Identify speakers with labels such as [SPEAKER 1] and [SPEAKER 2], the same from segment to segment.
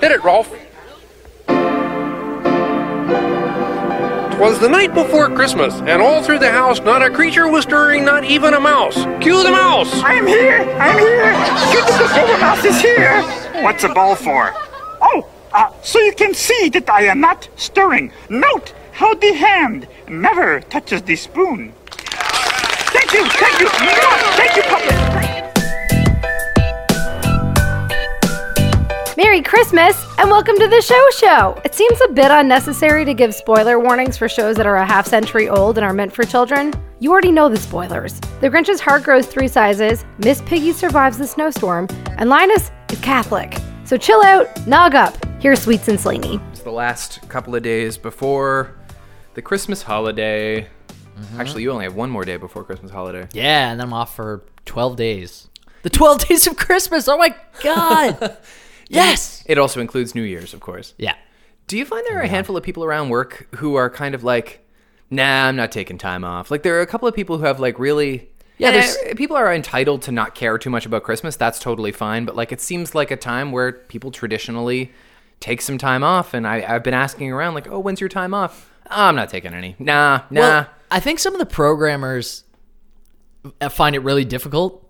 [SPEAKER 1] did it, Rolf. Twas the night before Christmas, and all through the house not a creature was stirring, not even a mouse. Cue the mouse!
[SPEAKER 2] I am here! I am here! The bigger mouse is here! What's a ball for? Oh, uh, so you can see that I am not stirring. Note how the hand never touches the spoon. Thank you, thank you, thank you, puppet.
[SPEAKER 3] Merry Christmas and welcome to the show show. It seems a bit unnecessary to give spoiler warnings for shows that are a half century old and are meant for children. You already know the spoilers. The Grinch's heart grows three sizes, Miss Piggy survives the snowstorm, and Linus is Catholic. So chill out, nog up. Here's Sweets and Slaney.
[SPEAKER 4] It's the last couple of days before the Christmas holiday. Actually, you only have one more day before Christmas holiday.
[SPEAKER 5] Mm-hmm. Yeah, and then I'm off for 12 days. The 12 days of Christmas. Oh my god. yes.
[SPEAKER 4] It also includes New Year's, of course.
[SPEAKER 5] Yeah.
[SPEAKER 4] Do you find there are a handful of people around work who are kind of like, nah, I'm not taking time off? Like, there are a couple of people who have like really.
[SPEAKER 5] Yeah,
[SPEAKER 4] Yeah,
[SPEAKER 5] there's-
[SPEAKER 4] people are entitled to not care too much about Christmas. That's totally fine. But like, it seems like a time where people traditionally take some time off. And I, I've been asking around, like, oh, when's your time off? "Ah, I'm not taking any. Nah, nah.
[SPEAKER 5] Well, I think some of the programmers uh, find it really difficult,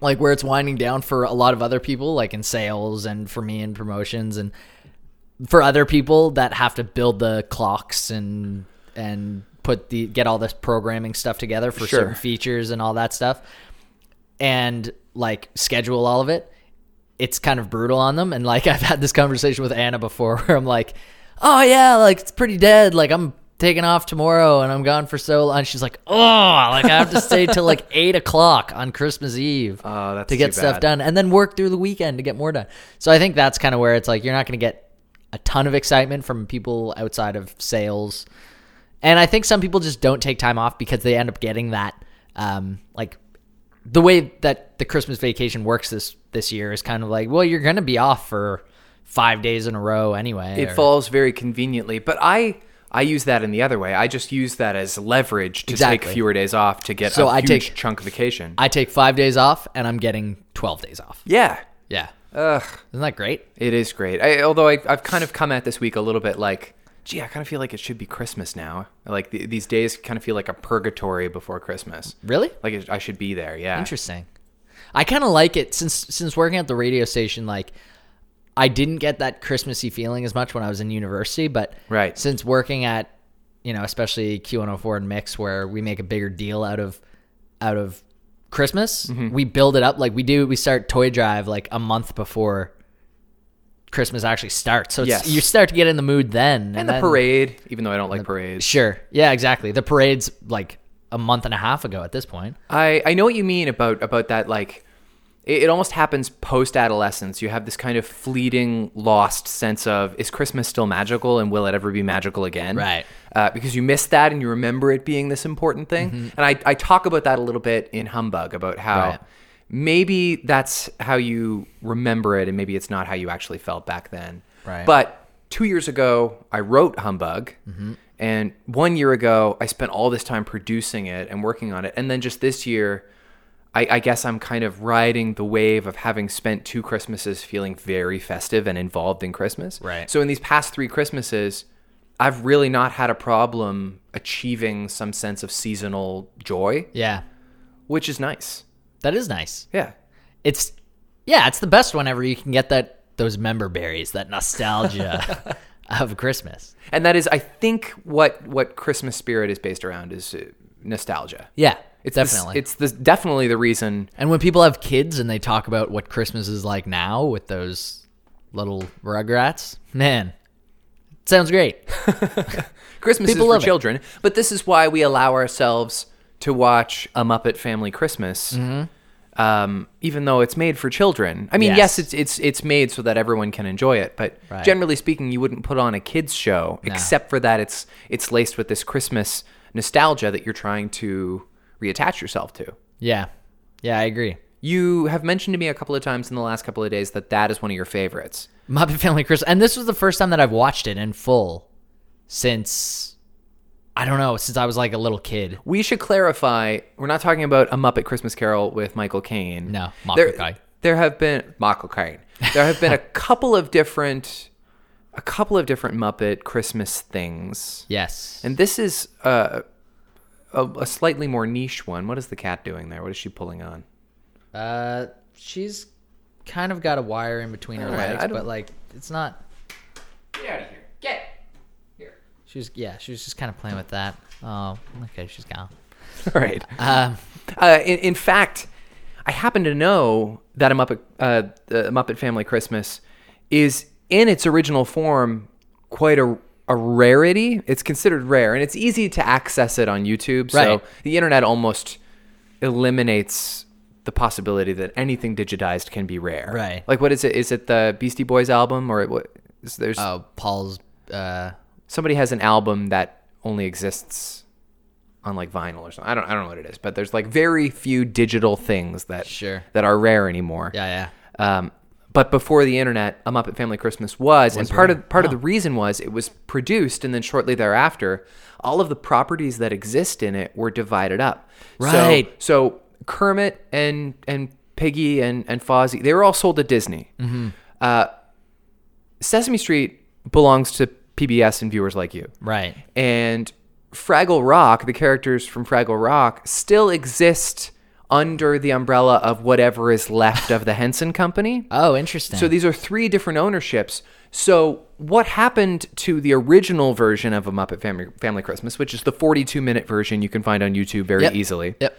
[SPEAKER 5] like where it's winding down for a lot of other people, like in sales and for me in promotions, and for other people that have to build the clocks and and put the get all this programming stuff together for
[SPEAKER 4] Sure.
[SPEAKER 5] certain features and all that stuff, and like schedule all of it. It's kind of brutal on them, and like I've had this conversation with Anna before, where I'm like, "Oh yeah, like it's pretty dead. Like I'm taking off tomorrow, and I'm gone for so long." She's like, "Oh, like I have to stay till like eight o'clock on Christmas Eve
[SPEAKER 4] Oh, that's
[SPEAKER 5] to get
[SPEAKER 4] too
[SPEAKER 5] stuff
[SPEAKER 4] bad.
[SPEAKER 5] done, and then work through the weekend to get more done." So I think that's kind of where it's like you're not going to get a ton of excitement from people outside of sales and I think some people just don't take time off because they end up getting that, um, like the way that the Christmas vacation works this this year is kind of like, well, you're gonna be off for five days in a row anyway.
[SPEAKER 4] it
[SPEAKER 5] or-
[SPEAKER 4] falls very conveniently but i i use that in the other way i just use that as leverage to
[SPEAKER 5] Exactly.
[SPEAKER 4] take fewer days off to get
[SPEAKER 5] So
[SPEAKER 4] a
[SPEAKER 5] I
[SPEAKER 4] huge
[SPEAKER 5] take-
[SPEAKER 4] chunk vacation
[SPEAKER 5] I take five days off, and I'm getting twelve days off.
[SPEAKER 4] yeah
[SPEAKER 5] Yeah,
[SPEAKER 4] Ugh,
[SPEAKER 5] isn't that great?
[SPEAKER 4] it is great I, although I, i've kind of come at this week a little bit like gee i kind of feel like it should be christmas now like th- these days kind of feel like a purgatory before christmas
[SPEAKER 5] Really?
[SPEAKER 4] like it, i should be there yeah
[SPEAKER 5] Interesting. I kind of like it since since working at the radio station. Like, I didn't get that Christmassy feeling as much when I was in university, but
[SPEAKER 4] Right.
[SPEAKER 5] since working at you know especially Q104 and Mix, where we make a bigger deal out of out of Christmas,
[SPEAKER 4] Mm-hmm.
[SPEAKER 5] we build it up like we do. We start toy drive like a month before Christmas actually starts, so it's,
[SPEAKER 4] Yes.
[SPEAKER 5] you start to get in the mood then. And,
[SPEAKER 4] and the
[SPEAKER 5] then-
[SPEAKER 4] parade even though i don't like parades
[SPEAKER 5] sure, yeah, exactly. The parade's like a month and a half ago at this point.
[SPEAKER 4] I, I know what you mean about about that like it, it almost happens post adolescence. You have this kind of fleeting lost sense of is Christmas still magical and will it ever be magical again?
[SPEAKER 5] Right.
[SPEAKER 4] Uh, because you miss that and you remember it being this important thing. And I, I talk about that a little bit in Humbug about how
[SPEAKER 5] Mm-hmm. Right.
[SPEAKER 4] maybe that's how you remember it and maybe it's not how you actually felt back then.
[SPEAKER 5] Right.
[SPEAKER 4] But two years ago, I wrote Humbug.
[SPEAKER 5] Mm-hmm.
[SPEAKER 4] And one year ago, I spent all this time producing it and working on it. And then just this year, I, I guess I'm kind of riding the wave of having spent two Christmases feeling very festive and involved in Christmas.
[SPEAKER 5] Right.
[SPEAKER 4] So in these past three Christmases, I've really not had a problem achieving some sense of seasonal joy,
[SPEAKER 5] Yeah,
[SPEAKER 4] which is nice.
[SPEAKER 5] that is nice.
[SPEAKER 4] Yeah.
[SPEAKER 5] it's yeah, it's the best whenever you can get that those member berries, that nostalgia of Christmas.
[SPEAKER 4] And that is, I think, what what Christmas spirit is based around is uh, nostalgia.
[SPEAKER 5] Yeah,
[SPEAKER 4] It's the s-
[SPEAKER 5] definitely.
[SPEAKER 4] it's the, definitely the reason
[SPEAKER 5] and when people have kids and they talk about what Christmas is like now with those little rugrats, man, sounds great.
[SPEAKER 4] Christmas
[SPEAKER 5] People
[SPEAKER 4] is
[SPEAKER 5] love
[SPEAKER 4] for
[SPEAKER 5] it.
[SPEAKER 4] children, but this is why we allow ourselves to watch a Muppet Family Christmas, um, even though it's made for children. I mean,
[SPEAKER 5] Mm-hmm.
[SPEAKER 4] yes,
[SPEAKER 5] Yes.
[SPEAKER 4] it's it's it's made so that everyone can enjoy it, but
[SPEAKER 5] Right.
[SPEAKER 4] generally speaking, you wouldn't put on a kids show except for that it's it's laced with this Christmas nostalgia that you're trying to reattach yourself to.
[SPEAKER 5] Yeah, yeah, I agree.
[SPEAKER 4] You have mentioned to me a couple of times in the last couple of days that that is one of your favorites.
[SPEAKER 5] Muppet Family Christmas, and this was the first time that I've watched it in full since I don't know since I was like a little kid.
[SPEAKER 4] We should clarify we're not talking about a Muppet Christmas Carol with Michael Caine.
[SPEAKER 5] No,
[SPEAKER 4] there,
[SPEAKER 5] Macaulay.
[SPEAKER 4] there have been Michael Caine. There have been a couple of different a couple of different Muppet Christmas things.
[SPEAKER 5] Yes.
[SPEAKER 4] And this is uh, a, a slightly more niche one. What is the cat doing there? What is she pulling on?
[SPEAKER 5] Uh, she's kind of got a wire in between her
[SPEAKER 4] All right,
[SPEAKER 5] legs,
[SPEAKER 4] I don't-
[SPEAKER 5] but like it's not.
[SPEAKER 4] Get out of here. Get.
[SPEAKER 5] She's yeah, she was just kind of playing with that. Oh, okay, she's
[SPEAKER 4] All
[SPEAKER 5] gone.
[SPEAKER 4] right.
[SPEAKER 5] Um,
[SPEAKER 4] uh, in, in fact, I happen to know that a Muppet, uh, the Muppet Family Christmas is in its original form quite a, a rarity. It's considered rare, and it's easy to access it on YouTube.
[SPEAKER 5] Right.
[SPEAKER 4] So the internet almost eliminates the possibility that anything digitized can be rare.
[SPEAKER 5] Right.
[SPEAKER 4] Like, what is it? Is it the Beastie Boys album, or what? Is there's
[SPEAKER 5] Oh, Paul's. Uh,
[SPEAKER 4] somebody has an album that only exists on like vinyl or something. I don't I don't know what it is, but there's like very few digital things that
[SPEAKER 5] Sure.
[SPEAKER 4] that are rare anymore.
[SPEAKER 5] yeah, yeah. Uh,
[SPEAKER 4] Um, but before the internet, a Muppet Family Christmas was, and part of part of the reason was it was produced, and then shortly thereafter, all of the properties that exist in it were divided up. So-
[SPEAKER 5] Right.
[SPEAKER 4] So, Kermit and and Piggy and and Fozzie, they were all sold to Disney. Uh, Sesame Street belongs to PBS and viewers like you,
[SPEAKER 5] Right.
[SPEAKER 4] and Fraggle Rock, the characters from Fraggle Rock, still exist under the umbrella of whatever is left of the Henson Company.
[SPEAKER 5] Oh, interesting.
[SPEAKER 4] So these are three different ownerships. So what happened to the original version of a Muppet Family, Family Christmas, which is the 42 minute version you can find on YouTube very
[SPEAKER 5] Yep.
[SPEAKER 4] easily,
[SPEAKER 5] Yep.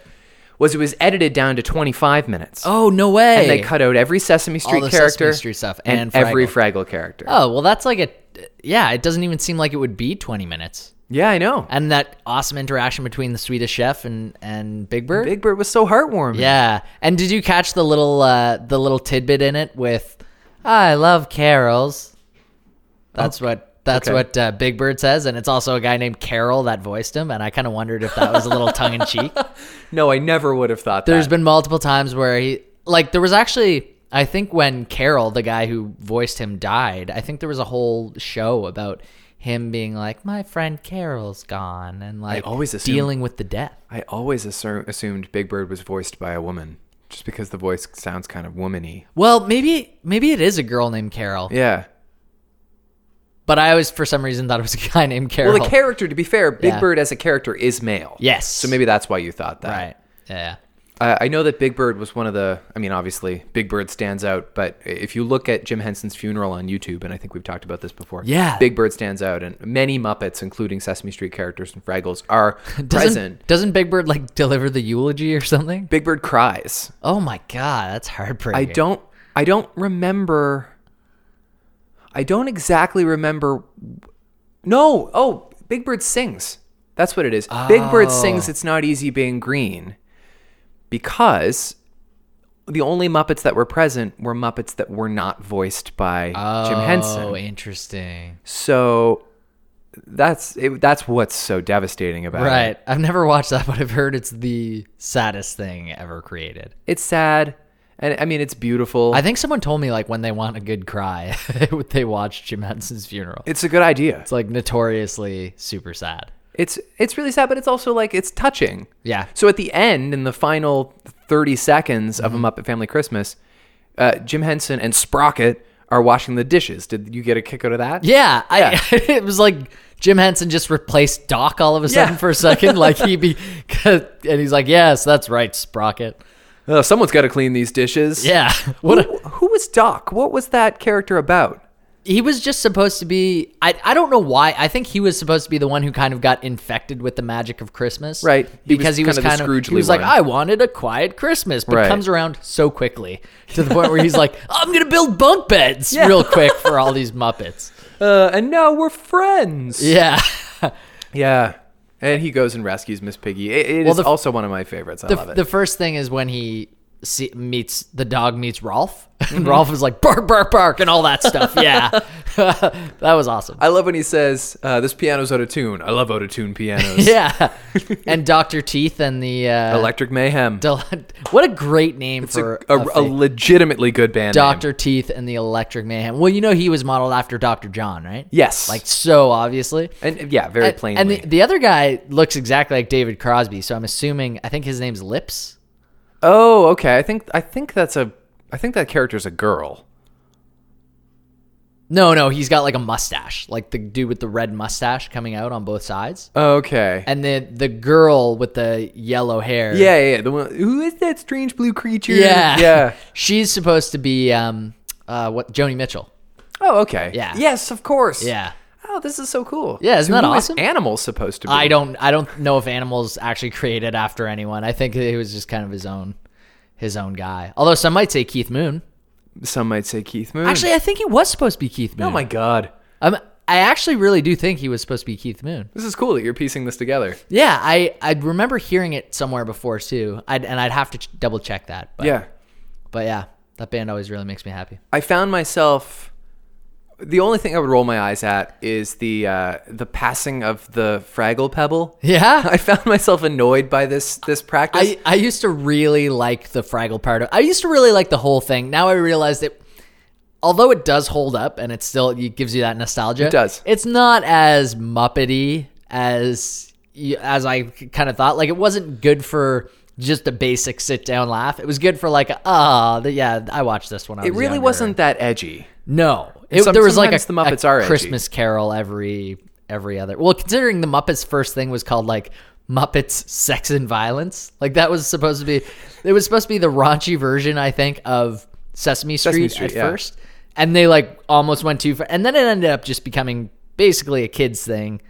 [SPEAKER 4] was it was edited down to 25 minutes.
[SPEAKER 5] Oh no way.
[SPEAKER 4] And they cut out every Sesame Street
[SPEAKER 5] the Sesame
[SPEAKER 4] character
[SPEAKER 5] Street stuff and
[SPEAKER 4] every Fraggle character.
[SPEAKER 5] Oh well, that's like a. Yeah, it doesn't even seem like it would be twenty minutes.
[SPEAKER 4] Yeah, I know.
[SPEAKER 5] And that awesome interaction between the Swedish chef and and Big Bird.
[SPEAKER 4] Big Bird was so heartwarming.
[SPEAKER 5] Yeah. And did you catch the little uh the little tidbit in it with I love carols? That's what that's
[SPEAKER 4] Okay.
[SPEAKER 5] what uh, Big Bird says and it's also a guy named Carol that voiced him and I kind of wondered if that was a little tongue in cheek.
[SPEAKER 4] No, I never would have thought
[SPEAKER 5] There's
[SPEAKER 4] that.
[SPEAKER 5] been multiple times where he like there was actually I think when Carol, the guy who voiced him, died, I think there was a whole show about him being like, "My friend Carol's gone," and like
[SPEAKER 4] always assume-
[SPEAKER 5] dealing with the death.
[SPEAKER 4] I always asser- assumed Big Bird was voiced by a woman, just because the voice sounds kind of womany.
[SPEAKER 5] Well, maybe maybe it is a girl named Carol.
[SPEAKER 4] Yeah.
[SPEAKER 5] But I always, for some reason, thought it was a guy named Carol.
[SPEAKER 4] Well, the character, to be fair, Big
[SPEAKER 5] Yeah.
[SPEAKER 4] Bird as a character is male.
[SPEAKER 5] Yes.
[SPEAKER 4] So maybe that's why you thought that.
[SPEAKER 5] Right. Yeah.
[SPEAKER 4] Uh, I know that Big Bird was one of the. I mean, obviously, Big Bird stands out, but if you look at Jim Henson's funeral on YouTube, and I think we've talked about this before.
[SPEAKER 5] Yeah.
[SPEAKER 4] Big Bird stands out, and many Muppets, including Sesame Street characters and Fraggles, are
[SPEAKER 5] Doesn't
[SPEAKER 4] present.
[SPEAKER 5] doesn't Big Bird like deliver the eulogy or something?
[SPEAKER 4] Big Bird cries.
[SPEAKER 5] Oh my god, that's heartbreaking.
[SPEAKER 4] I don't I don't remember I don't exactly remember No, oh, Big Bird sings. That's what it is. Big
[SPEAKER 5] Oh.
[SPEAKER 4] Bird sings It's Not Easy Being Green because the only Muppets that were present were Muppets that were not voiced by Jim
[SPEAKER 5] Oh,
[SPEAKER 4] Henson.
[SPEAKER 5] interesting.
[SPEAKER 4] So that's it, that's what's so devastating about it.
[SPEAKER 5] Right. I've never watched that, but I've heard it's the saddest thing ever created.
[SPEAKER 4] It's sad. And I mean it's beautiful.
[SPEAKER 5] I think someone told me like when they want a good cry, they watch Jim Henson's funeral.
[SPEAKER 4] it's a good idea.
[SPEAKER 5] It's like notoriously super sad.
[SPEAKER 4] It's it's really sad, but it's also like it's touching.
[SPEAKER 5] Yeah.
[SPEAKER 4] So at the end, in the final 30 seconds of
[SPEAKER 5] Mm-hmm.
[SPEAKER 4] a Muppet Family Christmas, uh, Jim Henson and Sprocket are washing the dishes. Did you get a kick out of that?
[SPEAKER 5] Yeah, I,
[SPEAKER 4] Yeah.
[SPEAKER 5] it was like Jim Henson just replaced Doc all of a sudden
[SPEAKER 4] Yeah.
[SPEAKER 5] for a second. Like he be, and he's like, "Yes, that's right, Sprocket."
[SPEAKER 4] Uh, someone's got to clean these dishes.
[SPEAKER 5] Yeah,
[SPEAKER 4] Who,
[SPEAKER 5] what a,
[SPEAKER 4] who was Doc? What was that character about?
[SPEAKER 5] he was just supposed to be. I I don't know why. I think he was supposed to be the one who kind of got infected with the magic of Christmas,
[SPEAKER 4] Right. He was
[SPEAKER 5] because he
[SPEAKER 4] kind
[SPEAKER 5] was
[SPEAKER 4] of the
[SPEAKER 5] kind of, he
[SPEAKER 4] Scroogely
[SPEAKER 5] was like,
[SPEAKER 4] one.
[SPEAKER 5] "I wanted a quiet Christmas," but
[SPEAKER 4] Right.
[SPEAKER 5] comes around so quickly to the point where he's like, "I'm gonna build bunk beds real quick for all these Muppets."
[SPEAKER 4] Uh, and now we're friends.
[SPEAKER 5] Yeah.
[SPEAKER 4] Yeah. And he goes and rescues Miss Piggy. It, it is
[SPEAKER 5] the f-
[SPEAKER 4] also one of my favorites. I
[SPEAKER 5] the,
[SPEAKER 4] love it.
[SPEAKER 5] the first thing is when he see, meets the dog meets Rolf,
[SPEAKER 4] Mm-hmm.
[SPEAKER 5] and Rolf is like bark, bark, bark, and all that stuff. Yeah, that was awesome.
[SPEAKER 4] I love when he says, uh, "This piano's out of tune." I love out of tune pianos.
[SPEAKER 5] yeah, and Doctor Teeth and the uh,
[SPEAKER 4] Electric Mayhem.
[SPEAKER 5] Del- what a great name
[SPEAKER 4] It's
[SPEAKER 5] for
[SPEAKER 4] a,
[SPEAKER 5] a,
[SPEAKER 4] a, a legitimately good band. name.
[SPEAKER 5] Doctor Teeth and the Electric Mayhem. Well, you know he was modeled after Doctor John, right?
[SPEAKER 4] Yes.
[SPEAKER 5] like so obviously.
[SPEAKER 4] And yeah, very
[SPEAKER 5] And-
[SPEAKER 4] plainly.
[SPEAKER 5] And the, the other guy looks exactly like David Crosby, so I'm assuming I think his name's Lips.
[SPEAKER 4] oh, okay. I think I think that's a I think that character's a girl.
[SPEAKER 5] No, no, he's got like a mustache, like the dude with the red mustache coming out on both sides,
[SPEAKER 4] Okay.
[SPEAKER 5] and then the girl with the yellow hair.
[SPEAKER 4] yeah, yeah, yeah. The one who is that strange blue creature?
[SPEAKER 5] yeah,
[SPEAKER 4] Yeah.
[SPEAKER 5] She's supposed to be um, uh, what Joni Mitchell.
[SPEAKER 4] Oh, okay.
[SPEAKER 5] Yeah.
[SPEAKER 4] Yes, of course.
[SPEAKER 5] Yeah.
[SPEAKER 4] Oh, this is so cool.
[SPEAKER 5] Yeah, isn't
[SPEAKER 4] So
[SPEAKER 5] that
[SPEAKER 4] who
[SPEAKER 5] awesome?
[SPEAKER 4] animal supposed to be?
[SPEAKER 5] I don't I don't know if animals actually created after anyone. I think it was just kind of his own his own guy. Although some might say Keith Moon.
[SPEAKER 4] Some might say Keith Moon.
[SPEAKER 5] Actually, I think he was supposed to be Keith Moon.
[SPEAKER 4] oh my God,
[SPEAKER 5] Um, I actually really do think he was supposed to be Keith Moon.
[SPEAKER 4] this is cool that you're piecing this together.
[SPEAKER 5] Yeah, I I remember hearing it somewhere before too. I'd, and I'd have to ch- double check that. But,
[SPEAKER 4] Yeah.
[SPEAKER 5] But yeah, that band always really makes me happy.
[SPEAKER 4] I found myself. The only thing I would roll my eyes at is the uh, the passing of the Fraggle Pebble.
[SPEAKER 5] Yeah.
[SPEAKER 4] I found myself annoyed by this this practice.
[SPEAKER 5] I, I used to really like the Fraggle part of I used to really like the whole thing. Now I realize that although it does hold up and it still it gives you that nostalgia. It
[SPEAKER 4] does.
[SPEAKER 5] It's not as muppety as you, as I kind of thought. Like it wasn't good for just a basic sit down laugh. It was good for like ah the yeah, I watched this when I
[SPEAKER 4] it
[SPEAKER 5] was
[SPEAKER 4] really
[SPEAKER 5] younger.
[SPEAKER 4] wasn't that edgy.
[SPEAKER 5] No, it,
[SPEAKER 4] some-
[SPEAKER 5] there was like a,
[SPEAKER 4] sometimes the Muppets
[SPEAKER 5] a
[SPEAKER 4] are edgy.
[SPEAKER 5] Christmas Carol every every other. Well, considering the Muppets first thing was called like Muppets Sex and Violence, like that was supposed to be. It was supposed to be the raunchy version, I think, of Sesame Street,
[SPEAKER 4] Street,
[SPEAKER 5] at
[SPEAKER 4] yeah.
[SPEAKER 5] first, and they like almost went too far, and then it ended up just becoming basically a kids thing.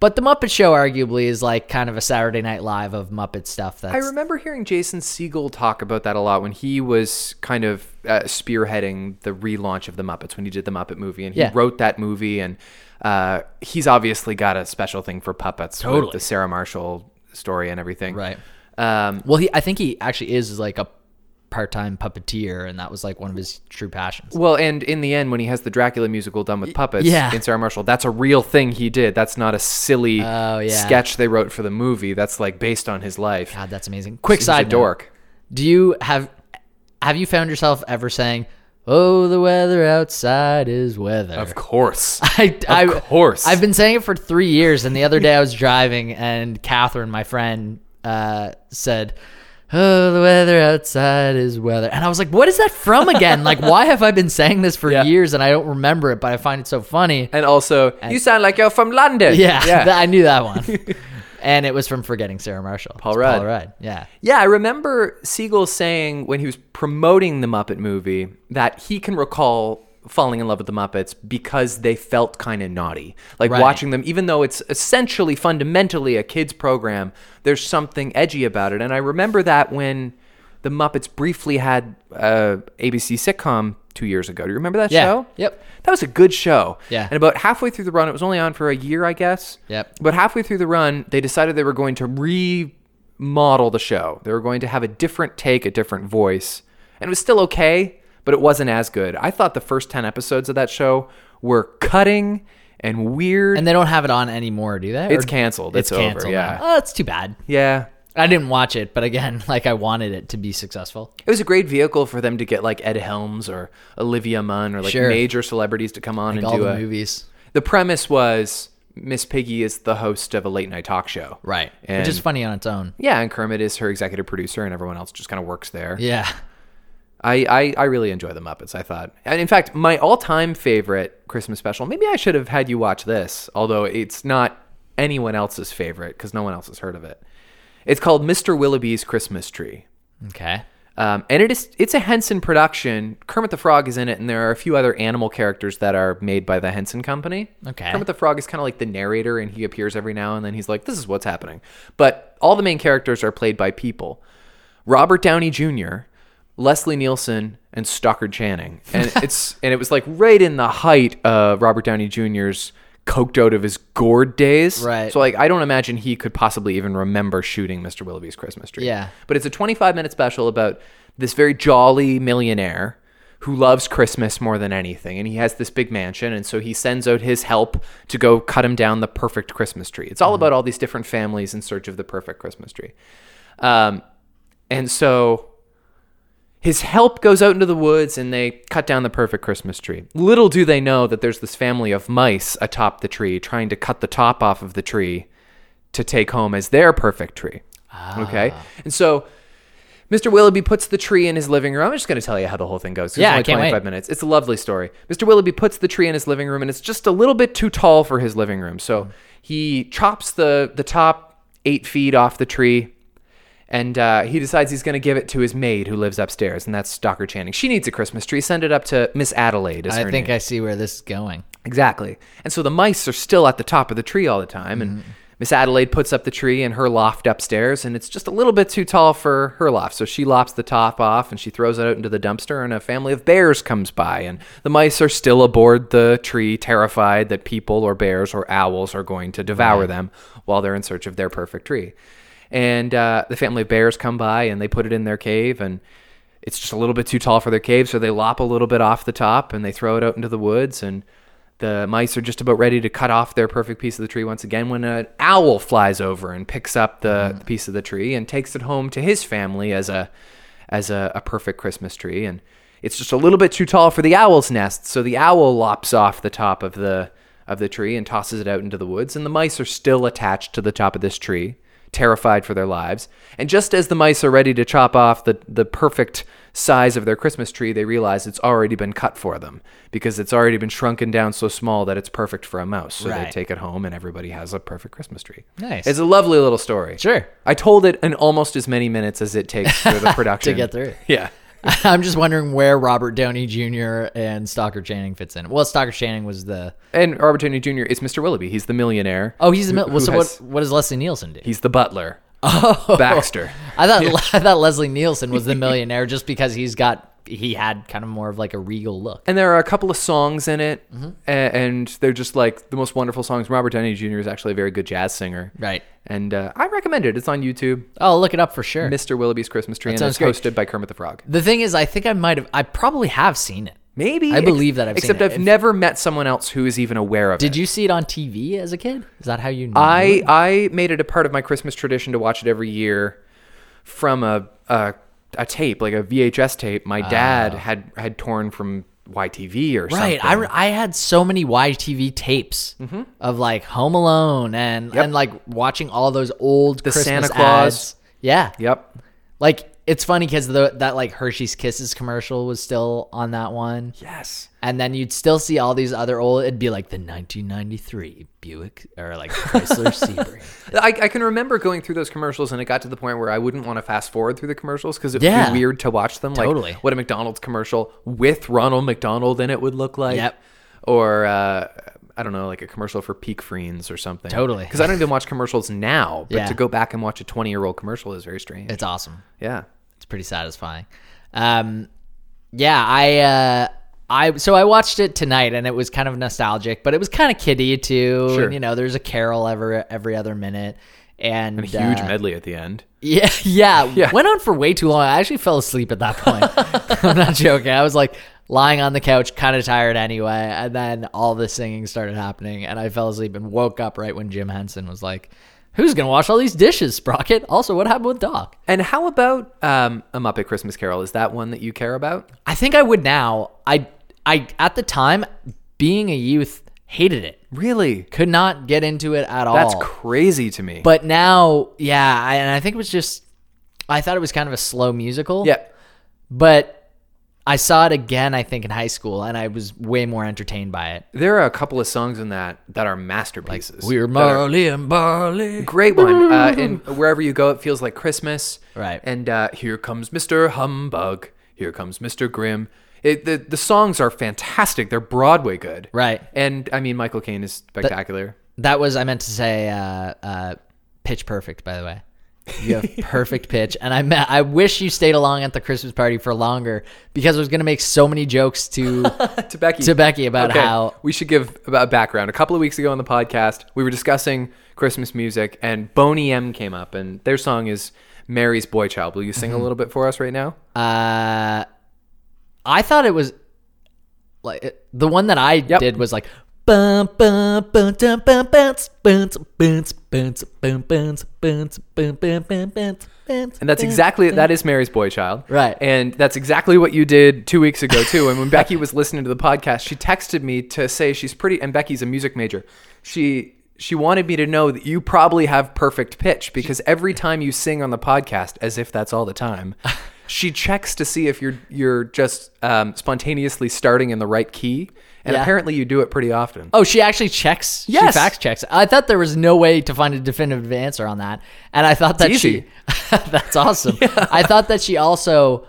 [SPEAKER 5] But the Muppet Show arguably is like kind of a Saturday Night Live of Muppet stuff. That's
[SPEAKER 4] I remember hearing Jason Siegel talk about that a lot when he was kind of uh, spearheading the relaunch of the Muppets when he did the Muppet movie, and he
[SPEAKER 5] Yeah.
[SPEAKER 4] wrote that movie, and uh, he's obviously got a special thing for puppets
[SPEAKER 5] Totally.
[SPEAKER 4] with the Sarah Marshall story and everything.
[SPEAKER 5] right.
[SPEAKER 4] Um,
[SPEAKER 5] Well, he I think he actually is like a part-time puppeteer, and that was like one of his true passions.
[SPEAKER 4] well, and in the end, when he has the Dracula musical done with puppets
[SPEAKER 5] yeah.
[SPEAKER 4] in Sarah Marshall, that's a real thing he did. That's not a silly
[SPEAKER 5] Oh, yeah.
[SPEAKER 4] sketch they wrote for the movie. That's like based on his life.
[SPEAKER 5] God, that's amazing. Quick
[SPEAKER 4] He's
[SPEAKER 5] side
[SPEAKER 4] a
[SPEAKER 5] note.
[SPEAKER 4] dork.
[SPEAKER 5] Do you have have you found yourself ever saying, "Oh, the weather outside is weather"?
[SPEAKER 4] Of course.
[SPEAKER 5] I, I,
[SPEAKER 4] Of course.
[SPEAKER 5] I've been saying it for three years, and the other day I was driving, and Catherine, my friend, uh, said, "Oh, the weather outside is weather," and I was like, "What is that from again? like, why have I been saying this for
[SPEAKER 4] Yeah.
[SPEAKER 5] years and I don't remember it? But I find it so funny."
[SPEAKER 4] And also, you sound like you're from London.
[SPEAKER 5] Yeah, that- I knew that one. and it was from Forgetting Sarah Marshall. Paul
[SPEAKER 4] Rudd.
[SPEAKER 5] Paul Rudd. Yeah.
[SPEAKER 4] Yeah, I remember Siegel saying when he was promoting the Muppet movie that he can recall falling in love with the Muppets because they felt kind of naughty. Like
[SPEAKER 5] Right.
[SPEAKER 4] watching them, even though it's essentially fundamentally a kids' program, there's something edgy about it. And I remember that when the Muppets briefly had uh, ABC sitcom two years ago. Do you remember that
[SPEAKER 5] Yeah.
[SPEAKER 4] show?
[SPEAKER 5] Yep.
[SPEAKER 4] That was a good show.
[SPEAKER 5] Yeah.
[SPEAKER 4] And about halfway through the run, it was only on for a year, I guess.
[SPEAKER 5] Yep.
[SPEAKER 4] But halfway through the run, they decided they were going to remodel the show. They were going to have a different take, a different voice. And it was still okay, but it wasn't as good. I thought the first 10 episodes of that show were cutting and weird.
[SPEAKER 5] And they don't have it on anymore, do they?
[SPEAKER 4] It's canceled. It's over, yeah.
[SPEAKER 5] now. Oh, it's too bad.
[SPEAKER 4] yeah.
[SPEAKER 5] I didn't watch it, but again, like I wanted it to be successful.
[SPEAKER 4] It was a great vehicle for them to get like Ed Helms or Olivia Munn or like
[SPEAKER 5] Sure.
[SPEAKER 4] major celebrities to come on and
[SPEAKER 5] all
[SPEAKER 4] do
[SPEAKER 5] the
[SPEAKER 4] a
[SPEAKER 5] movies.
[SPEAKER 4] The premise was Miss Piggy is the host of a late night talk show.
[SPEAKER 5] Right.
[SPEAKER 4] And
[SPEAKER 5] Which is funny on its own.
[SPEAKER 4] Yeah, and Kermit is her executive producer and everyone else just kind of works there.
[SPEAKER 5] Yeah.
[SPEAKER 4] I, I, I really enjoy the Muppets, I thought. And in fact, my all time favorite Christmas special, maybe I should have had you watch this, although it's not anyone else's favorite because no one else has heard of it. It's called Mr. Willoughby's Christmas Tree.
[SPEAKER 5] Okay.
[SPEAKER 4] Um, and it is it's a Henson production. Kermit the Frog is in it, and there are a few other animal characters that are made by the Henson Company.
[SPEAKER 5] Okay.
[SPEAKER 4] Kermit the Frog is kind of like the narrator, and he appears every now and then. He's like, "This is what's happening," but all the main characters are played by people: Robert Downey Jr., Leslie Nielsen, and Stockard Channing. And it's and it was like right in the height of Robert Downey Jr.'s coked out of his gourd days.
[SPEAKER 5] Right.
[SPEAKER 4] So like, I don't imagine he could possibly even remember shooting Mr. Willoughby's Christmas tree.
[SPEAKER 5] Yeah.
[SPEAKER 4] But it's a 25 minute special about this very jolly millionaire who loves Christmas more than anything. And he has this big mansion. And so he sends out his help to go cut him down the perfect Christmas tree. It's all about all these different families in search of the perfect Christmas tree. Um, and so his help goes out into the woods and they cut down the perfect Christmas tree. Little do they know that there's this family of mice atop the tree trying to cut the top off of the
[SPEAKER 5] Ah.
[SPEAKER 4] tree to take home as their perfect tree. Okay. And so Mr. Willoughby puts the tree in his living room. I'm just going to tell you how the whole thing goes. 'cause
[SPEAKER 5] Yeah,
[SPEAKER 4] it's
[SPEAKER 5] I
[SPEAKER 4] only
[SPEAKER 5] can't wait.
[SPEAKER 4] 25 minutes. It's a lovely story. Mr. Willoughby puts the tree in his living room, and it's just a little bit too tall for his living room.
[SPEAKER 5] Mm.
[SPEAKER 4] So he chops the the top eight feet off the tree, and uh, he decides he's going to give it to his maid who lives upstairs, and that's Docker Channing. She needs a Christmas tree. Send it up to Miss Adelaide. Is
[SPEAKER 5] I
[SPEAKER 4] her
[SPEAKER 5] think
[SPEAKER 4] name.
[SPEAKER 5] I see where this is going.
[SPEAKER 4] Exactly. And so the mice are still at the top of the tree all the time. And Miss Adelaide puts up the tree in her loft upstairs, and it's just a little bit too tall for her loft. So she lops the top off and she throws it out into the dumpster, and a family of bears comes by. And the mice are still aboard the tree, terrified that people or bears or owls are going to devour them while they're in search of their perfect tree. And uh, the family of bears come by and they put it in their cave, and it's just a little bit too tall for their cave, so they lop a little bit off the top and they throw it out into the woods. And the mice are just about ready to cut off their perfect piece of the tree once again when an owl flies over and picks up the the piece of the tree and takes it home to his family as a as a, a perfect Christmas tree. And it's just a little bit too tall for the owl's nest, so the owl lops off the top of the of the tree and tosses it out into the woods. And the mice are still attached to the top of this tree terrified for their lives. And just as the mice are ready to chop off the, the perfect size of their Christmas tree, they realize it's already been cut for them because it's already been shrunken down so small that it's perfect for a mouse. So they
[SPEAKER 5] Right.
[SPEAKER 4] take it home and everybody has a perfect Christmas tree.
[SPEAKER 5] Nice.
[SPEAKER 4] It's a lovely little story.
[SPEAKER 5] Sure.
[SPEAKER 4] I told it in almost as many minutes as it takes for the production
[SPEAKER 5] get through.
[SPEAKER 4] Yeah.
[SPEAKER 5] I'm just wondering where Robert Downey Jr. and Stalker Channing fits in. Well, Stalker Channing was the
[SPEAKER 4] And Robert Downey Jr. is Mr. Willoughby. He's the millionaire.
[SPEAKER 5] oh, he's the mil-
[SPEAKER 4] who-
[SPEAKER 5] well, so
[SPEAKER 4] who
[SPEAKER 5] what?
[SPEAKER 4] has-
[SPEAKER 5] What does Leslie Nielsen do?
[SPEAKER 4] He's the butler. Oh. Baxter.
[SPEAKER 5] I thought I thought Leslie Nielsen was the millionaire just because he's got he had kind of more of like a regal look.
[SPEAKER 4] and there are a couple of songs in it, a- and they're just like the most wonderful songs. Robert Downey Jr. is actually a very good jazz singer,
[SPEAKER 5] Right.
[SPEAKER 4] And uh, I recommend it. It's on YouTube,
[SPEAKER 5] Oh, look it up for sure.
[SPEAKER 4] Mr. Willoughby's Christmas Tree, and
[SPEAKER 5] sounds
[SPEAKER 4] it's
[SPEAKER 5] great.
[SPEAKER 4] hosted by Kermit the Frog.
[SPEAKER 5] the thing is, I think I might have I probably have seen it.
[SPEAKER 4] Maybe
[SPEAKER 5] I believe that I've seen
[SPEAKER 4] except
[SPEAKER 5] it.
[SPEAKER 4] I've
[SPEAKER 5] If-
[SPEAKER 4] never met someone else who is even aware of it.
[SPEAKER 5] Did you see it on TV as a kid? Is that how you? Knew
[SPEAKER 4] I
[SPEAKER 5] it?
[SPEAKER 4] I made it a part of my Christmas tradition to watch it every year from a a, a tape like a VHS tape. My dad had had torn from YTV or something. Mm-hmm.
[SPEAKER 5] Right, I, re- I had so many YTV tapes of like Home Alone and and like watching all those old
[SPEAKER 4] The
[SPEAKER 5] Christmas
[SPEAKER 4] Santa Claus.
[SPEAKER 5] ads. Yeah,
[SPEAKER 4] Yep.
[SPEAKER 5] Like it's funny because that like Hershey's Kisses commercial was still on that one.
[SPEAKER 4] Yes.
[SPEAKER 5] And then you'd still see all these other old. It'd be like the 1993 Buick or like Chrysler Sebring.
[SPEAKER 4] I, I can remember going through those commercials, and it got to the point where I wouldn't want to fast forward through the commercials because it would
[SPEAKER 5] Yeah.
[SPEAKER 4] be weird to watch them.
[SPEAKER 5] Totally.
[SPEAKER 4] Like what a McDonald's commercial with Ronald McDonald in it would look like.
[SPEAKER 5] Yep.
[SPEAKER 4] Or uh, I don't know, like a commercial for Peak Friends or something.
[SPEAKER 5] Totally.
[SPEAKER 4] Because I don't even watch commercials now, but
[SPEAKER 5] Yeah.
[SPEAKER 4] to go back and watch a 20 year old commercial is very strange.
[SPEAKER 5] It's awesome.
[SPEAKER 4] yeah.
[SPEAKER 5] It's pretty satisfying. Um, yeah, I uh, I so I watched it tonight and it was kind of nostalgic, but it was kind of kiddie too.
[SPEAKER 4] Sure.
[SPEAKER 5] And, you know, there's a carol every every other minute. And,
[SPEAKER 4] Huge
[SPEAKER 5] uh,
[SPEAKER 4] medley at the end.
[SPEAKER 5] Yeah, yeah,
[SPEAKER 4] Yeah.
[SPEAKER 5] Went on for way too long. I actually fell asleep at that point. I'm not joking. I was like lying on the couch, kind of tired anyway. And then all the singing started happening, and I fell asleep and woke up right when Jim Henson was like, "Who's gonna wash all these dishes, Sprocket?" Also, what happened with Doc?
[SPEAKER 4] And how about um, A Muppet Christmas Carol? Is that one that you care about?
[SPEAKER 5] I think I would now. I, I at the time, being a youth, hated it.
[SPEAKER 4] Really?
[SPEAKER 5] Could not get into it at all.
[SPEAKER 4] That's crazy to me.
[SPEAKER 5] But now, yeah, I, and I think it was just. I thought it was kind of a slow musical.
[SPEAKER 4] yeah.
[SPEAKER 5] but I saw it again, I think, in high school, and I was way more entertained by it.
[SPEAKER 4] There are a couple of songs in that that are masterpieces.
[SPEAKER 5] We're
[SPEAKER 4] that are-
[SPEAKER 5] Marley and Barley.
[SPEAKER 4] Great one. Uh, and wherever you go, it feels like Christmas.
[SPEAKER 5] Right.
[SPEAKER 4] And uh, here comes Mr. Humbug. Here comes Mr. Grimm. It, the the songs are fantastic. They're Broadway good.
[SPEAKER 5] Right.
[SPEAKER 4] And I mean, Michael Caine is spectacular.
[SPEAKER 5] That was I meant to say. Uh, uh, pitch perfect, by the way. You have perfect pitch, and I meant, I wish you stayed along at the Christmas party for longer because I was going to make so many jokes to
[SPEAKER 4] to Becky.
[SPEAKER 5] to Becky about
[SPEAKER 4] Okay,
[SPEAKER 5] how
[SPEAKER 4] we should give a background. A couple of weeks ago on the podcast, we were discussing Christmas music, and Boney M came up, and their song is Mary's Boy Child. Will you sing
[SPEAKER 5] Mm-hmm.
[SPEAKER 4] a little bit for us right now?
[SPEAKER 5] uh, I thought it was like it- the one that I did was like bum, bum, bum, dum, bum, bounce, bounce, bounce, bounce, bum, bounce, bounce, bum, bum, bum, bounce, bounce,
[SPEAKER 4] And that's
[SPEAKER 5] bounce.
[SPEAKER 4] exactly that is Mary's boy child.
[SPEAKER 5] Right.
[SPEAKER 4] And that's exactly what you did two weeks ago too. And when Becky was listening to the podcast, she texted me to say she's pretty and Becky's a music major. She she wanted me to know that you probably have perfect pitch because every time you sing on the podcast, as if that's all the time, she checks to see if you're you're just um, spontaneously starting in the right key, and
[SPEAKER 5] Yeah.
[SPEAKER 4] apparently you do it pretty often.
[SPEAKER 5] Oh, she actually checks.
[SPEAKER 4] Yes.
[SPEAKER 5] She fact checks. I thought there was no way to find a definitive answer on that, and I thought that
[SPEAKER 4] easy.
[SPEAKER 5] she. that's awesome. I thought that she also,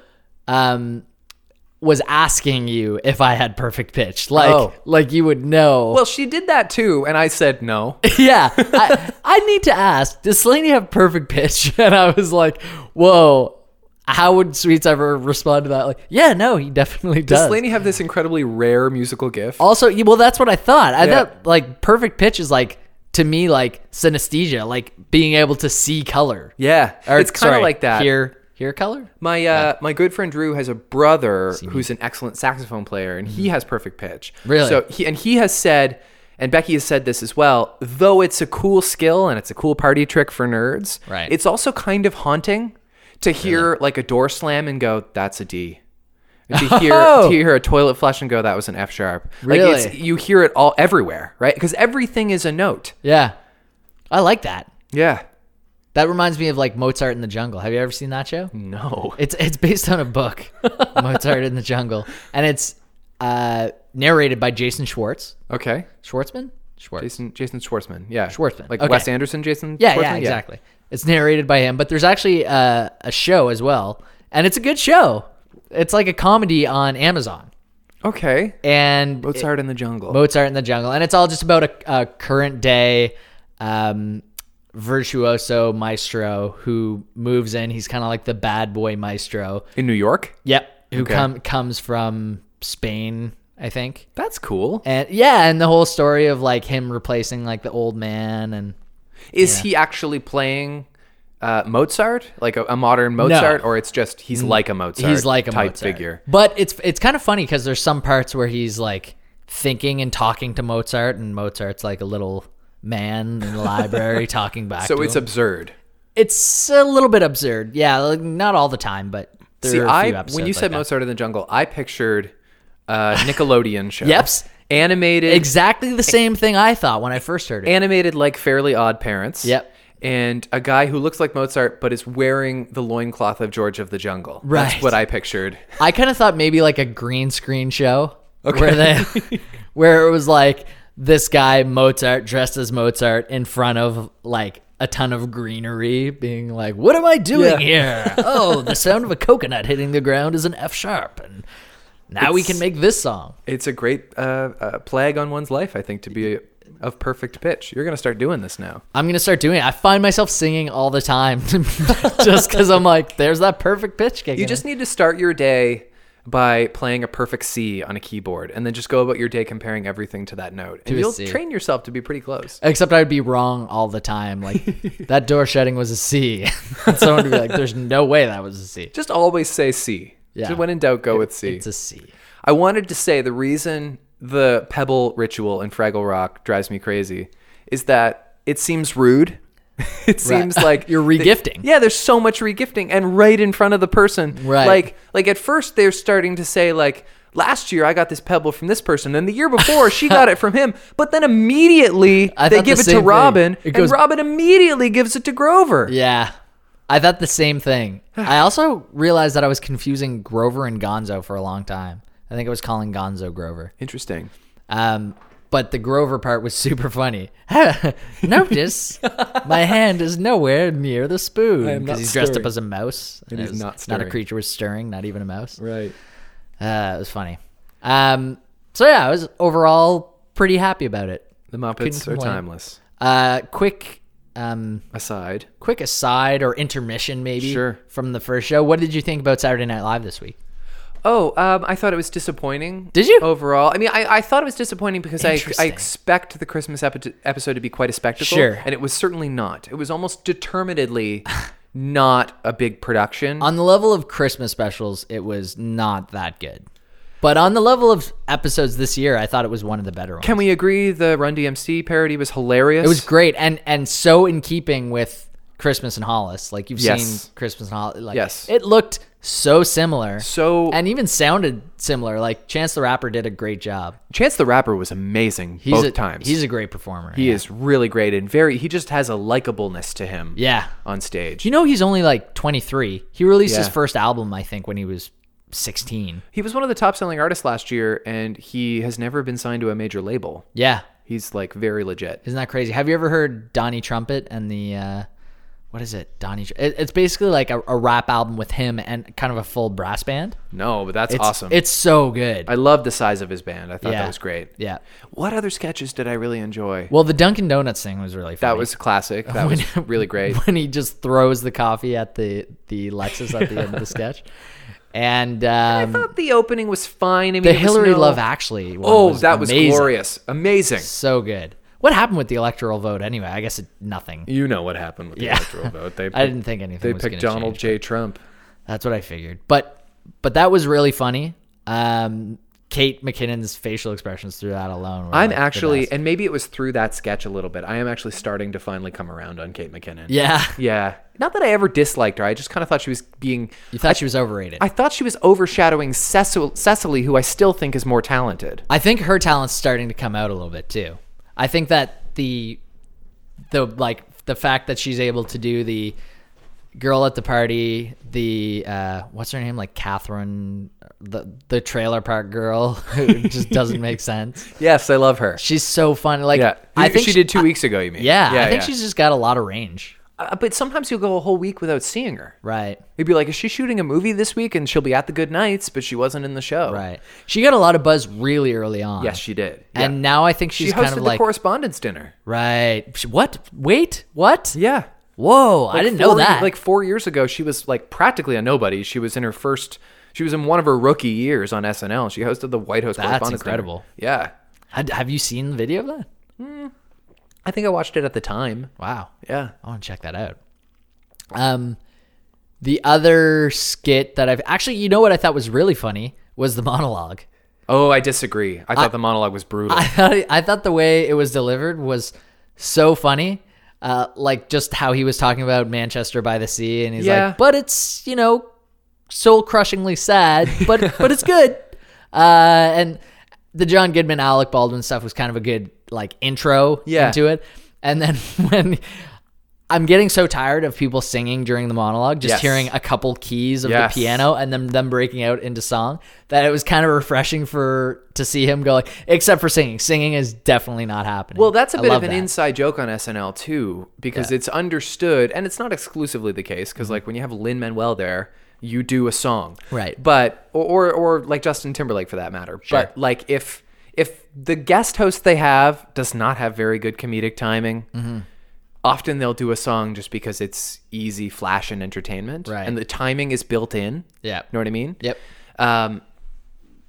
[SPEAKER 5] um, was asking you if I had perfect pitch, like
[SPEAKER 4] Oh.
[SPEAKER 5] like you would know.
[SPEAKER 4] Well, she did that too, and I said no.
[SPEAKER 5] yeah, I, I need to ask. Does Slaney have perfect pitch? And I was like, whoa. How would Sweets ever respond to that? Like, yeah, no, he definitely does.
[SPEAKER 4] Does Slaney have this incredibly rare musical gift?
[SPEAKER 5] Also, yeah, well, that's what I thought. I
[SPEAKER 4] Yeah.
[SPEAKER 5] thought like perfect pitch is like to me like synesthesia, like being able to see color.
[SPEAKER 4] Yeah,
[SPEAKER 5] Or,
[SPEAKER 4] it's kind of
[SPEAKER 5] sorry,
[SPEAKER 4] like that.
[SPEAKER 5] Hear hear color.
[SPEAKER 4] My uh, my good friend Drew has a brother who's an excellent saxophone player, and he has perfect pitch.
[SPEAKER 5] Mm-hmm. Really?
[SPEAKER 4] So he and he has said, and Becky has said this as well. Though it's a cool skill and it's a cool party trick for nerds,
[SPEAKER 5] Right.
[SPEAKER 4] It's also kind of haunting to hear like a door slam and go, "That's a D." And to hear to hear a toilet flush and go, "That was an F sharp." Like it's,
[SPEAKER 5] Oh! Really?
[SPEAKER 4] you hear it all everywhere, right? Because everything is a note.
[SPEAKER 5] Yeah, I like that.
[SPEAKER 4] Yeah.
[SPEAKER 5] That reminds me of like Mozart in the Jungle. Have you ever seen that show?
[SPEAKER 4] Mm. No.
[SPEAKER 5] It's it's based on a book, Mozart in the Jungle, and it's uh, narrated by Jason Schwartz.
[SPEAKER 4] Okay.
[SPEAKER 5] Schwartzman. Schwartz.
[SPEAKER 4] Jason Jason Schwartzman. Yeah.
[SPEAKER 5] Schwartzman,
[SPEAKER 4] Like
[SPEAKER 5] okay.
[SPEAKER 4] Wes Anderson. Jason.
[SPEAKER 5] Yeah,
[SPEAKER 4] Schwartzman?
[SPEAKER 5] yeah, exactly. It's narrated by him, but there's actually a, a show as well, and it's a good show. It's like a comedy on Amazon,
[SPEAKER 4] Okay.
[SPEAKER 5] and it-
[SPEAKER 4] Mozart in the Jungle.
[SPEAKER 5] Mozart in the Jungle, and it's all just about a, a current day um, virtuoso maestro who moves in. He's kind of like the bad boy maestro.
[SPEAKER 4] in New York?
[SPEAKER 5] Yep, who
[SPEAKER 4] Okay.
[SPEAKER 5] come comes from Spain, I think.
[SPEAKER 4] That's cool.
[SPEAKER 5] And yeah, and the whole story of like him replacing like the old man and
[SPEAKER 4] Is he actually playing uh, Mozart, like a, a modern Mozart, or it's just he's like a Mozart?
[SPEAKER 5] he's like a
[SPEAKER 4] type
[SPEAKER 5] Mozart.
[SPEAKER 4] figure.
[SPEAKER 5] But it's it's kind of funny because there's some parts where he's like thinking and talking to Mozart, and Mozart's like a little man in the library talking back.
[SPEAKER 4] So
[SPEAKER 5] to
[SPEAKER 4] it's
[SPEAKER 5] him.
[SPEAKER 4] absurd.
[SPEAKER 5] it's a little bit absurd. Yeah, like, not all the time, but there
[SPEAKER 4] See,
[SPEAKER 5] are a
[SPEAKER 4] I
[SPEAKER 5] few episodes
[SPEAKER 4] when you
[SPEAKER 5] like
[SPEAKER 4] said
[SPEAKER 5] that.
[SPEAKER 4] Mozart in the Jungle, I pictured uh, Nickelodeon show.
[SPEAKER 5] Yeps.
[SPEAKER 4] Animated,
[SPEAKER 5] exactly the same thing I thought when I first heard it.
[SPEAKER 4] animated like Fairly Odd Parents.
[SPEAKER 5] Yep.
[SPEAKER 4] And a guy who looks like Mozart but is wearing the loincloth of George of the Jungle.
[SPEAKER 5] Right.
[SPEAKER 4] That's what I pictured.
[SPEAKER 5] I kind of thought maybe like a green screen show
[SPEAKER 4] Okay.
[SPEAKER 5] where they where it was like this guy Mozart dressed as Mozart in front of like a ton of greenery being like what am I doing here? Oh, the sound of a coconut hitting the ground is an F sharp and now we can make this song.
[SPEAKER 4] It's a great uh, uh, plague on one's life, I think, to be of perfect pitch. You're going to start doing this now.
[SPEAKER 5] I'm going to start doing it. I find myself singing all the time just cuz I'm like there's that perfect pitch kicking.
[SPEAKER 4] You just need to start your day by playing a perfect C on a keyboard and then just go about your day comparing everything to that note. And
[SPEAKER 5] a
[SPEAKER 4] you'll
[SPEAKER 5] C.
[SPEAKER 4] train yourself to be pretty close.
[SPEAKER 5] Except I'd be wrong all the time. Like that door shutting was a C. Someone would be like, "There's no way that was a C."
[SPEAKER 4] Just always say C.
[SPEAKER 5] Yeah.
[SPEAKER 4] Just when in doubt, go with C.
[SPEAKER 5] It's a C.
[SPEAKER 4] I wanted to say the reason the pebble ritual in Fraggle Rock drives me crazy is that it seems rude. it seems like
[SPEAKER 5] You're
[SPEAKER 4] they-
[SPEAKER 5] regifting.
[SPEAKER 4] yeah, there's so much regifting and right in front of the person.
[SPEAKER 5] Right.
[SPEAKER 4] Like like at first they're starting to say like last year I got this pebble from this person and the year before she got it from him, but then immediately
[SPEAKER 5] I
[SPEAKER 4] they
[SPEAKER 5] thought the
[SPEAKER 4] give it
[SPEAKER 5] same
[SPEAKER 4] to
[SPEAKER 5] thing.
[SPEAKER 4] Robin
[SPEAKER 5] It goes-
[SPEAKER 4] and Robin immediately gives it to Grover.
[SPEAKER 5] Yeah, I thought the same thing. I also realized that I was confusing Grover and Gonzo for a long time. I think I was calling Gonzo Grover.
[SPEAKER 4] Interesting.
[SPEAKER 5] Um, but the Grover part was super funny. Notice my hand is nowhere near the spoon
[SPEAKER 4] not
[SPEAKER 5] because he's dressed up
[SPEAKER 4] stirring.
[SPEAKER 5] as a mouse. and
[SPEAKER 4] It is
[SPEAKER 5] was
[SPEAKER 4] not
[SPEAKER 5] Not a
[SPEAKER 4] stirring.
[SPEAKER 5] creature was stirring. Not even a mouse.
[SPEAKER 4] Right.
[SPEAKER 5] Uh, it was funny. Um, so yeah, I was overall pretty happy about it.
[SPEAKER 4] The
[SPEAKER 5] Couldn't
[SPEAKER 4] Muppets are
[SPEAKER 5] complain.
[SPEAKER 4] timeless.
[SPEAKER 5] Uh, quick, um,
[SPEAKER 4] Aside.
[SPEAKER 5] quick aside or intermission maybe
[SPEAKER 4] Sure.
[SPEAKER 5] from the first show. What did you think about Saturday Night Live this week?
[SPEAKER 4] Oh, um, I thought it was disappointing.
[SPEAKER 5] Did you?
[SPEAKER 4] overall? I mean, I, I thought it was disappointing because I I
[SPEAKER 5] Interesting.
[SPEAKER 4] expect the Christmas epi- episode to be quite a spectacle,
[SPEAKER 5] Sure.
[SPEAKER 4] and it was certainly not. It was almost determinedly not a big production.
[SPEAKER 5] On the level of Christmas specials, it was not that good. But on the level of episodes this year, I thought it was one of the better ones.
[SPEAKER 4] Can we agree the Run DMC parody was hilarious?
[SPEAKER 5] it was great and and so in keeping with Christmas and Hollis. Like you've
[SPEAKER 4] Yes.
[SPEAKER 5] seen Christmas and Hollis. Like,
[SPEAKER 4] Yes.
[SPEAKER 5] it looked so similar,
[SPEAKER 4] So-
[SPEAKER 5] and even sounded similar. Like Chance the Rapper did a great job.
[SPEAKER 4] Chance the Rapper was amazing
[SPEAKER 5] He's
[SPEAKER 4] both
[SPEAKER 5] a,
[SPEAKER 4] times.
[SPEAKER 5] He's a great performer.
[SPEAKER 4] he
[SPEAKER 5] yeah.
[SPEAKER 4] is really great and very. He just has a likableness to him.
[SPEAKER 5] Yeah.
[SPEAKER 4] on stage.
[SPEAKER 5] Do you know he's only like 23? He released his
[SPEAKER 4] Yeah.
[SPEAKER 5] first album, I think, when he was 16.
[SPEAKER 4] He was one of the top selling artists last year, and he has never been signed to a major label.
[SPEAKER 5] Yeah.
[SPEAKER 4] He's like very legit.
[SPEAKER 5] Isn't that crazy? Have you ever heard Donnie Trumpet and the uh, what is it? Donnie. Tr- it- It's basically like a, a rap album with him and kind of a full brass band.
[SPEAKER 4] No, but that's
[SPEAKER 5] It's
[SPEAKER 4] awesome.
[SPEAKER 5] It's so good.
[SPEAKER 4] I love the size of his band. I thought that was great.
[SPEAKER 5] Yeah.
[SPEAKER 4] What other sketches did I really enjoy?
[SPEAKER 5] Well, the Dunkin' Donuts thing was really funny.
[SPEAKER 4] that was classic. That was really great.
[SPEAKER 5] when he just throws the coffee at the the Lexus at the end of the sketch. And
[SPEAKER 4] I
[SPEAKER 5] um,
[SPEAKER 4] thought the opening was fine. I mean,
[SPEAKER 5] the
[SPEAKER 4] it was
[SPEAKER 5] Hillary
[SPEAKER 4] no-
[SPEAKER 5] Love Actually. one
[SPEAKER 4] Oh, that was
[SPEAKER 5] amazing.
[SPEAKER 4] glorious. Amazing.
[SPEAKER 5] So good. What happened with the electoral vote anyway? I guess it, nothing.
[SPEAKER 4] You know what happened with the
[SPEAKER 5] Yeah.
[SPEAKER 4] electoral vote. They
[SPEAKER 5] I didn't think anything
[SPEAKER 4] they
[SPEAKER 5] was
[SPEAKER 4] picked
[SPEAKER 5] gonna
[SPEAKER 4] Donald
[SPEAKER 5] change,
[SPEAKER 4] J. Trump.
[SPEAKER 5] That's what I figured. But but that was really funny. Um, Kate McKinnon's facial expressions through that alone. Were
[SPEAKER 4] I'm
[SPEAKER 5] like, the
[SPEAKER 4] actually,
[SPEAKER 5] best.
[SPEAKER 4] and maybe it was through that sketch a little bit. I am actually starting to finally come around on Kate McKinnon.
[SPEAKER 5] yeah.
[SPEAKER 4] Yeah. Not that I ever disliked her. I just kind of thought she was being.
[SPEAKER 5] You thought she was overrated.
[SPEAKER 4] I thought she was overshadowing Cecil, Cecily, who I still think is more talented.
[SPEAKER 5] I think her talent's starting to come out a little bit too. I think that the the like the fact that she's able to do the girl at the party, the uh, what's her name, like Catherine, the the trailer park girl who just doesn't make sense.
[SPEAKER 4] Yes, I love her.
[SPEAKER 5] She's so funny. Like
[SPEAKER 4] Yeah.
[SPEAKER 5] I think
[SPEAKER 4] she, did two weeks ago, you mean?
[SPEAKER 5] Yeah, I think she's just got a lot of range.
[SPEAKER 4] Uh, but sometimes you'll go a whole week without seeing her.
[SPEAKER 5] Right.
[SPEAKER 4] You'd be like, is she shooting a movie this week? And she'll be at the Good Nights, but she wasn't in the show.
[SPEAKER 5] Right. She got a lot of buzz really early on.
[SPEAKER 4] Yes, she did.
[SPEAKER 5] And
[SPEAKER 4] Yeah.
[SPEAKER 5] now I think
[SPEAKER 4] she
[SPEAKER 5] she's
[SPEAKER 4] hosted
[SPEAKER 5] kind of
[SPEAKER 4] the
[SPEAKER 5] like
[SPEAKER 4] correspondence dinner.
[SPEAKER 5] right. She- What? Wait. What?
[SPEAKER 4] Yeah.
[SPEAKER 5] Whoa! I
[SPEAKER 4] Like
[SPEAKER 5] didn't
[SPEAKER 4] four
[SPEAKER 5] know
[SPEAKER 4] ye-
[SPEAKER 5] that.
[SPEAKER 4] Like four years ago, she was like practically a nobody. She was in her first. She was in one of her rookie years on SNL. She hosted the White House.
[SPEAKER 5] That's
[SPEAKER 4] Correspondents' Dinner.
[SPEAKER 5] incredible.
[SPEAKER 4] Yeah,
[SPEAKER 5] Had- Have you seen the video of that?
[SPEAKER 4] I think I watched it at the time.
[SPEAKER 5] Wow.
[SPEAKER 4] Oh, Yeah,
[SPEAKER 5] I want to check that out. Um, the other skit that I've actually, you know what I thought was really funny was the monologue.
[SPEAKER 4] Oh, I disagree. I thought the monologue was brutal.
[SPEAKER 5] I thought I thought the way it was delivered was so funny. Uh, like just how he was talking about Manchester by the sea, and he's
[SPEAKER 4] Yeah.
[SPEAKER 5] like, "But it's you know, soul crushingly sad, but but it's good." Uh, and the John Goodman, Alec Baldwin stuff was kind of a good like intro
[SPEAKER 4] Yeah.
[SPEAKER 5] into it. And then when I'm getting so tired of people singing during the monologue, just
[SPEAKER 4] Yes.
[SPEAKER 5] hearing a couple keys of
[SPEAKER 4] Yes.
[SPEAKER 5] the piano and then them breaking out into song, that it was kind of refreshing for to see him go like, except for singing. Singing is definitely not happening.
[SPEAKER 4] well, that's a
[SPEAKER 5] I
[SPEAKER 4] bit of
[SPEAKER 5] love
[SPEAKER 4] an
[SPEAKER 5] that.
[SPEAKER 4] inside joke on SNL too, because it's understood, and it's not exclusively the case.
[SPEAKER 5] Mm-hmm.
[SPEAKER 4] Because like when you have Lin Manuel there, you do a song,
[SPEAKER 5] Right.
[SPEAKER 4] But or or, or like Justin Timberlake for that matter.
[SPEAKER 5] Sure.
[SPEAKER 4] But like if if the guest host they have does not have very good comedic timing.
[SPEAKER 5] Mm-hmm.
[SPEAKER 4] Often they'll do a song just because it's easy flash and entertainment,
[SPEAKER 5] Right.
[SPEAKER 4] and the timing is built in.
[SPEAKER 5] Yeah.
[SPEAKER 4] know what I mean?
[SPEAKER 5] Yep.
[SPEAKER 4] Um,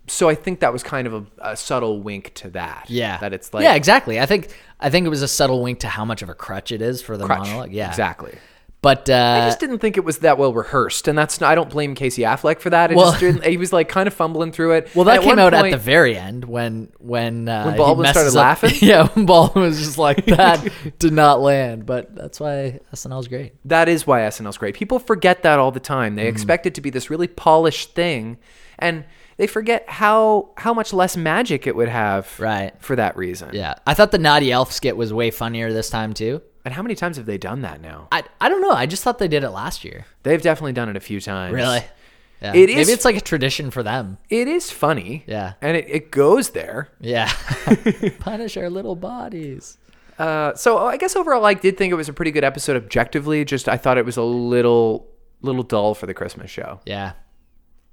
[SPEAKER 4] so I think that was kind of a, a subtle wink to that.
[SPEAKER 5] Yeah.
[SPEAKER 4] That it's like
[SPEAKER 5] Yeah, exactly. I think I think it was a subtle wink to how much of a crutch it is for the
[SPEAKER 4] crutch.
[SPEAKER 5] monologue. Yeah.
[SPEAKER 4] Exactly.
[SPEAKER 5] But uh
[SPEAKER 4] I just didn't think it was that well rehearsed, and that's I don't blame Casey Affleck for that. It
[SPEAKER 5] Well-
[SPEAKER 4] just didn't, he was like kind of fumbling through it.
[SPEAKER 5] Well,
[SPEAKER 4] And
[SPEAKER 5] that
[SPEAKER 4] at
[SPEAKER 5] came
[SPEAKER 4] one
[SPEAKER 5] out at
[SPEAKER 4] point-
[SPEAKER 5] the very end when when, uh, he
[SPEAKER 4] Baldwin started
[SPEAKER 5] messes up-
[SPEAKER 4] laughing?
[SPEAKER 5] yeah, when Baldwin was just like that did not land, but that's why SNL's great.
[SPEAKER 4] That is why SNL's great. People forget that all the time.
[SPEAKER 5] Mm-hmm.
[SPEAKER 4] They expect it to be this really polished thing, and they forget how how much less magic it would have.
[SPEAKER 5] Right.
[SPEAKER 4] For that reason.
[SPEAKER 5] Yeah, I thought the naughty elf skit was way funnier this time too.
[SPEAKER 4] And how many times have they done that now?
[SPEAKER 5] I I don't know. I just thought they did it last year.
[SPEAKER 4] They've definitely done it a few times.
[SPEAKER 5] Yeah.
[SPEAKER 4] It is-
[SPEAKER 5] Maybe it's like a tradition for them.
[SPEAKER 4] It is funny.
[SPEAKER 5] Yeah.
[SPEAKER 4] And it, it goes there.
[SPEAKER 5] Yeah. Punish our little bodies.
[SPEAKER 4] Uh, so I guess overall, I did think it was a pretty good episode objectively. Just I thought it was a little little dull for the Christmas show.
[SPEAKER 5] Yeah.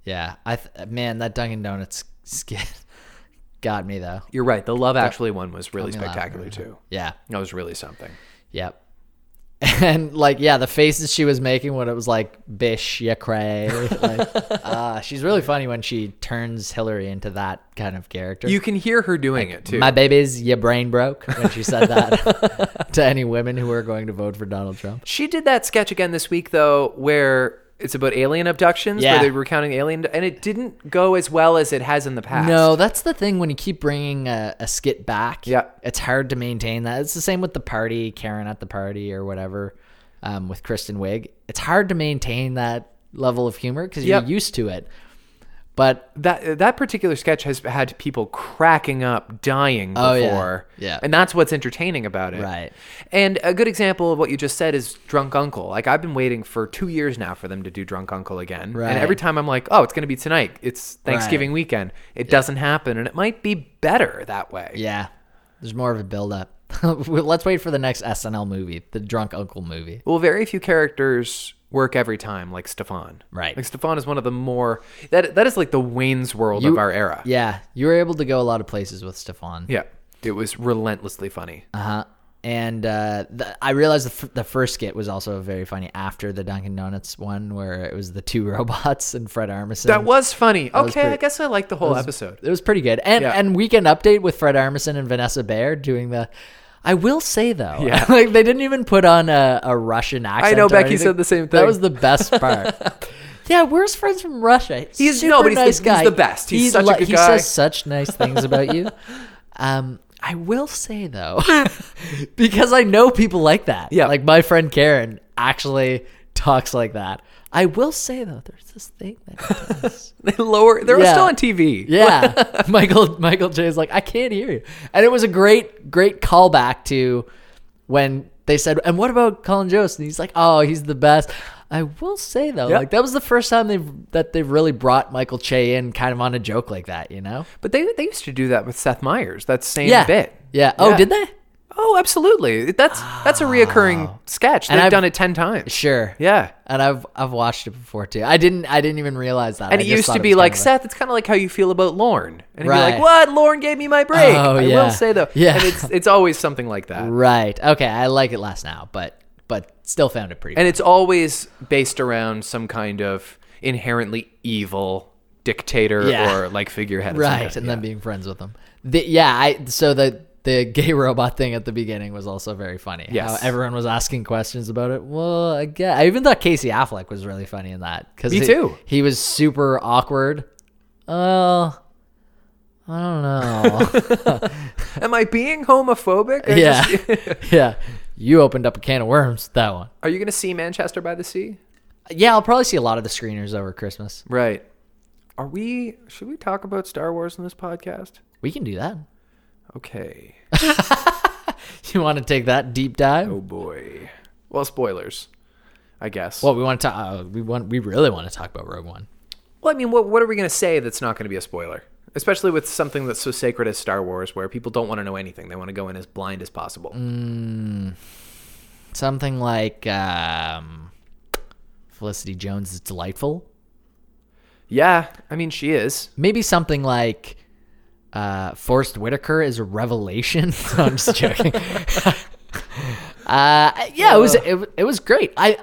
[SPEAKER 5] Yeah. I th- man, that Dunkin' Donuts skit got me though.
[SPEAKER 4] You're right. The Love Actually one was really
[SPEAKER 5] me laughing.
[SPEAKER 4] spectacular too.
[SPEAKER 5] Yeah.
[SPEAKER 4] That was really something.
[SPEAKER 5] Yep. And like, yeah, the faces she was making when it was like "bish, ya cray." Like, uh, she's really funny when she turns Hillary into that kind of character.
[SPEAKER 4] You can hear her doing it too.
[SPEAKER 5] My babies, your brain broke when she said that to any women who are going to vote for Donald Trump.
[SPEAKER 4] she did that sketch again this week though, where it's about alien abductions,
[SPEAKER 5] Yeah.
[SPEAKER 4] where they were counting alien, and it didn't go as well as it has in the past.
[SPEAKER 5] No, that's the thing when you keep bringing a, a skit back.
[SPEAKER 4] Yeah.
[SPEAKER 5] It's hard to maintain that. It's the same with the party, Karen at the party or whatever. um, with Kristen Wiig. It's hard to maintain that level of humor because
[SPEAKER 4] Yep.
[SPEAKER 5] you're used to it. But
[SPEAKER 4] that that particular sketch has had people cracking up, dying
[SPEAKER 5] Oh, yeah.
[SPEAKER 4] before.
[SPEAKER 5] Yeah.
[SPEAKER 4] And that's what's entertaining about it.
[SPEAKER 5] Right.
[SPEAKER 4] And a good example of what you just said is Drunk Uncle. Like I've been waiting for 2 years now for them to do Drunk Uncle again.
[SPEAKER 5] Right.
[SPEAKER 4] And every time I'm like, "Oh, it's going to be tonight. It's Thanksgiving weekend." It doesn't happen and it might be better that way.
[SPEAKER 5] yeah, there's more of a buildup. Let's wait for the next SNL movie, the drunk uncle movie.
[SPEAKER 4] Well, very few characters work every time like Stefan.
[SPEAKER 5] Right.
[SPEAKER 4] Like Stefan is one of the more that that is like the Wayne's World of
[SPEAKER 5] You-
[SPEAKER 4] our era.
[SPEAKER 5] Yeah, you were able to go a lot of places with Stefan.
[SPEAKER 4] Yeah. It was relentlessly funny.
[SPEAKER 5] Uh-huh. And uh, the, I realized the, f- the first skit was also very funny after the Dunkin' Donuts one, where it was the two robots and Fred Armisen.
[SPEAKER 4] That was funny. okay,
[SPEAKER 5] pretty-
[SPEAKER 4] I guess I like the whole episode.
[SPEAKER 5] It was pretty good. And
[SPEAKER 4] Yeah.
[SPEAKER 5] and Weekend Update with Fred Armisen and Vanessa Bayer doing the. I will say though,
[SPEAKER 4] Yeah.
[SPEAKER 5] like they didn't even put on a, a Russian accent.
[SPEAKER 4] know,
[SPEAKER 5] or
[SPEAKER 4] Becky
[SPEAKER 5] anything.
[SPEAKER 4] said the same
[SPEAKER 5] That
[SPEAKER 4] thing.
[SPEAKER 5] was the best part. yeah, where's friends from Russia?
[SPEAKER 4] He's-
[SPEAKER 5] Super
[SPEAKER 4] no, but he's the-
[SPEAKER 5] nice
[SPEAKER 4] he's
[SPEAKER 5] guy.
[SPEAKER 4] the best. He's
[SPEAKER 5] He
[SPEAKER 4] such a
[SPEAKER 5] lo-
[SPEAKER 4] good
[SPEAKER 5] he
[SPEAKER 4] guy.
[SPEAKER 5] says such nice things about you. Um, I will say though, because I know people like that.
[SPEAKER 4] Yeah.
[SPEAKER 5] like my friend Karen actually talks like that. I will say though, there's this thing that he does.
[SPEAKER 4] They lower. They were
[SPEAKER 5] Yeah.
[SPEAKER 4] still on TV.
[SPEAKER 5] Yeah. Michael Michael J is like, I can't hear you. And it was a great, great callback to when they said, And what about Colin Jost? And he's like, Oh, he's the best. I will say though,
[SPEAKER 4] Yeah.
[SPEAKER 5] like that was the first time they've that they've really brought Michael Che in kind of on a joke like that, you know?
[SPEAKER 4] But they they used to do that with Seth Meyers. That same
[SPEAKER 5] yeah.
[SPEAKER 4] bit.
[SPEAKER 5] Yeah. Oh,
[SPEAKER 4] Yeah.
[SPEAKER 5] did they? Ah.
[SPEAKER 4] Oh, absolutely. That's that's a reoccurring sketch.
[SPEAKER 5] And
[SPEAKER 4] They've
[SPEAKER 5] I've-
[SPEAKER 4] done it ten times.
[SPEAKER 5] Sure.
[SPEAKER 4] Yeah.
[SPEAKER 5] And I've I've watched it before too. I didn't I didn't even realize that.
[SPEAKER 4] And
[SPEAKER 5] I
[SPEAKER 4] it
[SPEAKER 5] just
[SPEAKER 4] used
[SPEAKER 5] thought
[SPEAKER 4] to be
[SPEAKER 5] was
[SPEAKER 4] like
[SPEAKER 5] kind of a-
[SPEAKER 4] Seth. It's kind of like how you feel about Lorne, and you're
[SPEAKER 5] Right.
[SPEAKER 4] like, "What? Lorne gave me my break."
[SPEAKER 5] Oh,
[SPEAKER 4] I
[SPEAKER 5] yeah.
[SPEAKER 4] will say though,
[SPEAKER 5] Yeah.
[SPEAKER 4] And it's it's always something like that,
[SPEAKER 5] Right. Okay. I like it less now, but but still found it pretty
[SPEAKER 4] and it's always based around some kind of inherently evil dictator
[SPEAKER 5] Yeah.
[SPEAKER 4] or like figurehead, of some
[SPEAKER 5] right
[SPEAKER 4] kind.
[SPEAKER 5] and
[SPEAKER 4] Yeah.
[SPEAKER 5] then being friends with them the, yeah i so the the gay robot thing at the beginning was also very funny
[SPEAKER 4] Yes.
[SPEAKER 5] how everyone was asking questions about it well i guess i even thought casey affleck was really funny in that because
[SPEAKER 4] Me too.
[SPEAKER 5] he was super awkward well i don't know
[SPEAKER 4] am I being homophobic? I
[SPEAKER 5] yeah
[SPEAKER 4] just-
[SPEAKER 5] yeah you opened up a can of worms that one
[SPEAKER 4] are you going to see Manchester by the Sea?
[SPEAKER 5] yeah i'll probably see a lot of the screeners over christmas
[SPEAKER 4] Right. Are we? Should we talk about Star Wars in this podcast?
[SPEAKER 5] we can do that
[SPEAKER 4] Okay.
[SPEAKER 5] you want to take that deep dive
[SPEAKER 4] Oh boy. Well, spoilers. I guess.
[SPEAKER 5] well we want to talk uh, we want we really want to talk about rogue one
[SPEAKER 4] Well, I mean, what what are we going to say that's not going to be a spoiler? Especially with something that's so sacred as Star Wars, where people don't want to know anything; they want to go in as blind as possible.
[SPEAKER 5] Mm. something like um, Felicity Jones is delightful.
[SPEAKER 4] Yeah, I mean, she is.
[SPEAKER 5] Maybe something like uh, Forrest Whitaker is a revelation. No, I'm just joking. uh, yeah, it was it, wa- it was great. I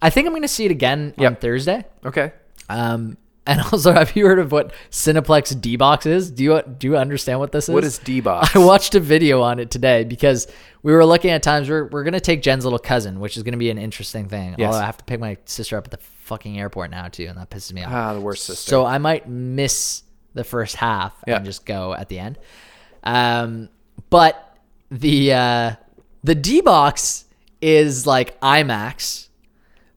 [SPEAKER 5] I think I'm gonna see it again on
[SPEAKER 4] Yep.
[SPEAKER 5] Thursday.
[SPEAKER 4] Okay.
[SPEAKER 5] Um, and also, have you heard of what Cineplex D box is? Do you do you understand what this is?
[SPEAKER 4] What is D-Box?
[SPEAKER 5] I watched a video on it today because we were looking at times we're we're gonna take Jen's little cousin, which is gonna be an interesting thing.
[SPEAKER 4] Yes.
[SPEAKER 5] Although I have to pick my sister up at the fucking airport now too, and that pisses me off.
[SPEAKER 4] Ah, the worst sister.
[SPEAKER 5] So I might miss the first half
[SPEAKER 4] Yeah.
[SPEAKER 5] and just go at the end. Um, but the uh, the D box is like IMAX,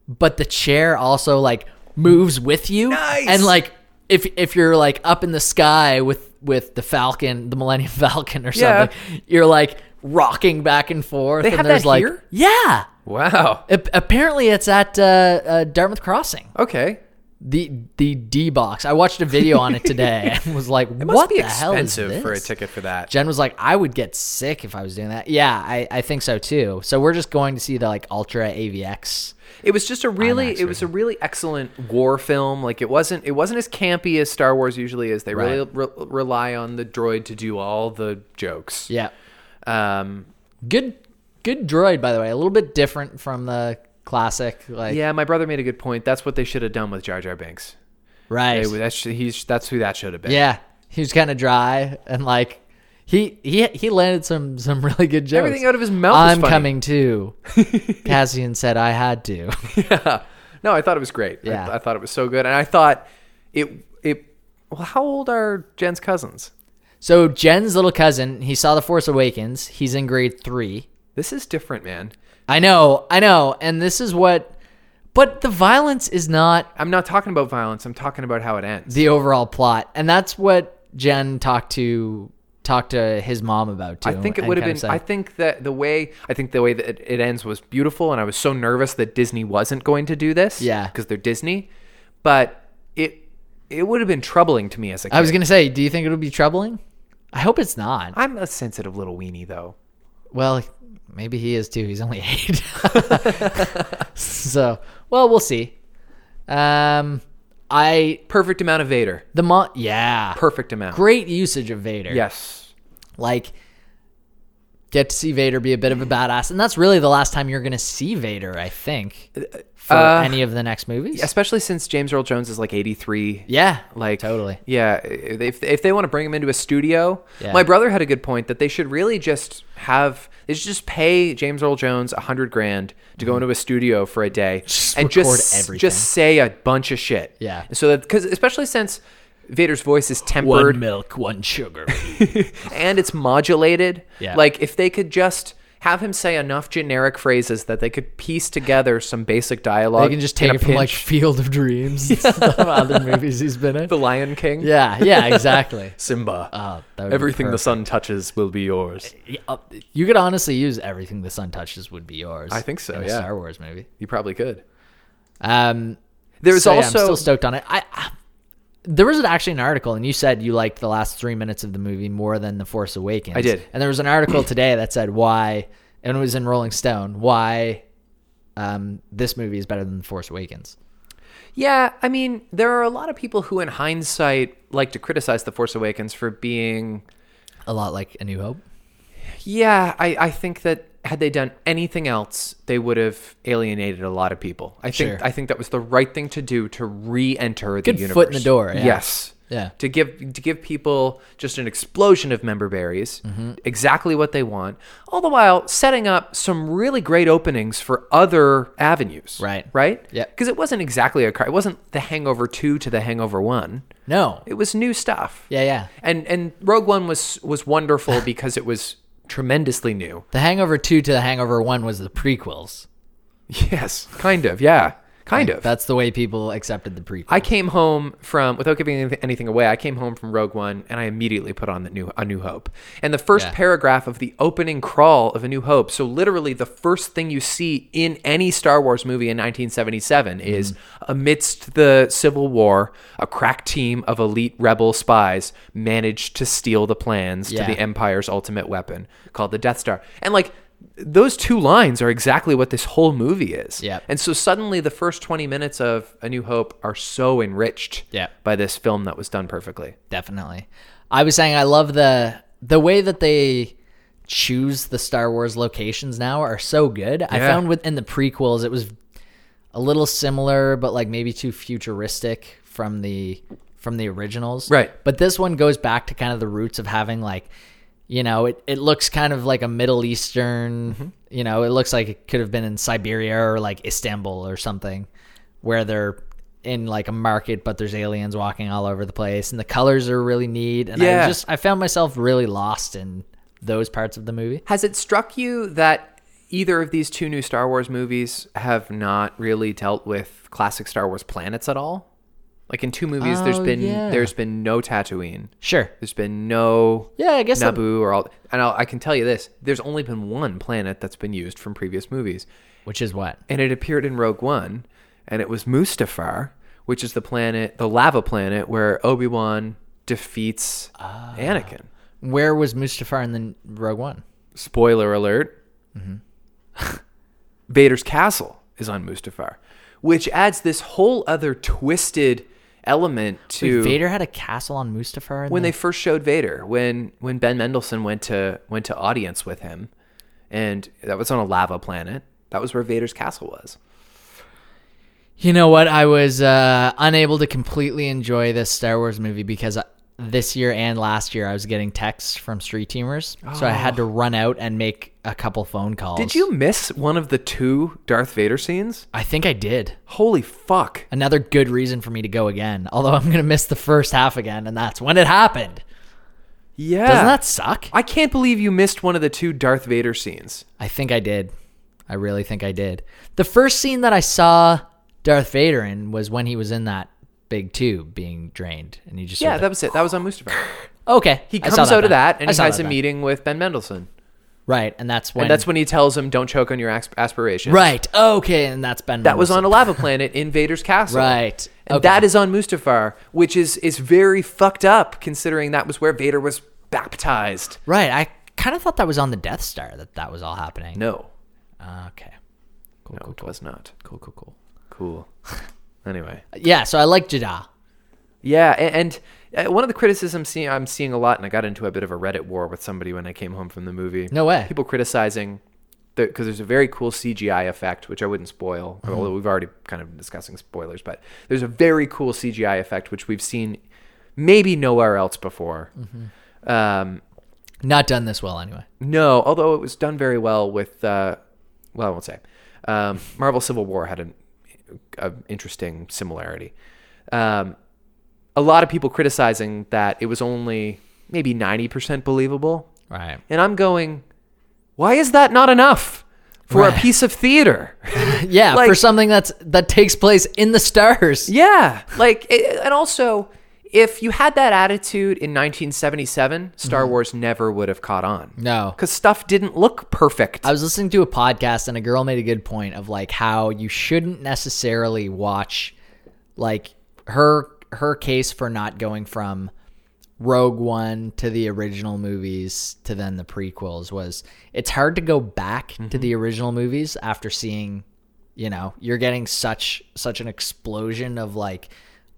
[SPEAKER 5] but the chair also like moves with you.
[SPEAKER 4] Nice!
[SPEAKER 5] And like if if you're like up in the sky with with the Falcon, the Millennium Falcon or
[SPEAKER 4] Yeah.
[SPEAKER 5] something, you're like rocking back and forth.
[SPEAKER 4] They
[SPEAKER 5] and
[SPEAKER 4] have
[SPEAKER 5] there's
[SPEAKER 4] that
[SPEAKER 5] like
[SPEAKER 4] here?
[SPEAKER 5] yeah.
[SPEAKER 4] Wow.
[SPEAKER 5] Ap- apparently, it's at uh, uh, Dartmouth Crossing
[SPEAKER 4] Okay.
[SPEAKER 5] the the D box. I watched a video on it today and was like,
[SPEAKER 4] It must
[SPEAKER 5] "What
[SPEAKER 4] be
[SPEAKER 5] the hell is
[SPEAKER 4] expensive
[SPEAKER 5] this?"
[SPEAKER 4] for a ticket for that.
[SPEAKER 5] Jen was like, "I would get sick if I was doing that." Yeah, I, I think so too. So we're just going to see the like Ultra AVX.
[SPEAKER 4] It was just a really
[SPEAKER 5] IMAX
[SPEAKER 4] it was a really excellent war film. Like it wasn't it wasn't as campy as Star Wars usually is. They really re- rely on the droid to do all the jokes.
[SPEAKER 5] Yeah,
[SPEAKER 4] Um
[SPEAKER 5] good good droid by the way. A little bit different from the classic. Like
[SPEAKER 4] yeah, my brother made a good point. That's what they should have done with Jar Jar Binks.
[SPEAKER 5] right.
[SPEAKER 4] They would- that's he's that's who that should have been.
[SPEAKER 5] yeah, he was kind of dry and like he he he landed some some really good jokes.
[SPEAKER 4] Everything out of his mouth was
[SPEAKER 5] I'm
[SPEAKER 4] funny.
[SPEAKER 5] coming too. Cassian said I had to.
[SPEAKER 4] No, I thought it was great. I-
[SPEAKER 5] Yeah.
[SPEAKER 4] I, thought it was so good, and I thought it it. Well, how old are Jen's cousins?
[SPEAKER 5] So Jen's little cousin, he saw The Force Awakens. He's in grade three.
[SPEAKER 4] This is different, man.
[SPEAKER 5] I know, I know, and this is what. But the violence is not
[SPEAKER 4] I'm not talking about violence. I'm talking about how it ends.
[SPEAKER 5] the overall plot, and that's what Jen talked to talked to his mom about too.
[SPEAKER 4] I think it
[SPEAKER 5] and
[SPEAKER 4] would have
[SPEAKER 5] kind
[SPEAKER 4] been.
[SPEAKER 5] of
[SPEAKER 4] I
[SPEAKER 5] said-
[SPEAKER 4] think that the way I think the way that it, it ends was beautiful, and I was so nervous that Disney wasn't going to do this.
[SPEAKER 5] Yeah.
[SPEAKER 4] because they're Disney. But it it would have been troubling to me as a kid.
[SPEAKER 5] I was gonna say, do you think it'll be troubling? I hope it's not.
[SPEAKER 4] I'm a sensitive little weenie, though.
[SPEAKER 5] Well, maybe he is too. He's only eight. so, well, we'll see. Um, I
[SPEAKER 4] Perfect amount of Vader.
[SPEAKER 5] the mo- yeah,
[SPEAKER 4] Perfect amount.
[SPEAKER 5] great usage of Vader.
[SPEAKER 4] Yes.
[SPEAKER 5] like get to see Vader be a bit of a badass, and that's really the last time you're gonna see Vader, I think, for
[SPEAKER 4] Uh,
[SPEAKER 5] any of the next movies.
[SPEAKER 4] Especially since James Earl Jones is like 83.
[SPEAKER 5] Yeah,
[SPEAKER 4] Like
[SPEAKER 5] totally.
[SPEAKER 4] yeah. If if they want to bring him into a studio,
[SPEAKER 5] Yeah.
[SPEAKER 4] my brother had a good point that they should really just have they should just pay James Earl Jones a hundred grand to go into a studio for a day and
[SPEAKER 5] Mm-hmm. record
[SPEAKER 4] just
[SPEAKER 5] everything.
[SPEAKER 4] just say a bunch of shit.
[SPEAKER 5] Yeah.
[SPEAKER 4] So that because especially since Vader's voice is tempered
[SPEAKER 5] milk, one sugar.
[SPEAKER 4] and it's modulated.
[SPEAKER 5] Yeah.
[SPEAKER 4] Like if they could just have him say enough generic phrases that they could piece together some basic dialogue.
[SPEAKER 5] they can just
[SPEAKER 4] in
[SPEAKER 5] take
[SPEAKER 4] a
[SPEAKER 5] it from like
[SPEAKER 4] pinch.
[SPEAKER 5] Field of Dreams, and stuff, other movies he's been in.
[SPEAKER 4] the Lion King.
[SPEAKER 5] Yeah, Uh, yeah, exactly.
[SPEAKER 4] Simba.
[SPEAKER 5] that would be
[SPEAKER 4] Everything the sun touches will be yours.
[SPEAKER 5] Yeah, uh, you could honestly use everything the sun touches would be yours.
[SPEAKER 4] I think so,
[SPEAKER 5] in a
[SPEAKER 4] yeah.
[SPEAKER 5] Star Wars movie.
[SPEAKER 4] You probably could.
[SPEAKER 5] Um,
[SPEAKER 4] There's
[SPEAKER 5] so, yeah,
[SPEAKER 4] also
[SPEAKER 5] I'm still stoked on it. I, I there was actually an article, and you said you liked the last three minutes of the movie more than the Force Awakens.
[SPEAKER 4] I did.
[SPEAKER 5] and there was an article today that said why, and it was in Rolling Stone why. Um, this movie is better than The Force Awakens.
[SPEAKER 4] yeah. I mean, there are a lot of people who, in hindsight, like to criticize the Force Awakens for being.
[SPEAKER 5] A lot like A New Hope.
[SPEAKER 4] Yeah, I, I think that had they done anything else, they would have alienated a lot of people. I think
[SPEAKER 5] Sure.
[SPEAKER 4] I think that was the right thing to do to re-enter the
[SPEAKER 5] Good
[SPEAKER 4] universe.
[SPEAKER 5] foot in the door, yeah.
[SPEAKER 4] Yes.
[SPEAKER 5] Yeah.
[SPEAKER 4] To give to give people just an explosion of member berries,
[SPEAKER 5] Mm-hmm.
[SPEAKER 4] exactly what they want, all the while setting up some really great openings for other avenues.
[SPEAKER 5] Right.
[SPEAKER 4] Right.
[SPEAKER 5] Yep.
[SPEAKER 4] Because it wasn't exactly a cri- it wasn't the Hangover two to the Hangover one.
[SPEAKER 5] No.
[SPEAKER 4] It was new stuff.
[SPEAKER 5] Yeah, yeah.
[SPEAKER 4] And and Rogue One was was wonderful because it was tremendously new.
[SPEAKER 5] The Hangover 2 to The Hangover 1 was the prequels.
[SPEAKER 4] Yes, kind of. Yeah, kind of.
[SPEAKER 5] That's the way people accepted the prequels.
[SPEAKER 4] I came home from without giving anyth- anything away. I came home from Rogue One, and I immediately put on the new A New Hope. And the first
[SPEAKER 5] Yeah.
[SPEAKER 4] paragraph of the opening crawl of A New Hope. So literally, the first thing you see in any Star Wars movie in 1977
[SPEAKER 5] Mm-hmm.
[SPEAKER 4] is amidst the Civil War, a crack team of elite rebel spies managed to steal the plans
[SPEAKER 5] Yeah.
[SPEAKER 4] to the Empire's ultimate weapon called the Death Star. And like. Those two lines are exactly what this whole movie is.
[SPEAKER 5] Yep.
[SPEAKER 4] And so suddenly the first 20 minutes of A New Hope are so enriched
[SPEAKER 5] Yeah.
[SPEAKER 4] by this film that was done perfectly.
[SPEAKER 5] definitely. I was saying I love the the way that they choose the Star Wars locations now are so good. I
[SPEAKER 4] Yeah.
[SPEAKER 5] found within the prequels it was a little similar, but like maybe too futuristic from the from the originals.
[SPEAKER 4] Right.
[SPEAKER 5] But this one goes back to kind of the roots of having like you know, it, it looks kind of like a Middle Eastern,
[SPEAKER 4] Mm-hmm.
[SPEAKER 5] you know, it looks like it could have been in Siberia or like Istanbul or something where they're in like a market, but there's aliens walking all over the place and the colors are really neat. And I
[SPEAKER 4] Yeah.
[SPEAKER 5] just, I found myself really lost in those parts of the movie.
[SPEAKER 4] Has it struck you that either of these two new Star Wars movies have not really dealt with classic Star Wars planets at all? Like in two movies there's
[SPEAKER 5] Oh,
[SPEAKER 4] been
[SPEAKER 5] yeah.
[SPEAKER 4] there's been no Tatooine.
[SPEAKER 5] Sure.
[SPEAKER 4] There's been no
[SPEAKER 5] Yeah, I guess that-
[SPEAKER 4] Naboo or all and I'll, I can tell you this, there's only been one planet that's been used from previous movies.
[SPEAKER 5] Which is what?
[SPEAKER 4] and it appeared in Rogue One, and it was Mustafar, which is the planet, the lava planet where Obi Wan defeats Anakin.
[SPEAKER 5] Where was Mustafar in the Rogue One?
[SPEAKER 4] Spoiler alert: Vader's castle is on Mustafar, which adds this whole other twisted element to
[SPEAKER 5] Vader had a castle on Mustafar. in
[SPEAKER 4] when
[SPEAKER 5] the-
[SPEAKER 4] they first showed Vader, when when Ben Mendelsohn went to went to audience with him, and that was on a lava planet. That was where Vader's castle was.
[SPEAKER 5] You know what? I was uh, unable to completely enjoy this Star Wars movie because I, this year and last year I was getting texts from street teamers, so I had to run out and make a couple phone calls.
[SPEAKER 4] Oh. Did you miss one of the two Darth Vader scenes?
[SPEAKER 5] I think I did.
[SPEAKER 4] Holy fuck.
[SPEAKER 5] Another good reason for me to go again. Although I'm gonna miss the first half again, and that's when it happened.
[SPEAKER 4] Yeah.
[SPEAKER 5] Doesn't that suck?
[SPEAKER 4] I can't believe you missed one of the two Darth Vader scenes.
[SPEAKER 5] I think I did. I really think I did. The first scene that I saw Darth Vader in was when he was in that big tube being drained, and he just
[SPEAKER 4] Yeah,
[SPEAKER 5] sort
[SPEAKER 4] that
[SPEAKER 5] of-
[SPEAKER 4] was it. That was on Mustafa.
[SPEAKER 5] okay.
[SPEAKER 4] He
[SPEAKER 5] I saw
[SPEAKER 4] comes out of
[SPEAKER 5] back.
[SPEAKER 4] that and
[SPEAKER 5] I
[SPEAKER 4] he
[SPEAKER 5] saw
[SPEAKER 4] has
[SPEAKER 5] that
[SPEAKER 4] a
[SPEAKER 5] back.
[SPEAKER 4] meeting with Ben Mendelsohn.
[SPEAKER 5] right, and that's when
[SPEAKER 4] And that's when he tells him, don't choke on your asp- aspirations.
[SPEAKER 5] right. Okay, and that's Ben.
[SPEAKER 4] That was
[SPEAKER 5] Mendelsohn.
[SPEAKER 4] on a lava planet in Vader's castle.
[SPEAKER 5] Right.
[SPEAKER 4] And
[SPEAKER 5] Okay.
[SPEAKER 4] that is on Mustafar, which is is very fucked up considering that was where Vader was baptized.
[SPEAKER 5] right. I kind of thought that was on the Death Star that that was all happening. Uh,
[SPEAKER 4] No.
[SPEAKER 5] Okay.
[SPEAKER 4] no, it was not. Cool, cool, cool. Cool. anyway.
[SPEAKER 5] Yeah, so I like Jeddah.
[SPEAKER 4] Yeah, a- and, and uh, one of the criticisms see- I'm seeing a lot, and I got into a bit of a Reddit war with somebody when I came home from the movie.
[SPEAKER 5] No way.
[SPEAKER 4] People criticizing because there's a very cool CGI effect, which I wouldn't spoil,
[SPEAKER 5] Mm-hmm.
[SPEAKER 4] although we've already kind of discussing spoilers. But there's a very cool CGI effect which we've seen maybe nowhere else before.
[SPEAKER 5] Mm-hmm.
[SPEAKER 4] Um,
[SPEAKER 5] Not done this well anyway.
[SPEAKER 4] no, although it was done very well with, uh, well, I won't say. Um, Marvel Civil War had an a interesting similarity. Um, a lot of people criticizing that it was only maybe 90% believable.
[SPEAKER 5] Right.
[SPEAKER 4] And I'm going, why is that not enough for a
[SPEAKER 5] Right.
[SPEAKER 4] piece of theater?
[SPEAKER 5] Yeah,
[SPEAKER 4] Like-
[SPEAKER 5] for something that's that takes place in the stars.
[SPEAKER 4] Yeah. Like, it, and also, if you had that attitude in 1977, Star Wars never would have caught on.
[SPEAKER 5] No.
[SPEAKER 4] Because stuff didn't look perfect.
[SPEAKER 5] I was listening to a podcast and a girl made a good point of like how you shouldn't necessarily watch like her her case for not going from Rogue One to the original movies to then the prequels was it's hard to go back
[SPEAKER 4] Mm-hmm.
[SPEAKER 5] to the original movies after seeing you know you're getting such such an explosion of like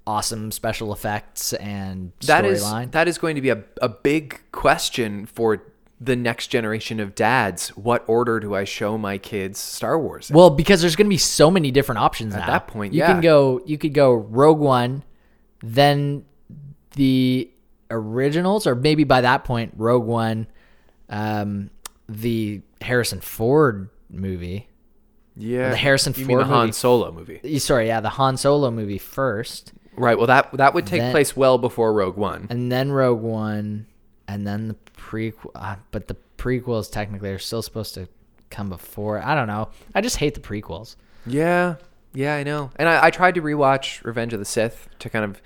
[SPEAKER 5] awesome special effects and
[SPEAKER 4] That is
[SPEAKER 5] storyline.
[SPEAKER 4] that is going to be a, a big question for the next generation of dads. What order do I show my kids Star Wars? in?
[SPEAKER 5] Well, because there's going to be so many different options at
[SPEAKER 4] that point,
[SPEAKER 5] You
[SPEAKER 4] yeah.
[SPEAKER 5] can go. You could go Rogue One, then the originals, or maybe by that point, Rogue One, um, the Harrison Ford movie.
[SPEAKER 4] yeah,
[SPEAKER 5] the Harrison
[SPEAKER 4] you mean the
[SPEAKER 5] Ford
[SPEAKER 4] Han
[SPEAKER 5] movie.
[SPEAKER 4] Solo movie,
[SPEAKER 5] Eh, Sorry, yeah, the Han Solo movie first,
[SPEAKER 4] right? Well, that that would take
[SPEAKER 5] Then-
[SPEAKER 4] place well before Rogue One.
[SPEAKER 5] and then Rogue One, and then the prequel. Uh, but the prequels technically are still supposed to come before. I don't know. I just hate the prequels.
[SPEAKER 4] Yeah, yeah, I know. And I, I tried to rewatch Revenge of the Sith to kind of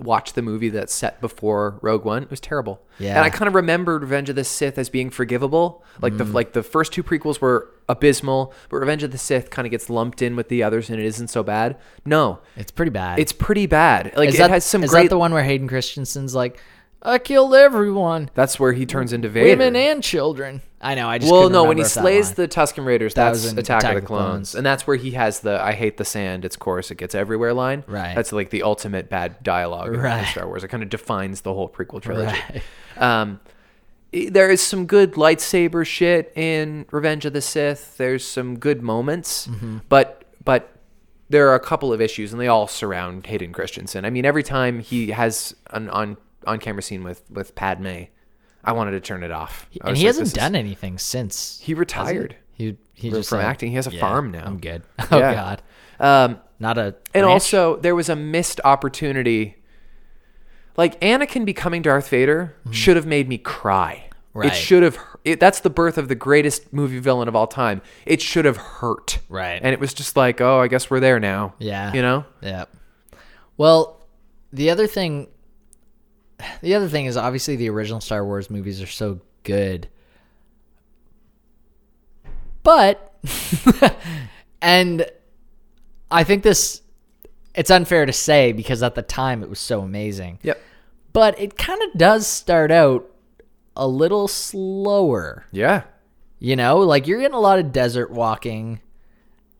[SPEAKER 4] watch the movie that's set before Rogue One. It was terrible.
[SPEAKER 5] Yeah.
[SPEAKER 4] and I kind of remembered Revenge of the Sith as being forgivable. Like
[SPEAKER 5] Mm.
[SPEAKER 4] the like the first two prequels were abysmal, but Revenge of the Sith kind of gets lumped in with the others, and it isn't so bad. No,
[SPEAKER 5] It's pretty bad.
[SPEAKER 4] It's pretty bad. Like
[SPEAKER 5] is
[SPEAKER 4] it
[SPEAKER 5] that,
[SPEAKER 4] has some
[SPEAKER 5] is
[SPEAKER 4] great.
[SPEAKER 5] that the one where Hayden Christensen's like, I killed everyone,
[SPEAKER 4] that's where he turns into Vader.
[SPEAKER 5] women and children. I know. I just
[SPEAKER 4] well,
[SPEAKER 5] couldn't
[SPEAKER 4] no,
[SPEAKER 5] remember
[SPEAKER 4] when he
[SPEAKER 5] if that
[SPEAKER 4] slays
[SPEAKER 5] line-
[SPEAKER 4] the Tusken Raiders, that's
[SPEAKER 5] was in
[SPEAKER 4] Attack, of the clones. and that's where he has the "I hate the sand, it's coarse, it gets everywhere" line.
[SPEAKER 5] Right.
[SPEAKER 4] That's like the ultimate bad dialogue in- in
[SPEAKER 5] Right.
[SPEAKER 4] Star Wars. It kind of defines the whole prequel trilogy.
[SPEAKER 5] Right.
[SPEAKER 4] Um, i- there is some good lightsaber shit in Revenge of the Sith. There's some good moments,
[SPEAKER 5] Mm-hmm.
[SPEAKER 4] but but there are a couple of issues, and they all surround Hayden Christensen. I mean, every time he has an on on camera scene with with Padme, I wanted to turn it off. I
[SPEAKER 5] and
[SPEAKER 4] was
[SPEAKER 5] he
[SPEAKER 4] like,
[SPEAKER 5] hasn't
[SPEAKER 4] this is-
[SPEAKER 5] done anything since
[SPEAKER 4] He retired
[SPEAKER 5] he he
[SPEAKER 4] from
[SPEAKER 5] just
[SPEAKER 4] from
[SPEAKER 5] like,
[SPEAKER 4] acting. He has a
[SPEAKER 5] "Yeah,
[SPEAKER 4] farm now.
[SPEAKER 5] I'm good. Oh
[SPEAKER 4] Yeah.
[SPEAKER 5] God,
[SPEAKER 4] Um,
[SPEAKER 5] not a
[SPEAKER 4] and
[SPEAKER 5] ranch?
[SPEAKER 4] also, there was a missed opportunity. Like Anakin becoming Darth Vader should have made me cry.
[SPEAKER 5] Mm-hmm. Right.
[SPEAKER 4] It should have. It, that's the birth of the greatest movie villain of all time. It should have hurt.
[SPEAKER 5] Right.
[SPEAKER 4] And it was just like, oh, I guess we're there now.
[SPEAKER 5] Yeah.
[SPEAKER 4] You know.
[SPEAKER 5] Yeah. Well, the other thing the other thing is obviously the original Star Wars movies are so good. But and I think this it's unfair to say because at the time it was so amazing.
[SPEAKER 4] Yep.
[SPEAKER 5] But it kind of does start out a little slower.
[SPEAKER 4] Yeah.
[SPEAKER 5] You know, like you're getting a lot of desert walking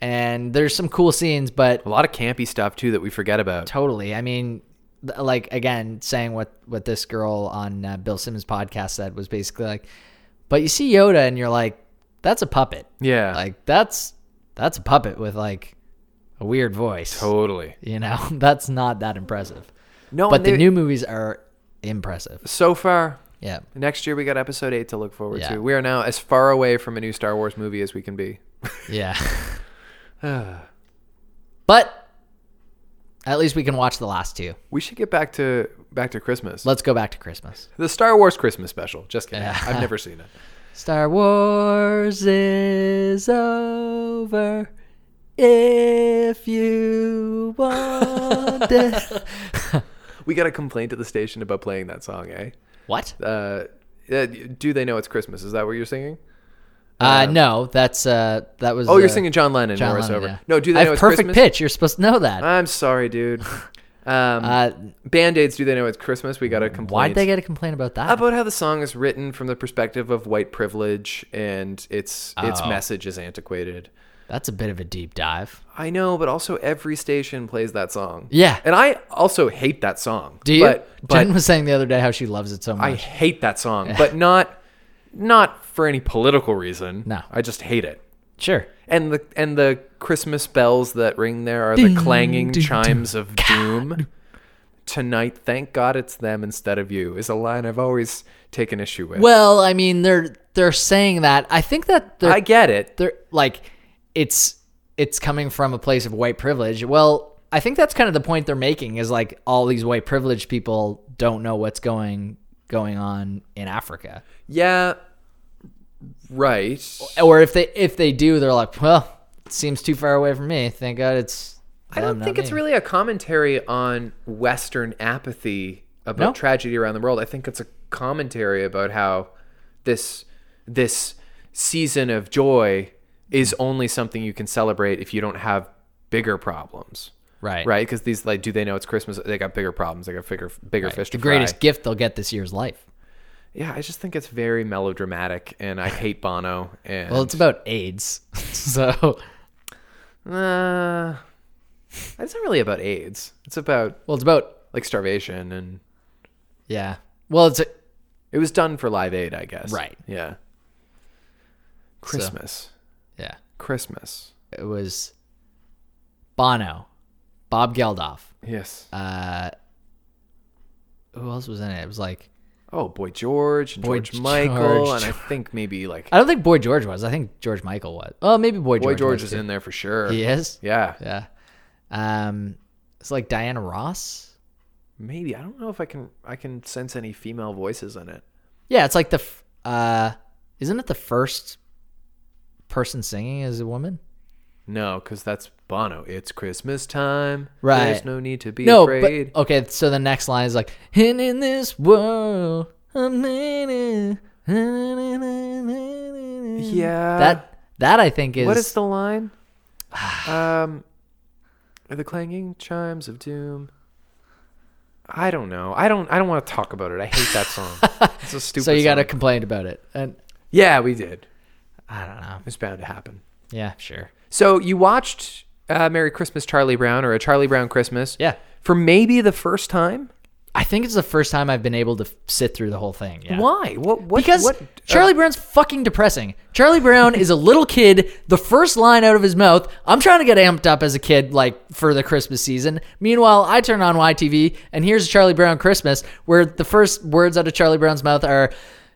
[SPEAKER 5] and there's some cool scenes, but
[SPEAKER 4] A lot of campy stuff too that we forget about.
[SPEAKER 5] totally i mean th- like again saying what what this girl on uh, bill simmons podcast said was basically like but you see yoda and you're like that's a puppet
[SPEAKER 4] Yeah.
[SPEAKER 5] like that's that's a puppet with like a weird voice
[SPEAKER 4] totally.
[SPEAKER 5] you know that's not that impressive
[SPEAKER 4] No.
[SPEAKER 5] but
[SPEAKER 4] and
[SPEAKER 5] the
[SPEAKER 4] they-
[SPEAKER 5] new movies are impressive
[SPEAKER 4] so far.
[SPEAKER 5] yeah
[SPEAKER 4] Next year we got episode eight to look forward
[SPEAKER 5] Yeah.
[SPEAKER 4] to. We are now as far away from a new Star Wars movie as we can be.
[SPEAKER 5] yeah but at least we can watch the last two
[SPEAKER 4] We should get back to back to Christmas.
[SPEAKER 5] let's go back to christmas
[SPEAKER 4] The Star Wars Christmas special. Just kidding. I've never seen it.
[SPEAKER 5] Star Wars is over. If you want it.
[SPEAKER 4] We got a complaint at the station about playing that song, eh?
[SPEAKER 5] what?
[SPEAKER 4] Uh, uh, do they know it's Christmas? Is that what you're singing?
[SPEAKER 5] Uh, no, that's uh, that was.
[SPEAKER 4] Oh,
[SPEAKER 5] uh,
[SPEAKER 4] you're singing John Lennon.
[SPEAKER 5] John
[SPEAKER 4] Morris
[SPEAKER 5] Lennon,
[SPEAKER 4] over.
[SPEAKER 5] yeah.
[SPEAKER 4] No, do
[SPEAKER 5] I
[SPEAKER 4] they
[SPEAKER 5] have
[SPEAKER 4] know it's
[SPEAKER 5] perfect
[SPEAKER 4] Christmas? Ah,
[SPEAKER 5] pitch. You're supposed to know that.
[SPEAKER 4] I'm sorry, dude. Um,
[SPEAKER 5] Uh,
[SPEAKER 4] Band aids. Do they know it's Christmas? We got a complaint.
[SPEAKER 5] Why'd they get a complaint about that?
[SPEAKER 4] about how the song is written from the perspective of white privilege and its its
[SPEAKER 5] Oh.
[SPEAKER 4] message is antiquated.
[SPEAKER 5] that's a bit of a deep dive.
[SPEAKER 4] I know, but also every station plays that song.
[SPEAKER 5] Yeah.
[SPEAKER 4] and I also hate that song.
[SPEAKER 5] Do you?
[SPEAKER 4] But, but
[SPEAKER 5] Jen was saying the other day how she loves it so much.
[SPEAKER 4] I hate that song, but not not for any political reason.
[SPEAKER 5] No.
[SPEAKER 4] I just hate it.
[SPEAKER 5] sure.
[SPEAKER 4] And the and the Christmas bells that ring there are the clanging chimes of doom. Tonight, thank God it's them instead of you is a line I've always taken issue with.
[SPEAKER 5] Well, I mean, they're they're saying that. I think that they're
[SPEAKER 4] I get it.
[SPEAKER 5] they're like it's it's coming from a place of white privilege. Well, I think that's kind of the point they're making is like all these white privileged people don't know what's going going on in Africa.
[SPEAKER 4] Yeah. Right.
[SPEAKER 5] Or if they if they do, they're like, well, it seems too far away from me. Thank God it's
[SPEAKER 4] I don't think it's really a commentary on Western apathy about
[SPEAKER 5] No.
[SPEAKER 4] tragedy around the world. I think it's a commentary about how this this season of joy is
[SPEAKER 5] Hmm.
[SPEAKER 4] only something you can celebrate if you don't have bigger problems,
[SPEAKER 5] right.
[SPEAKER 4] right? Because these like, do they know it's Christmas? They got bigger problems. They got bigger bigger fish.
[SPEAKER 5] The
[SPEAKER 4] to
[SPEAKER 5] greatest
[SPEAKER 4] fry.
[SPEAKER 5] gift they'll get this year's life.
[SPEAKER 4] Yeah, I just think it's very melodramatic, and I hate Bono. And
[SPEAKER 5] Well, it's about AIDS. so,
[SPEAKER 4] uh, it's not really about AIDS. It's about
[SPEAKER 5] well, it's about
[SPEAKER 4] like starvation and
[SPEAKER 5] yeah. Well, it's a,
[SPEAKER 4] It was done for Live Aid, I guess.
[SPEAKER 5] Right.
[SPEAKER 4] Yeah. Christmas.
[SPEAKER 5] yeah.
[SPEAKER 4] Christmas.
[SPEAKER 5] It was Bono, Bob Geldof.
[SPEAKER 4] Yes.
[SPEAKER 5] Uh, Who else was in it? It was like
[SPEAKER 4] oh, Boy George and
[SPEAKER 5] Boy
[SPEAKER 4] George, Michael,
[SPEAKER 5] George.
[SPEAKER 4] and I think maybe like
[SPEAKER 5] I don't think Boy George was. I think George Michael was. Oh, maybe Boy
[SPEAKER 4] Boy
[SPEAKER 5] George.
[SPEAKER 4] George
[SPEAKER 5] was
[SPEAKER 4] is
[SPEAKER 5] too.
[SPEAKER 4] in there for sure.
[SPEAKER 5] He is.
[SPEAKER 4] Yeah.
[SPEAKER 5] Yeah. Um, it's like Diana Ross.
[SPEAKER 4] Maybe I don't know if I can I can sense any female voices in it.
[SPEAKER 5] Yeah, it's like the. f- Uh, isn't it the first person singing is a woman?
[SPEAKER 4] No, because that's Bono. It's Christmas time.
[SPEAKER 5] Right.
[SPEAKER 4] There's no need to be
[SPEAKER 5] no,
[SPEAKER 4] afraid.
[SPEAKER 5] but oh, okay. So the next line is like, and in this world, I'm in it."
[SPEAKER 4] yeah.
[SPEAKER 5] That that I think is
[SPEAKER 4] what is the line? um, are the clanging chimes of doom. I don't know. I don't. I don't want to talk about it. I hate that song. it's a stupid.
[SPEAKER 5] so you got to
[SPEAKER 4] song.
[SPEAKER 5] complain about it, and
[SPEAKER 4] Yeah, we did.
[SPEAKER 5] I don't know.
[SPEAKER 4] It's bound to happen.
[SPEAKER 5] Yeah, sure.
[SPEAKER 4] So you watched uh, "Merry Christmas, Charlie Brown" or "A Charlie Brown Christmas"?
[SPEAKER 5] Yeah.
[SPEAKER 4] For maybe the first time.
[SPEAKER 5] I think it's the first time I've been able to f- sit through the whole thing. Yeah.
[SPEAKER 4] Why? What? What?
[SPEAKER 5] Because
[SPEAKER 4] what, uh,
[SPEAKER 5] Charlie Brown's fucking depressing. Charlie Brown is a little kid. The first line out of his mouth, I'm trying to get amped up as a kid, like for the Christmas season. Meanwhile, I turn on YTV, and here's Charlie Brown Christmas, where the first words out of Charlie Brown's mouth are,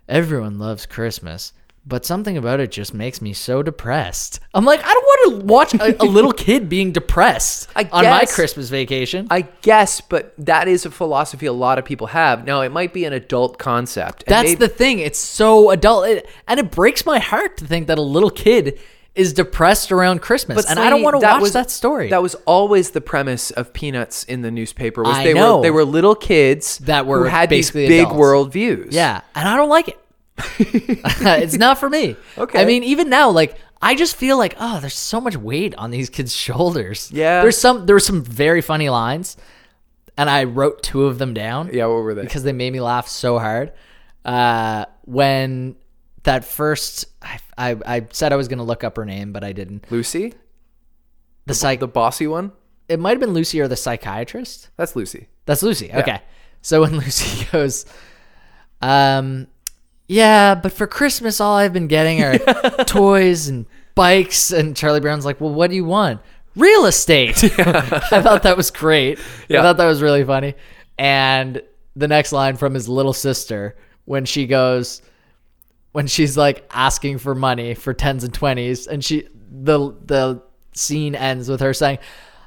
[SPEAKER 5] "Everyone loves Christmas." But something about it just makes me so depressed. I'm like, I don't want to watch a, a little kid being depressed
[SPEAKER 4] I
[SPEAKER 5] on my
[SPEAKER 4] guess-
[SPEAKER 5] Christmas vacation.
[SPEAKER 4] I guess, but that is a philosophy a lot of people have. Now, it might be an adult concept. and
[SPEAKER 5] That's
[SPEAKER 4] maybe-
[SPEAKER 5] the thing. It's so adult, it, and it breaks my heart to think that a little kid is depressed around Christmas, and I don't
[SPEAKER 4] Slaney,
[SPEAKER 5] want to watch
[SPEAKER 4] was-
[SPEAKER 5] that story.
[SPEAKER 4] That was always the premise of Peanuts in the newspaper. Was
[SPEAKER 5] I
[SPEAKER 4] they
[SPEAKER 5] know.
[SPEAKER 4] were they were little kids
[SPEAKER 5] That were
[SPEAKER 4] who had these
[SPEAKER 5] basically
[SPEAKER 4] big
[SPEAKER 5] adults.
[SPEAKER 4] world views.
[SPEAKER 5] yeah, and I don't like it. it's not for me.
[SPEAKER 4] Okay.
[SPEAKER 5] I mean, even now, like I just feel like oh, there's so much weight on these kids' shoulders.
[SPEAKER 4] Yeah.
[SPEAKER 5] there's some there were some very funny lines, and I wrote two of them down.
[SPEAKER 4] yeah. What were they?
[SPEAKER 5] because they made me laugh so hard. Uh, when that first, I, I, I said I was going to look up her name, but I didn't.
[SPEAKER 4] Lucy,
[SPEAKER 5] The psych,
[SPEAKER 4] the bossy one.
[SPEAKER 5] it might have been Lucy or the psychiatrist.
[SPEAKER 4] That's Lucy.
[SPEAKER 5] That's Lucy. Okay. So when Lucy goes, um, yeah, but for Christmas, all I've been getting are toys and bikes. And Charlie Brown's like, well, what do you want? Real estate. I thought that was great. I thought that was really funny. And the next line from his little sister when she goes, when she's like asking for money for tens and twenties, and she the the scene ends with her saying,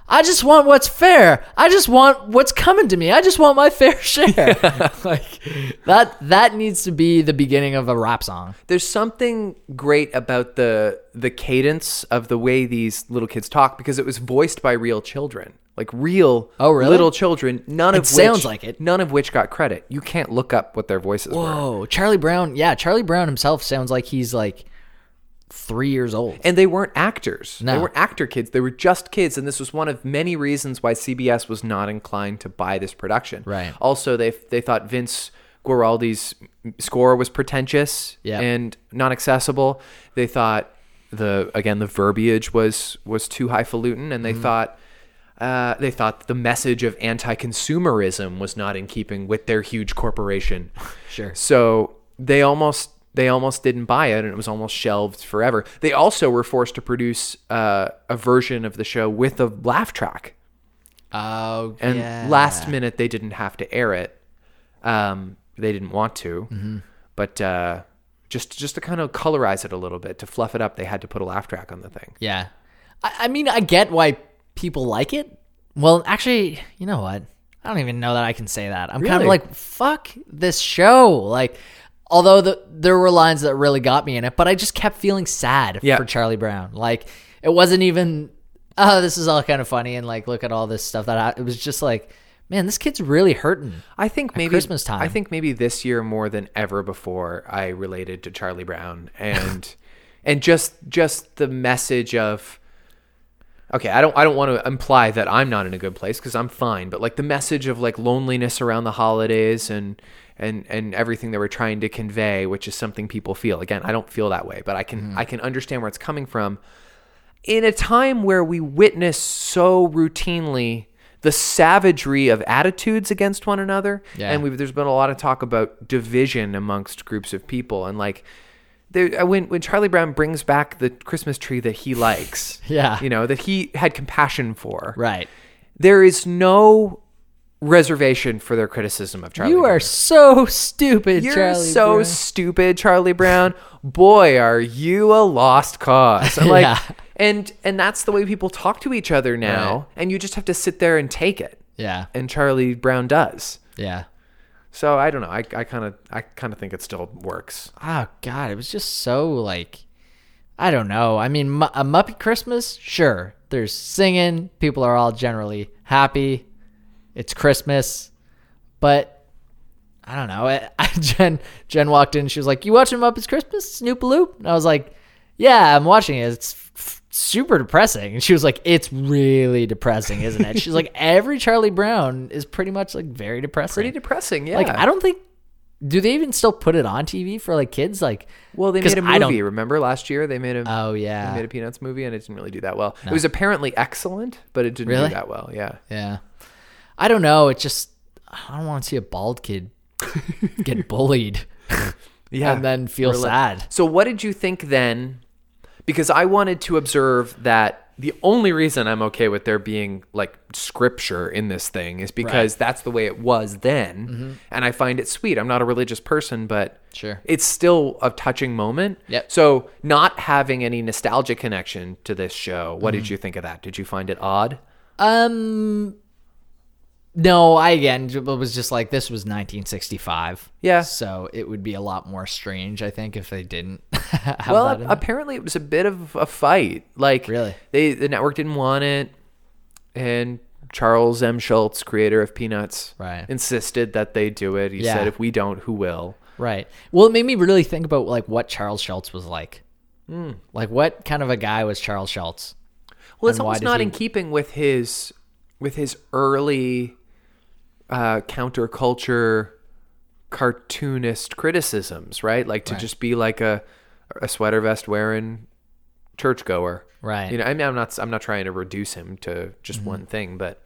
[SPEAKER 5] I just want what's fair. I just want what's coming to me. I just want my fair share. like that that needs to be the beginning of a rap song.
[SPEAKER 4] there's something great about the the cadence of the way these little kids talk because it was voiced by real children like real
[SPEAKER 5] Oh, really?
[SPEAKER 4] little children none
[SPEAKER 5] It
[SPEAKER 4] of
[SPEAKER 5] sounds
[SPEAKER 4] which,
[SPEAKER 5] like it.
[SPEAKER 4] none of which got credit you can't look up what their voices were
[SPEAKER 5] Whoa, Oh, Charlie Brown. Yeah, Charlie Brown himself sounds like he's like 3 years old.
[SPEAKER 4] and they weren't actors they
[SPEAKER 5] No.
[SPEAKER 4] were actor kids they were just kids and this was one of many reasons why CBS was not inclined to buy this production
[SPEAKER 5] Right.
[SPEAKER 4] also they they thought Vince Guaraldi's score was pretentious
[SPEAKER 5] Yeah.
[SPEAKER 4] and not accessible. They thought the again the verbiage was was too highfalutin, and they
[SPEAKER 5] Mm-hmm.
[SPEAKER 4] thought uh, they thought the message of anti-consumerism was not in keeping with their huge corporation.
[SPEAKER 5] Sure.
[SPEAKER 4] So they almost they almost didn't buy it, and it was almost shelved forever. They also were forced to produce uh, a version of the show with a laugh track
[SPEAKER 5] Oh,
[SPEAKER 4] and
[SPEAKER 5] yeah.
[SPEAKER 4] last minute they didn't have to air it. Um, they didn't want to, but uh, just just to kind of colorize it a little bit to fluff it up, they had to put a laugh track on the thing.
[SPEAKER 5] Yeah. I, I mean, I get why people like it. Well, actually, you know what? I don't even know that I can say that. I'm kind of
[SPEAKER 4] Really?
[SPEAKER 5] like, fuck this show. Like, although the, there were lines that really got me in it, but I just kept feeling sad
[SPEAKER 4] Yeah.
[SPEAKER 5] for Charlie Brown. Like, it wasn't even, oh, this is all kind of funny. And like, look at all this stuff that I, it was just like, man, this kid's really hurting.
[SPEAKER 4] I think maybe
[SPEAKER 5] Christmas time.
[SPEAKER 4] I think maybe this year more than ever before, I related to Charlie Brown and and just just the message of. Okay, I don't I don't want to imply that I'm not in a good place because I'm fine, but like the message of like loneliness around the holidays and and and everything that we're trying to convey, which is something people feel. Again, I don't feel that way, but I can
[SPEAKER 5] Mm-hmm.
[SPEAKER 4] I can understand where it's coming from in a time where we witness so routinely the savagery of attitudes against one another
[SPEAKER 5] Yeah.
[SPEAKER 4] and we've, there's been a lot of talk about division amongst groups of people and like there, uh, when, when charlie brown brings back the christmas tree that he likes
[SPEAKER 5] Yeah.
[SPEAKER 4] you know that he had compassion for
[SPEAKER 5] Right.
[SPEAKER 4] there is no reservation for their criticism of charlie
[SPEAKER 5] You
[SPEAKER 4] brown.
[SPEAKER 5] are so stupid,
[SPEAKER 4] You're
[SPEAKER 5] Charlie
[SPEAKER 4] so
[SPEAKER 5] Brown.
[SPEAKER 4] stupid, Charlie Brown. Boy, are you a lost cause. And like
[SPEAKER 5] Yeah.
[SPEAKER 4] and and that's the way people talk to each other now.
[SPEAKER 5] Right.
[SPEAKER 4] And you just have to sit there and take it.
[SPEAKER 5] yeah.
[SPEAKER 4] And Charlie Brown does.
[SPEAKER 5] Yeah.
[SPEAKER 4] So I don't know. I I kind of I kind of think it still works.
[SPEAKER 5] oh god it was just so like i don't know i mean mu- a muppet christmas sure there's singing people are all generally happy it's christmas but i don't know I, I, jen jen walked in she was like you watching muppets christmas snoop loop and i was like yeah i'm watching it it's f- f- super depressing and she was like it's really depressing isn't it she's like every charlie brown is pretty much like very depressing
[SPEAKER 4] Pretty depressing, yeah.
[SPEAKER 5] like I don't think do they even still put it on TV for like kids? Like
[SPEAKER 4] well, they
[SPEAKER 5] 'cause
[SPEAKER 4] made a
[SPEAKER 5] I don't-
[SPEAKER 4] movie. Remember last year they made a
[SPEAKER 5] Oh
[SPEAKER 4] they made
[SPEAKER 5] yeah,
[SPEAKER 4] a Peanuts movie and it didn't really do that well. It was apparently excellent, but it didn't
[SPEAKER 5] Really?
[SPEAKER 4] do that well. Yeah.
[SPEAKER 5] yeah. I don't know. It just I don't want to see a bald kid get bullied
[SPEAKER 4] Yeah.
[SPEAKER 5] and then feel
[SPEAKER 4] Rela-
[SPEAKER 5] sad.
[SPEAKER 4] So what did you think then? Because I wanted to observe that the only reason I'm okay with there being like scripture in this thing is because that's the way it was then, and I find it sweet. I'm not a religious person, but
[SPEAKER 5] Mm-hmm. Sure.
[SPEAKER 4] it's still a touching moment.
[SPEAKER 5] Yep.
[SPEAKER 4] So not having any nostalgia connection to this show, what
[SPEAKER 5] Mm-hmm.
[SPEAKER 4] did you think of that? Did you find it odd?
[SPEAKER 5] Um, no, I again it was just like this was 1965.
[SPEAKER 4] Yeah.
[SPEAKER 5] so it would be a lot more strange, I think, if they didn't. have
[SPEAKER 4] well,
[SPEAKER 5] that in there.
[SPEAKER 4] apparently it was a bit of a fight. Like
[SPEAKER 5] Really?
[SPEAKER 4] they the network didn't want it, and Charles M. Schultz, creator of Peanuts,
[SPEAKER 5] Right.
[SPEAKER 4] insisted that they do it. He
[SPEAKER 5] Yeah.
[SPEAKER 4] said, "If we don't, who will?"
[SPEAKER 5] Right. Well, it made me really think about like what Charles Schultz was like.
[SPEAKER 4] Hmm.
[SPEAKER 5] Like what kind of a guy was Charles Schultz?
[SPEAKER 4] Well, it's
[SPEAKER 5] And why
[SPEAKER 4] almost
[SPEAKER 5] did
[SPEAKER 4] not
[SPEAKER 5] he-
[SPEAKER 4] in keeping with his with his early uh, counterculture cartoonist criticisms, right? Like to just be like a a sweater vest wearing churchgoer,
[SPEAKER 5] Right.
[SPEAKER 4] You know, I mean, I'm not I'm not trying to reduce him to just
[SPEAKER 5] Mm-hmm.
[SPEAKER 4] one thing, but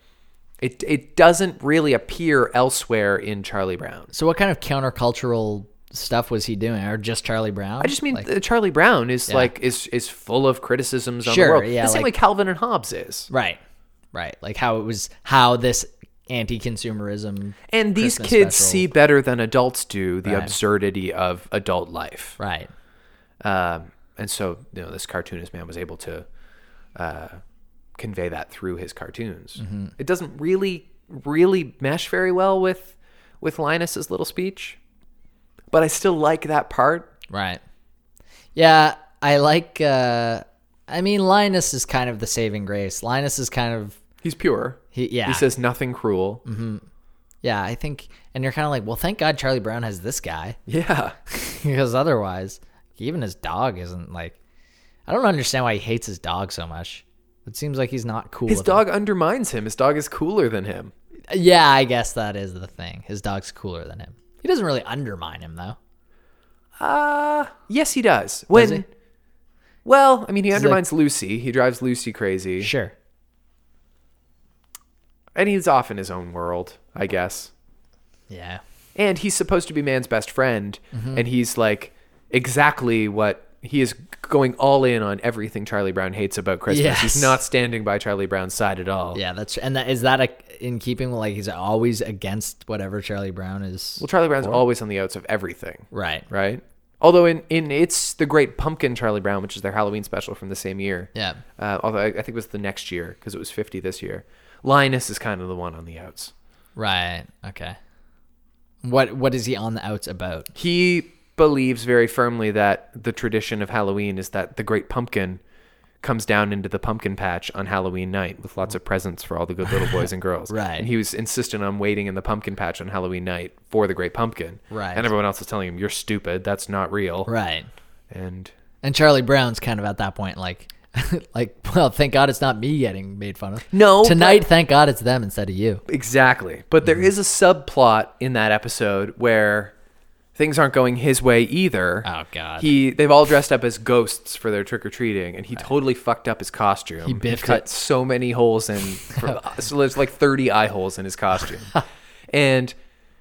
[SPEAKER 4] it it doesn't really appear elsewhere in Charlie Brown.
[SPEAKER 5] So what kind of countercultural stuff was he doing, or just Charlie Brown?
[SPEAKER 4] I just mean uh Charlie Brown is like is is full of criticisms on
[SPEAKER 5] Sure,
[SPEAKER 4] the world,
[SPEAKER 5] yeah,
[SPEAKER 4] the same
[SPEAKER 5] like-
[SPEAKER 4] way Calvin and Hobbes is.
[SPEAKER 5] right, right. Like how it was, how this anti-consumerism,
[SPEAKER 4] And these
[SPEAKER 5] Christmas
[SPEAKER 4] kids
[SPEAKER 5] special.
[SPEAKER 4] see better than adults do the
[SPEAKER 5] Right.
[SPEAKER 4] absurdity of adult life.
[SPEAKER 5] right?
[SPEAKER 4] Um, and so, you know, this cartoonist man was able to uh, convey that through his cartoons.
[SPEAKER 5] Mm-hmm.
[SPEAKER 4] It doesn't really really mesh very well with with Linus's little speech, but I still like that part.
[SPEAKER 5] Right. Yeah, I like uh I mean Linus is kind of the saving grace. Linus is kind of
[SPEAKER 4] He's pure.
[SPEAKER 5] He- yeah. Mm-hmm.
[SPEAKER 4] He says nothing cruel.
[SPEAKER 5] yeah, I think and you're kind of like, well, thank God Charlie Brown has this guy
[SPEAKER 4] Yeah.
[SPEAKER 5] because otherwise, even his dog isn't like I don't understand why he hates his dog so much. It seems like he's not cool.
[SPEAKER 4] His
[SPEAKER 5] with him.
[SPEAKER 4] dog undermines him. His dog is cooler than him.
[SPEAKER 5] Yeah, I guess that is the thing. His dog's cooler than him. He doesn't really undermine him though.
[SPEAKER 4] Uh yes he does. When
[SPEAKER 5] he?
[SPEAKER 4] Well, I mean he
[SPEAKER 5] like-
[SPEAKER 4] undermines Lucy. He drives Lucy crazy.
[SPEAKER 5] Sure.
[SPEAKER 4] And he's off in his own world, I guess.
[SPEAKER 5] Yeah.
[SPEAKER 4] and he's supposed to be man's best friend
[SPEAKER 5] Mm-hmm.
[SPEAKER 4] and he's like exactly what he is going all in on everything charlie brown hates about christmas
[SPEAKER 5] Yes.
[SPEAKER 4] he's not standing by charlie brown's side at all
[SPEAKER 5] Yeah, that's and that is that a, in keeping with like he's always against whatever Charlie Brown is.
[SPEAKER 4] well charlie brown's always on the outs of everything
[SPEAKER 5] Right.
[SPEAKER 4] right although in, in it's the great pumpkin charlie brown which is their halloween special from the same year
[SPEAKER 5] Yeah.
[SPEAKER 4] uh, although I, I think it was the next year because it was 50 this year linus is kind of the one on the outs
[SPEAKER 5] Right. Okay. What what is he on the outs about?
[SPEAKER 4] he believes very firmly that the tradition of Halloween is that the great pumpkin comes down into the pumpkin patch on Halloween night with lots of presents for all the good little boys and girls.
[SPEAKER 5] Right.
[SPEAKER 4] And he was insistent on waiting in the pumpkin patch on Halloween night for the great pumpkin.
[SPEAKER 5] Right.
[SPEAKER 4] And everyone else is telling him, You're stupid, that's not real.
[SPEAKER 5] Right.
[SPEAKER 4] And
[SPEAKER 5] And Charlie Brown's kind of at that point like like well, thank God it's not me getting made fun of.
[SPEAKER 4] No,
[SPEAKER 5] Tonight, thank God it's them instead of you.
[SPEAKER 4] Exactly. But
[SPEAKER 5] Mm-hmm.
[SPEAKER 4] there is a subplot in that episode where things aren't going his way either.
[SPEAKER 5] Oh, God.
[SPEAKER 4] He they've all dressed up as ghosts for their trick or treating and he totally fucked up his costume. He
[SPEAKER 5] biffed
[SPEAKER 4] cut
[SPEAKER 5] it.
[SPEAKER 4] so many holes in for, uh, so there's like 30 eye holes in his costume. and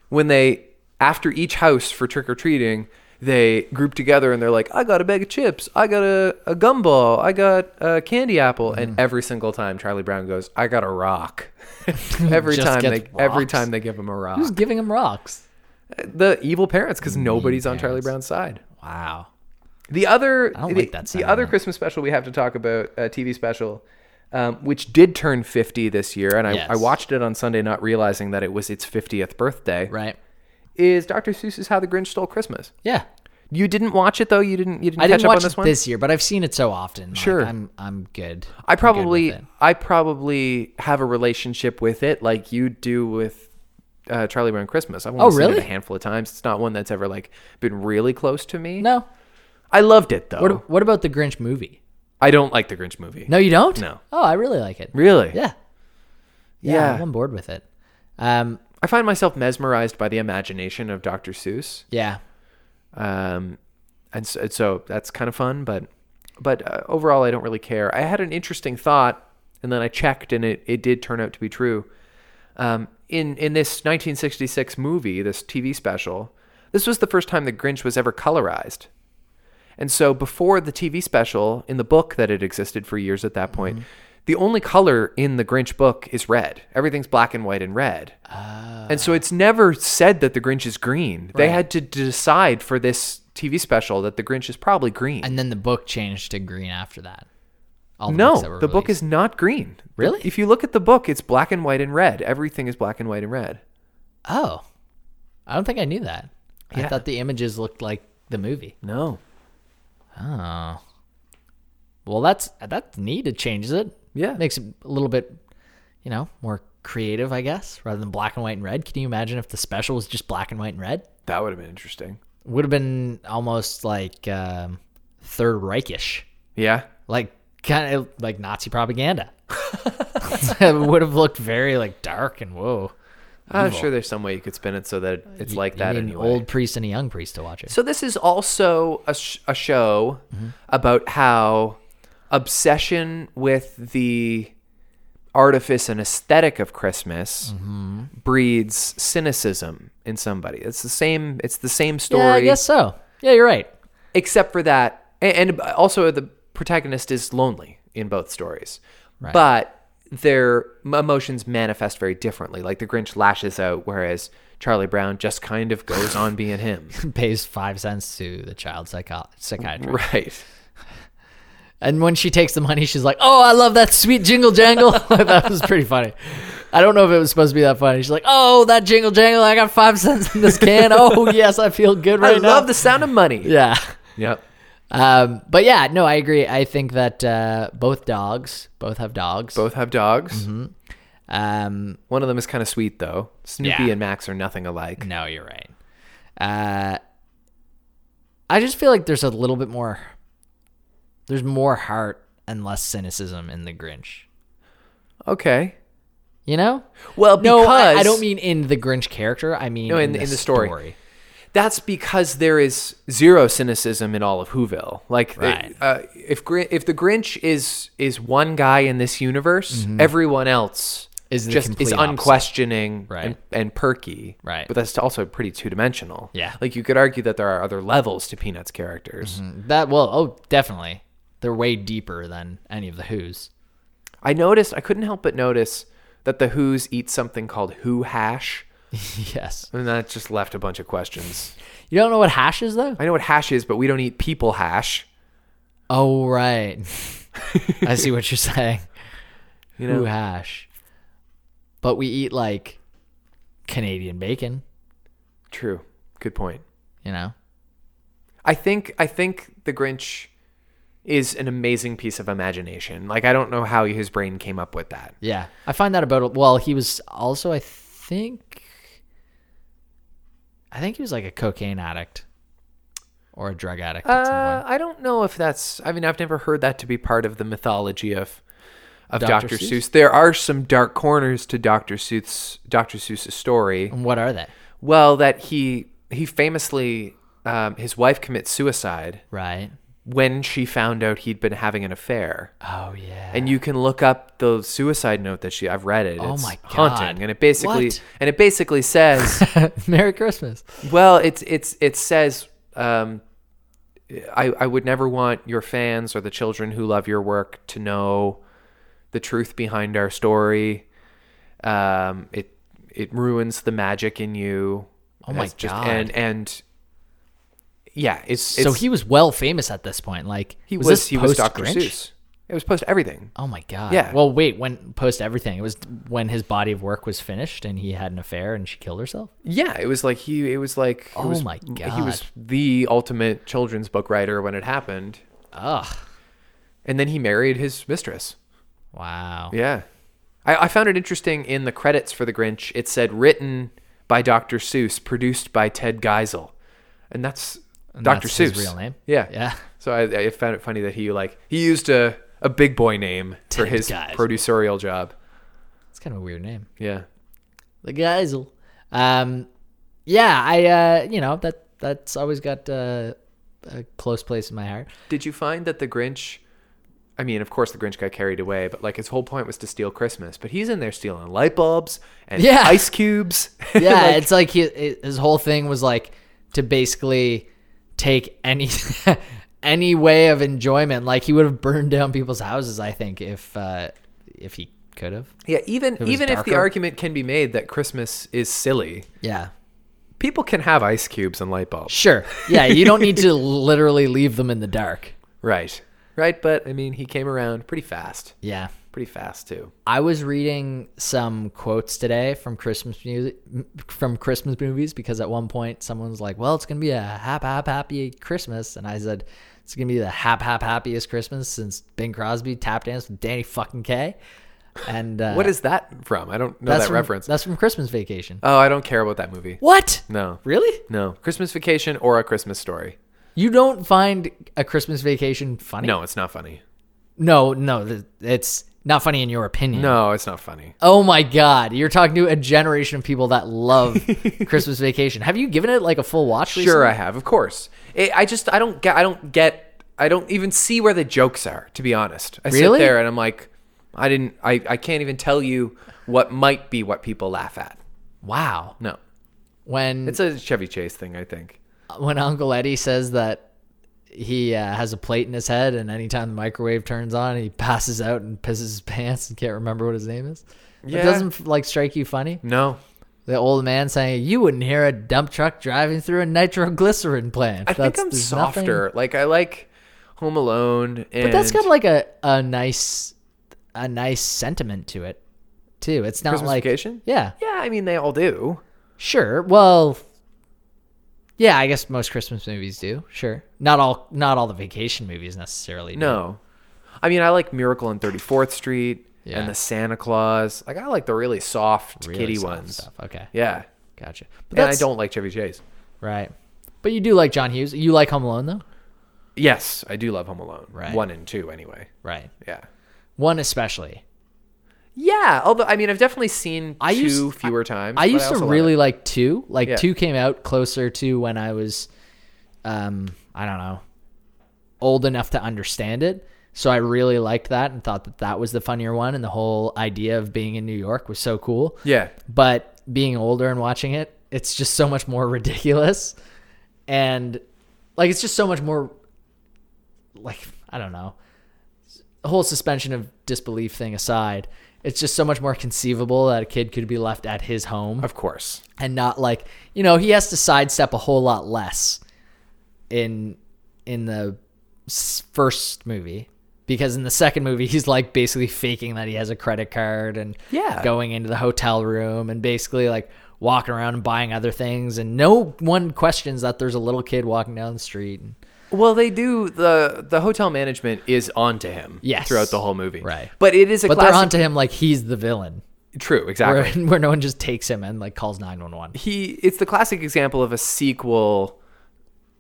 [SPEAKER 4] when they after each house for trick or treating they group together and they're like, I got a bag of chips. I got a, a gumball. I got a candy apple.
[SPEAKER 5] Mm.
[SPEAKER 4] And every single time Charlie Brown goes, I got a rock every
[SPEAKER 5] Just
[SPEAKER 4] time they
[SPEAKER 5] gets
[SPEAKER 4] every
[SPEAKER 5] rocks.
[SPEAKER 4] time they give him a rock.
[SPEAKER 5] Who's giving him rocks?
[SPEAKER 4] The evil parents, because nobody's on Charlie Brown's side.
[SPEAKER 5] Mm, Wow.
[SPEAKER 4] The other
[SPEAKER 5] don't
[SPEAKER 4] the,
[SPEAKER 5] like that
[SPEAKER 4] the other
[SPEAKER 5] sentiment.
[SPEAKER 4] Christmas special we have to talk about, uh, TV special, um, which did turn fifty this year, and I,
[SPEAKER 5] Yes.
[SPEAKER 4] I watched it on Sunday, not realizing that it was its fiftieth birthday.
[SPEAKER 5] Right.
[SPEAKER 4] Is Dr. Seuss's How the Grinch Stole Christmas?
[SPEAKER 5] Yeah.
[SPEAKER 4] You didn't watch it though. You didn't. You didn't
[SPEAKER 5] I
[SPEAKER 4] catch
[SPEAKER 5] didn't
[SPEAKER 4] up
[SPEAKER 5] watch
[SPEAKER 4] on this
[SPEAKER 5] it
[SPEAKER 4] one.
[SPEAKER 5] this year, but I've seen it so often. Like,
[SPEAKER 4] Sure.
[SPEAKER 5] I'm I'm good. I'm
[SPEAKER 4] I
[SPEAKER 5] good
[SPEAKER 4] probably
[SPEAKER 5] with it.
[SPEAKER 4] I probably have a relationship with it like you do with uh, Charlie Brown Christmas. I've only
[SPEAKER 5] Oh,
[SPEAKER 4] seen
[SPEAKER 5] really?
[SPEAKER 4] it a handful of times. It's not one that's ever like been really close to me.
[SPEAKER 5] No.
[SPEAKER 4] I loved it though.
[SPEAKER 5] What what about the Grinch movie?
[SPEAKER 4] I don't like the Grinch movie.
[SPEAKER 5] No, you don't?
[SPEAKER 4] No.
[SPEAKER 5] Oh, I really like it.
[SPEAKER 4] Really?
[SPEAKER 5] Yeah. Yeah.
[SPEAKER 4] Yeah.
[SPEAKER 5] I'm on board with it. Um,
[SPEAKER 4] I find myself mesmerized by the imagination of Dr. Seuss.
[SPEAKER 5] yeah.
[SPEAKER 4] Um, and so, and so that's kind of fun, but but uh, overall I don't really care. I had an interesting thought and then I checked and it, it did turn out to be true. Um, in in this 1966 movie, this TV special, this was the first time the Grinch was ever colorized. And so before the TV special, in the book that had existed for years at
[SPEAKER 5] Mm-hmm.
[SPEAKER 4] that point, the only color in the Grinch book is red. Everything's black and white and red.
[SPEAKER 5] Ah.
[SPEAKER 4] And so it's never said that the Grinch is green. They had to decide for this TV special that the Grinch is probably green.
[SPEAKER 5] And then the book changed to green after that. All books
[SPEAKER 4] no,
[SPEAKER 5] that were
[SPEAKER 4] the book
[SPEAKER 5] released.
[SPEAKER 4] is not green.
[SPEAKER 5] Really?
[SPEAKER 4] If you look at the book, it's black and white and red. Everything is black and white and red.
[SPEAKER 5] Oh. I don't think I knew that. I
[SPEAKER 4] Yeah.
[SPEAKER 5] thought the images looked like the movie.
[SPEAKER 4] No.
[SPEAKER 5] Oh. Well, that's that's neat. It changes it.
[SPEAKER 4] Yeah.
[SPEAKER 5] Makes it a little bit, you know, more creative, I guess, rather than black and white and red. Can you imagine if the special was just black and white and red?
[SPEAKER 4] That would have been interesting.
[SPEAKER 5] Would have been almost like um, Third Reichish.
[SPEAKER 4] Yeah.
[SPEAKER 5] like kind of like Nazi propaganda. it would have looked very like dark and whoa.
[SPEAKER 4] I'm sure there's some way you could spin it so that it's like
[SPEAKER 5] You
[SPEAKER 4] that
[SPEAKER 5] need
[SPEAKER 4] anyway.
[SPEAKER 5] An old priest and a young priest to watch it.
[SPEAKER 4] So this is also a, sh- a show
[SPEAKER 5] Mm-hmm.
[SPEAKER 4] about how obsession with the artifice and aesthetic of Christmas
[SPEAKER 5] Mm-hmm.
[SPEAKER 4] breeds cynicism in somebody. It's the same. It's the same story,
[SPEAKER 5] Yeah, I guess so. Yeah, you're right.
[SPEAKER 4] except for that, and, and also the protagonist is lonely in both stories, but their m- emotions manifest very differently. Like the Grinch lashes out, whereas Charlie Brown just kind of goes on being him.
[SPEAKER 5] Pays five cents to the child psycho- psychiatrist.
[SPEAKER 4] Right.
[SPEAKER 5] And when she takes the money, she's like, "Oh, I love that sweet jingle jangle." that was pretty funny. I don't know if it was supposed to be that funny. She's like, "Oh, that jingle jangle! I got five cents in this can. Oh, yes, I feel good
[SPEAKER 4] I
[SPEAKER 5] right now."
[SPEAKER 4] love the sound of money.
[SPEAKER 5] Yeah.
[SPEAKER 4] Yep.
[SPEAKER 5] Um, but yeah, no, I agree. I think that uh, both dogs, both have dogs.
[SPEAKER 4] Both have dogs.
[SPEAKER 5] Mm-hmm. Um,
[SPEAKER 4] One of them is kind of sweet though. Snoopy
[SPEAKER 5] Yeah.
[SPEAKER 4] and Max are nothing alike.
[SPEAKER 5] no, you're right. Uh, I just feel like there's a little bit more. There's more heart and less cynicism in the Grinch.
[SPEAKER 4] Okay.
[SPEAKER 5] You know?
[SPEAKER 4] Well,
[SPEAKER 5] No,
[SPEAKER 4] because
[SPEAKER 5] I, I don't mean in the Grinch character. I mean
[SPEAKER 4] No, in the- in the story. that's because there is zero cynicism in all of Whoville. Like,
[SPEAKER 5] Right.
[SPEAKER 4] uh, if Gr- if the Grinch is is one guy in this universe, everyone else
[SPEAKER 5] Mm-hmm. Is the
[SPEAKER 4] just
[SPEAKER 5] complete
[SPEAKER 4] is
[SPEAKER 5] opposite.
[SPEAKER 4] unquestioning
[SPEAKER 5] Right.
[SPEAKER 4] and, and perky.
[SPEAKER 5] Right.
[SPEAKER 4] But that's also pretty two dimensional.
[SPEAKER 5] Yeah.
[SPEAKER 4] Like you could argue that there are other levels to Peanuts characters.
[SPEAKER 5] That well, oh, definitely. They're way deeper than any of the Who's.
[SPEAKER 4] I noticed I couldn't help but notice that the Who's eat something called Who Hash,
[SPEAKER 5] Yes.
[SPEAKER 4] and that just left a bunch of questions.
[SPEAKER 5] You don't know what hash is though?
[SPEAKER 4] I know what hash is, but we don't eat people hash.
[SPEAKER 5] Oh right. I see what you're saying.
[SPEAKER 4] You know.
[SPEAKER 5] Who hash? But we eat like Canadian bacon,
[SPEAKER 4] True. Good point.
[SPEAKER 5] you know?
[SPEAKER 4] I think I think the Grinch is an amazing piece of imagination. Like I don't know how his brain came up with that.
[SPEAKER 5] Yeah. I find that about well, he was also I think I think he was like a cocaine addict or a drug addict at some point.
[SPEAKER 4] Uh, I don't know if that's. I mean, I've never heard that to be part of the mythology of of
[SPEAKER 5] Dr.
[SPEAKER 4] Dr.
[SPEAKER 5] Seuss?
[SPEAKER 4] Seuss. There are some dark corners to Dr. Seuss Dr. Seuss's story.
[SPEAKER 5] And what are they?
[SPEAKER 4] Well, that he he famously um, his wife commits suicide
[SPEAKER 5] Right.
[SPEAKER 4] when she found out he'd been having an affair.
[SPEAKER 5] Oh yeah.
[SPEAKER 4] and you can look up the suicide note that she I've read it.
[SPEAKER 5] Oh
[SPEAKER 4] It's
[SPEAKER 5] my God.
[SPEAKER 4] Haunting, and it basically
[SPEAKER 5] What?
[SPEAKER 4] and it basically says,
[SPEAKER 5] Merry Christmas.
[SPEAKER 4] well, it's it's it says, um, I I would never want your fans or the children who love your work to know the truth behind our story. Um, it it ruins the magic in you. Oh
[SPEAKER 5] my God.
[SPEAKER 4] And and yeah, it's,
[SPEAKER 5] so
[SPEAKER 4] it's-
[SPEAKER 5] he was well famous at this point. Like
[SPEAKER 4] he
[SPEAKER 5] was,
[SPEAKER 4] was,
[SPEAKER 5] this
[SPEAKER 4] he was
[SPEAKER 5] post
[SPEAKER 4] Dr.
[SPEAKER 5] Grinch?
[SPEAKER 4] Seuss. It was post everything.
[SPEAKER 5] Oh my god.
[SPEAKER 4] Yeah.
[SPEAKER 5] Well, wait. When post everything, it was when his body of work was finished and he had an affair and she killed herself.
[SPEAKER 4] Yeah, it was like he. It was like it
[SPEAKER 5] Oh
[SPEAKER 4] was-
[SPEAKER 5] my
[SPEAKER 4] He was
[SPEAKER 5] God.
[SPEAKER 4] the ultimate children's book writer when it happened,
[SPEAKER 5] Ugh.
[SPEAKER 4] and then he married his mistress.
[SPEAKER 5] Wow.
[SPEAKER 4] Yeah, I, I found it interesting in the credits for The Grinch. It said written by Dr. Seuss, produced by Ted Geisel, and that's Dr.
[SPEAKER 5] that's his
[SPEAKER 4] Seuss
[SPEAKER 5] real name?
[SPEAKER 4] Yeah,
[SPEAKER 5] Yeah.
[SPEAKER 4] So I, I found it funny that he like he used a a big boy name for
[SPEAKER 5] Ted
[SPEAKER 4] his
[SPEAKER 5] Geisel.
[SPEAKER 4] producerial job.
[SPEAKER 5] It's kind of a weird name.
[SPEAKER 4] Yeah,
[SPEAKER 5] The Geisel. Um. Yeah. I. Uh. You know that that's always got uh, a close place in my heart.
[SPEAKER 4] Did you find that the Grinch? I mean, of course, the Grinch got carried away, but like his whole point was to steal Christmas. But he's in there stealing light bulbs and
[SPEAKER 5] Yeah.
[SPEAKER 4] ice cubes.
[SPEAKER 5] Yeah,
[SPEAKER 4] Like,
[SPEAKER 5] it's like he, his whole thing was like to basically take any any way of enjoyment. Like he would have burned down people's houses, I think, if uh, if he could have.
[SPEAKER 4] yeah. Even
[SPEAKER 5] was
[SPEAKER 4] even if the
[SPEAKER 5] darker.
[SPEAKER 4] argument can be made that Christmas is silly,
[SPEAKER 5] Yeah,
[SPEAKER 4] people can have ice cubes and light bulbs.
[SPEAKER 5] sure. Yeah, you don't need to literally leave them in the dark.
[SPEAKER 4] Right. Right. But I mean, he came around pretty fast.
[SPEAKER 5] Yeah.
[SPEAKER 4] Pretty fast too.
[SPEAKER 5] I was reading some quotes today from Christmas music, from Christmas movies, because at one point someone was like, "Well, it's gonna be a hap hap happy Christmas," and I said, "It's gonna be the hap hap happiest Christmas since Bing Crosby tap danced with Danny fucking K." And uh,
[SPEAKER 4] What is that from? I don't know
[SPEAKER 5] that's
[SPEAKER 4] that
[SPEAKER 5] from-
[SPEAKER 4] reference.
[SPEAKER 5] That's from Christmas Vacation.
[SPEAKER 4] Oh, I don't care about that movie.
[SPEAKER 5] what?
[SPEAKER 4] No.
[SPEAKER 5] Really?
[SPEAKER 4] No. Christmas Vacation or A Christmas Story.
[SPEAKER 5] You don't find a Christmas Vacation funny?
[SPEAKER 4] No, it's not funny.
[SPEAKER 5] no, no. th- It's not funny in your opinion.
[SPEAKER 4] No, it's not funny.
[SPEAKER 5] Oh my God! You're talking to a generation of people that love Christmas Vacation. Have you given it like a full watch?
[SPEAKER 4] Sure,
[SPEAKER 5] recently?
[SPEAKER 4] I have. Of course. It, I just I don't get I don't get I don't even see where the jokes are. To be honest, I
[SPEAKER 5] Really?
[SPEAKER 4] sit there and I'm like, I didn't. I I can't even tell you what might be what people laugh at.
[SPEAKER 5] Wow.
[SPEAKER 4] No,
[SPEAKER 5] When
[SPEAKER 4] it's a Chevy Chase thing. I think.
[SPEAKER 5] when Uncle Eddie says that he uh, has a plate in his head, and anytime the microwave turns on, he passes out and pisses his pants and can't remember what his name is. It
[SPEAKER 4] Yeah.
[SPEAKER 5] doesn't like strike you funny.
[SPEAKER 4] No,
[SPEAKER 5] The old man saying you wouldn't hear a dump truck driving through a nitroglycerin plant.
[SPEAKER 4] I think
[SPEAKER 5] That's-
[SPEAKER 4] I'm
[SPEAKER 5] there's nothing-
[SPEAKER 4] softer. Like I like Home Alone, and
[SPEAKER 5] But that's got like a, a nice a nice sentiment to it too. It's not like
[SPEAKER 4] Christmasification?
[SPEAKER 5] yeah,
[SPEAKER 4] yeah. I mean, they all do.
[SPEAKER 5] sure. Well, yeah, I guess most Christmas movies do. Sure, not all not all the vacation movies necessarily. do.
[SPEAKER 4] No, I mean, I like Miracle on Thirty Fourth Street
[SPEAKER 5] Yeah.
[SPEAKER 4] and the Santa Claus. Like, I like the really soft
[SPEAKER 5] Really
[SPEAKER 4] kitty
[SPEAKER 5] soft
[SPEAKER 4] ones.
[SPEAKER 5] Stuff. Okay,
[SPEAKER 4] Yeah,
[SPEAKER 5] gotcha. But
[SPEAKER 4] and I
[SPEAKER 5] that's
[SPEAKER 4] don't like Chevy Chase.
[SPEAKER 5] right. But you do like John Hughes. You like Home Alone though,
[SPEAKER 4] Yes, I do love Home Alone.
[SPEAKER 5] Right.
[SPEAKER 4] One and two, anyway.
[SPEAKER 5] right?
[SPEAKER 4] Yeah.
[SPEAKER 5] One especially.
[SPEAKER 4] Yeah, although I mean, I've definitely seen
[SPEAKER 5] I
[SPEAKER 4] two
[SPEAKER 5] used-
[SPEAKER 4] fewer times.
[SPEAKER 5] I
[SPEAKER 4] but
[SPEAKER 5] used
[SPEAKER 4] also
[SPEAKER 5] to
[SPEAKER 4] love
[SPEAKER 5] really
[SPEAKER 4] it.
[SPEAKER 5] like two. Like
[SPEAKER 4] Yeah.
[SPEAKER 5] two came out closer to when I was, um, I don't know, old enough to understand it. So I really liked that and thought that that was the funnier one. And the whole idea of being in New York was so cool.
[SPEAKER 4] Yeah,
[SPEAKER 5] But being older and watching it, it's just so much more ridiculous, and like it's just so much more, like I don't know, the whole suspension of disbelief thing aside. It's just so much more conceivable that a kid could be left at his home
[SPEAKER 4] of course.
[SPEAKER 5] and not like you know he has to sidestep a whole lot less in in the s- first movie because in the second movie he's like basically faking that he has a credit card and
[SPEAKER 4] Yeah.
[SPEAKER 5] going into the hotel room and basically like walking around and buying other things and no one questions that there's a little kid walking down the street and
[SPEAKER 4] Well, they do the the hotel management is on to him.
[SPEAKER 5] Yes.
[SPEAKER 4] throughout the whole movie.
[SPEAKER 5] Right.
[SPEAKER 4] but it is a
[SPEAKER 5] but
[SPEAKER 4] classic.
[SPEAKER 5] they're onto him like he's the villain
[SPEAKER 4] True,
[SPEAKER 5] where,
[SPEAKER 4] exactly.
[SPEAKER 5] where no one just takes him and like calls 911
[SPEAKER 4] He it's the classic example of a sequel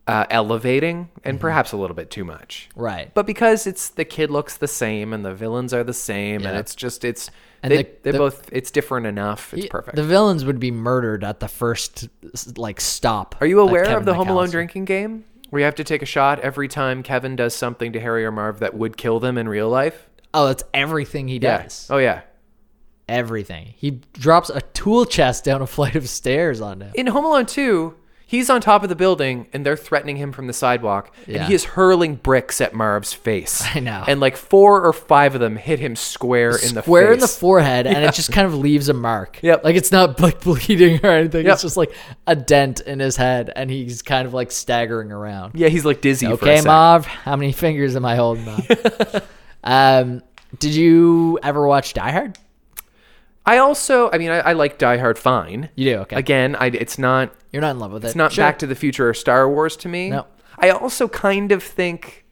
[SPEAKER 4] uh, elevating and perhaps a little bit too much.
[SPEAKER 5] Mm-hmm. right
[SPEAKER 4] But because it's the kid looks the same and the villains are the same and
[SPEAKER 5] Yeah.
[SPEAKER 4] it's just it's
[SPEAKER 5] And
[SPEAKER 4] they,
[SPEAKER 5] the-
[SPEAKER 4] they
[SPEAKER 5] the-
[SPEAKER 4] both it's different enough. It's
[SPEAKER 5] Y-
[SPEAKER 4] perfect.
[SPEAKER 5] The villains would be murdered at the first like stop.
[SPEAKER 4] Are you
[SPEAKER 5] that
[SPEAKER 4] aware
[SPEAKER 5] Kevin
[SPEAKER 4] of the Home Alone
[SPEAKER 5] McAllister-
[SPEAKER 4] drinking game? Where you have to take a shot every time Kevin does something to Harry or Marv that would kill them in real life?
[SPEAKER 5] Oh, that's everything he does.
[SPEAKER 4] Yeah. Oh yeah.
[SPEAKER 5] Everything. He drops a tool chest down a flight of stairs on him.
[SPEAKER 4] In Home Alone 2, he's on top of the building and they're threatening him from the sidewalk
[SPEAKER 5] Yeah.
[SPEAKER 4] and he is hurling bricks at Marv's face.
[SPEAKER 5] I know.
[SPEAKER 4] And like four or five of them hit him square in the
[SPEAKER 5] Square
[SPEAKER 4] face.
[SPEAKER 5] in the forehead, and it just kind of leaves a mark.
[SPEAKER 4] Yep.
[SPEAKER 5] Like it's not like bleeding or anything.
[SPEAKER 4] Yep.
[SPEAKER 5] It's just like a dent in his head, and he's kind of like staggering around.
[SPEAKER 4] Yeah, he's like dizzy for a
[SPEAKER 5] Okay,
[SPEAKER 4] sec.
[SPEAKER 5] Marv, how many fingers am I holding on? um, did you ever watch Die Hard?
[SPEAKER 4] I also, I mean, I, I like Die Hard fine.
[SPEAKER 5] You do, okay.
[SPEAKER 4] Again, I, it's not
[SPEAKER 5] You're not in love with it.
[SPEAKER 4] It's not
[SPEAKER 5] Sure.
[SPEAKER 4] Back to the Future or Star Wars to me.
[SPEAKER 5] No.
[SPEAKER 4] I also kind of think.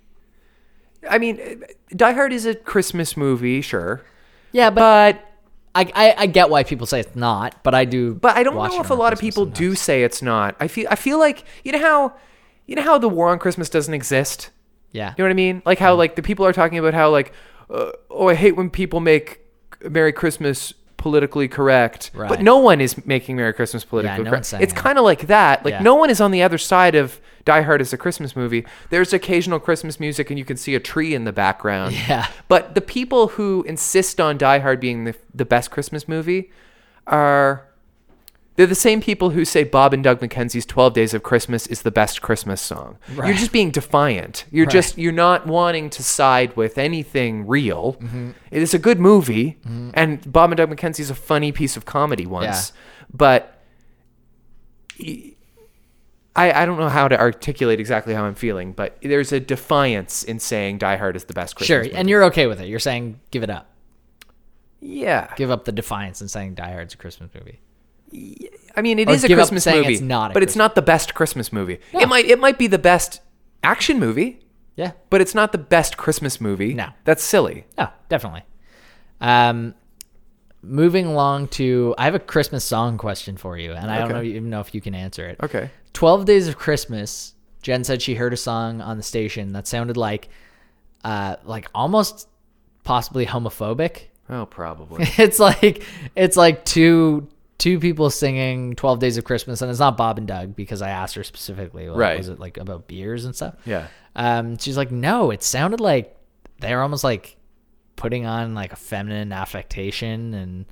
[SPEAKER 4] I mean, Die Hard is a Christmas movie, sure,
[SPEAKER 5] Yeah, but
[SPEAKER 4] but
[SPEAKER 5] I, I, I get why people say it's not, but I do.
[SPEAKER 4] but I don't
[SPEAKER 5] watch
[SPEAKER 4] know
[SPEAKER 5] it
[SPEAKER 4] if a
[SPEAKER 5] on
[SPEAKER 4] lot of
[SPEAKER 5] Christmas
[SPEAKER 4] people
[SPEAKER 5] sometimes.
[SPEAKER 4] do say it's not. I feel I feel like you know how you know how the war on Christmas doesn't exist.
[SPEAKER 5] Yeah.
[SPEAKER 4] You know what I mean? Like how like the people are talking about how like uh, oh I hate when people make Merry Christmas politically correct,
[SPEAKER 5] Right.
[SPEAKER 4] but no one is making Merry Christmas politically
[SPEAKER 5] no one's
[SPEAKER 4] correct.
[SPEAKER 5] saying
[SPEAKER 4] It's
[SPEAKER 5] that.
[SPEAKER 4] kind of like that. Like
[SPEAKER 5] Yeah.
[SPEAKER 4] no one is on the other side of Die Hard is a Christmas movie. There's occasional Christmas music and you can see a tree in the background.
[SPEAKER 5] Yeah.
[SPEAKER 4] But the people who insist on Die Hard being the the best Christmas movie are they're the same people who say Bob and Doug McKenzie's 12 Days of Christmas is the best Christmas song. You're just being defiant. You're just you're not wanting to side with anything real.
[SPEAKER 5] Mm-hmm.
[SPEAKER 4] It is a good movie and Bob and Doug McKenzie's a funny piece of comedy once. But I, I don't know how to articulate exactly how I'm feeling, but there's a defiance in saying Die Hard is the best Christmas
[SPEAKER 5] Sure,
[SPEAKER 4] movie.
[SPEAKER 5] and you're okay with it. You're saying give it up,
[SPEAKER 4] yeah.
[SPEAKER 5] give up the defiance, and saying Die Hard's a Christmas movie.
[SPEAKER 4] I mean, it
[SPEAKER 5] Or
[SPEAKER 4] is a
[SPEAKER 5] give up
[SPEAKER 4] Christmas
[SPEAKER 5] saying
[SPEAKER 4] movie,
[SPEAKER 5] it's not a
[SPEAKER 4] but it's
[SPEAKER 5] Christmas-
[SPEAKER 4] not the best Christmas movie. It might it might be the best action movie,
[SPEAKER 5] Yeah,
[SPEAKER 4] but it's not the best Christmas movie.
[SPEAKER 5] No.
[SPEAKER 4] that's silly.
[SPEAKER 5] no, definitely. Um, moving along to, I have a Christmas song question for you, and I don't know,
[SPEAKER 4] Okay.
[SPEAKER 5] even know if you can answer it.
[SPEAKER 4] Okay.
[SPEAKER 5] Twelve Days of Christmas. Jen said she heard a song on the station that sounded like, uh, like almost possibly homophobic.
[SPEAKER 4] Oh, probably.
[SPEAKER 5] it's like it's like two two people singing 12 days of christmas and it's not bob and doug because i asked her specifically like,
[SPEAKER 4] Right.
[SPEAKER 5] was it like about beers and stuff
[SPEAKER 4] yeah.
[SPEAKER 5] um she's like no it sounded like they're almost like putting on like a feminine affectation and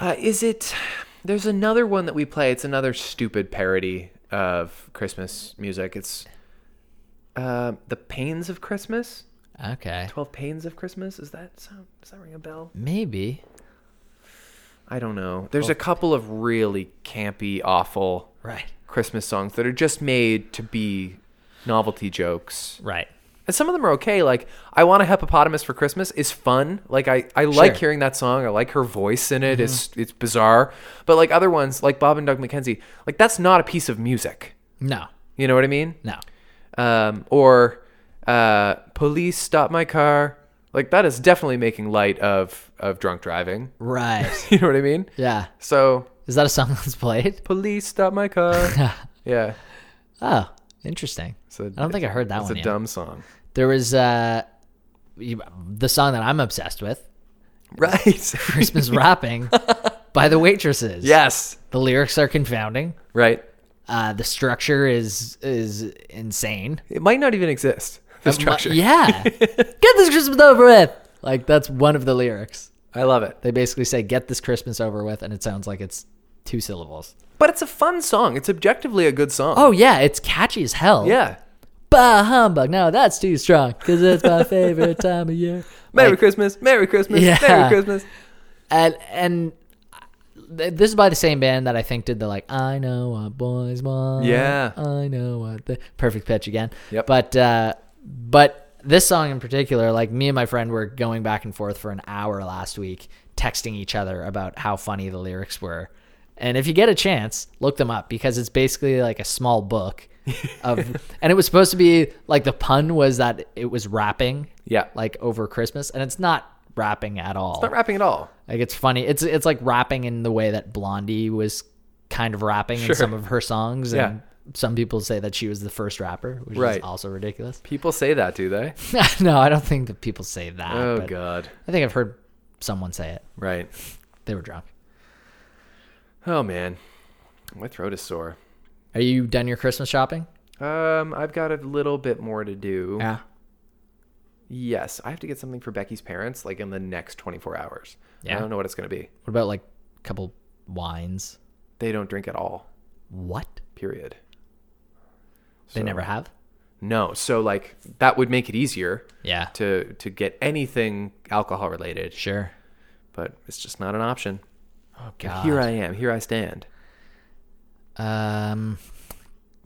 [SPEAKER 4] Uh, is it? There's another one that we play. It's another stupid parody of Christmas music. It's uh, the Pains of Christmas.
[SPEAKER 5] okay
[SPEAKER 4] Twelve Pains of Christmas. Is that sound? Does that ring a bell?
[SPEAKER 5] maybe
[SPEAKER 4] I don't know. There's a couple of really campy, awful
[SPEAKER 5] Oh. right
[SPEAKER 4] Christmas songs that are just made to be novelty jokes.
[SPEAKER 5] Right.
[SPEAKER 4] And some of them are okay. Like I want a hippopotamus for Christmas is fun. Like I, I like
[SPEAKER 5] Sure. Mm-hmm.
[SPEAKER 4] hearing that song. I like her voice in it. It's it's bizarre. But like other ones, like Bob and Doug McKenzie, like that's not a piece of music.
[SPEAKER 5] No.
[SPEAKER 4] You know what I mean?
[SPEAKER 5] No.
[SPEAKER 4] um, or uh, police stop my car. Like that is definitely making light of of drunk driving.
[SPEAKER 5] Right.
[SPEAKER 4] You know what I mean?
[SPEAKER 5] yeah.
[SPEAKER 4] So
[SPEAKER 5] Is that a song that's played?
[SPEAKER 4] police stop my car. yeah,
[SPEAKER 5] Oh, interesting.
[SPEAKER 4] I
[SPEAKER 5] I don't think I heard that
[SPEAKER 4] It's
[SPEAKER 5] one
[SPEAKER 4] a
[SPEAKER 5] yet.
[SPEAKER 4] dumb song,
[SPEAKER 5] There was uh, you- the song that I'm obsessed with,
[SPEAKER 4] right?
[SPEAKER 5] Christmas Rapping by the Waitresses.
[SPEAKER 4] yes,
[SPEAKER 5] The lyrics are confounding.
[SPEAKER 4] right.
[SPEAKER 5] Uh, the structure is is insane.
[SPEAKER 4] It might not even exist. The structure.
[SPEAKER 5] Mu- yeah. get this Christmas over with. Like that's one of the lyrics.
[SPEAKER 4] I love it.
[SPEAKER 5] They basically say get this Christmas over with and it sounds like it's two syllables.
[SPEAKER 4] But it's a fun song. It's objectively a good song.
[SPEAKER 5] Oh yeah, it's catchy as hell.
[SPEAKER 4] yeah.
[SPEAKER 5] Bah humbug. No, that's too strong cuz it's my favorite time of year.
[SPEAKER 4] Merry
[SPEAKER 5] Like-
[SPEAKER 4] Christmas. Merry Christmas.
[SPEAKER 5] Yeah.
[SPEAKER 4] Merry Christmas.
[SPEAKER 5] and and th- this is by the same band that I think did the like I know what boys want.
[SPEAKER 4] Yeah.
[SPEAKER 5] I know what the perfect pitch again.
[SPEAKER 4] Yep.
[SPEAKER 5] But uh, but this song in particular, like me and my friend were going back and forth for an hour last week, texting each other about how funny the lyrics were. And if you get a chance, look them up because it's basically like a small book of and it was supposed to be like the pun was that it was rapping.
[SPEAKER 4] Yeah.
[SPEAKER 5] Like over Christmas. And it's not rapping at all.
[SPEAKER 4] Not rapping at all.
[SPEAKER 5] Like it's funny. It's it's like rapping in the way that Blondie was kind of rapping in some of her songs.
[SPEAKER 4] Yeah.
[SPEAKER 5] And some people say that she was the first rapper, which
[SPEAKER 4] Right.
[SPEAKER 5] is also ridiculous.
[SPEAKER 4] People say that, do they?
[SPEAKER 5] no, I don't think that people say that.
[SPEAKER 4] Oh
[SPEAKER 5] but
[SPEAKER 4] God.
[SPEAKER 5] I think I've heard someone say it.
[SPEAKER 4] Right.
[SPEAKER 5] They were drunk.
[SPEAKER 4] Oh man, my throat is sore.
[SPEAKER 5] Are you done your Christmas shopping?
[SPEAKER 4] Um, I've got a little bit more to do. Yes, I have to get something for Becky's parents like in the next 24 hours.
[SPEAKER 5] Yeah.
[SPEAKER 4] I don't know what it's going to be.
[SPEAKER 5] What about like a couple wines?
[SPEAKER 4] They don't drink at all.
[SPEAKER 5] What?
[SPEAKER 4] Period.
[SPEAKER 5] They never have?
[SPEAKER 4] No, so like that would make it easier
[SPEAKER 5] Yeah.
[SPEAKER 4] to to get anything alcohol related,
[SPEAKER 5] Sure.
[SPEAKER 4] but it's just not an option.
[SPEAKER 5] Oh god.
[SPEAKER 4] Here I am. Here I stand.
[SPEAKER 5] um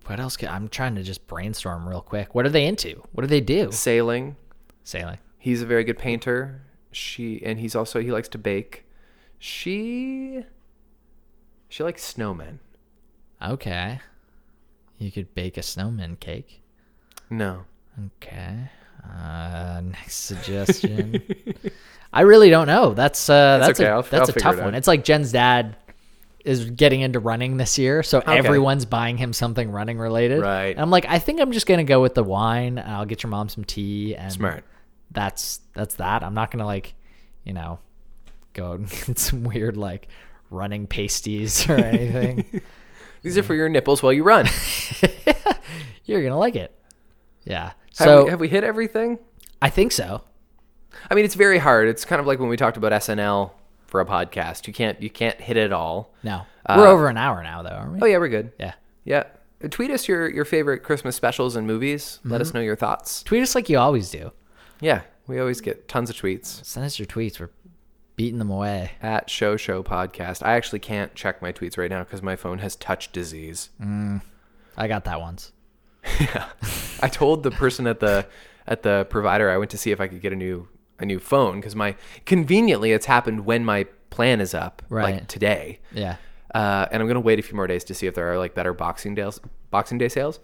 [SPEAKER 5] what else can, I'm trying to just brainstorm real quick. What are they into? What do they do?
[SPEAKER 4] Sailing.
[SPEAKER 5] Sailing.
[SPEAKER 4] He's a very good painter. She and he's also he likes to bake. She she likes snowmen.
[SPEAKER 5] Okay. You could bake a snowman cake.
[SPEAKER 4] No.
[SPEAKER 5] Okay. Uh, next suggestion. I really don't know. That's uh, that's
[SPEAKER 4] okay.
[SPEAKER 5] a,
[SPEAKER 4] I'll-
[SPEAKER 5] that's
[SPEAKER 4] I'll
[SPEAKER 5] a
[SPEAKER 4] figure
[SPEAKER 5] tough
[SPEAKER 4] it out.
[SPEAKER 5] one. It's like Jen's dad is getting into running this year, so everyone's buying him something running related.
[SPEAKER 4] Right.
[SPEAKER 5] And I'm like, I think I'm just gonna go with the wine. And I'll get your mom some tea. And
[SPEAKER 4] Smart.
[SPEAKER 5] That's that's that. I'm not gonna like, you know, go out and get some weird like running pasties or anything.
[SPEAKER 4] These are for your nipples while you run.
[SPEAKER 5] You're gonna like it. Yeah.
[SPEAKER 4] have,
[SPEAKER 5] So
[SPEAKER 4] we, have we hit everything?
[SPEAKER 5] I think so.
[SPEAKER 4] I mean, it's very hard. It's kind of like when we talked about SNL for a podcast. You can't you can't hit it all.
[SPEAKER 5] No, we're over an hour now, though, aren't we?
[SPEAKER 4] Oh yeah, we're good.
[SPEAKER 5] Uh, yeah.
[SPEAKER 4] Yeah. Tweet us your your favorite Christmas specials and movies. Let us know your thoughts.
[SPEAKER 5] Tweet us like you always do.
[SPEAKER 4] Yeah, we always get tons of tweets
[SPEAKER 5] Send us your tweets. We're beating them away.
[SPEAKER 4] at Show Show Podcast. I actually can't check my tweets right now because my phone has touch disease.
[SPEAKER 5] I got that once.
[SPEAKER 4] I told the person at the at the provider I went to see if I could get a new a new phone because my conveniently it's happened when my plan is up like
[SPEAKER 5] Right.
[SPEAKER 4] today.
[SPEAKER 5] Yeah.
[SPEAKER 4] uh, and I'm gonna wait a few more days to see if there are like better Boxing Day Boxing Day sales.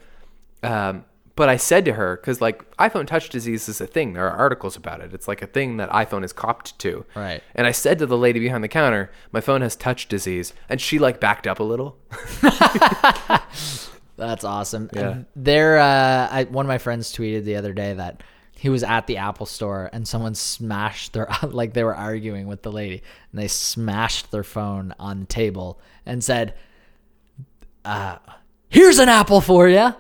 [SPEAKER 4] Um, but I said to her because like iPhone touch disease is a thing. There are articles about it. It's like a thing that iPhone is copped to.
[SPEAKER 5] Right.
[SPEAKER 4] And I said to the lady behind the counter, "My phone has touch disease," and she like backed up a little.
[SPEAKER 5] That's awesome. And there, uh, I, one of my friends tweeted the other day that he was at the Apple store and someone smashed their, like they were arguing with the lady and they smashed their phone on the table and said, uh, here's an apple for you.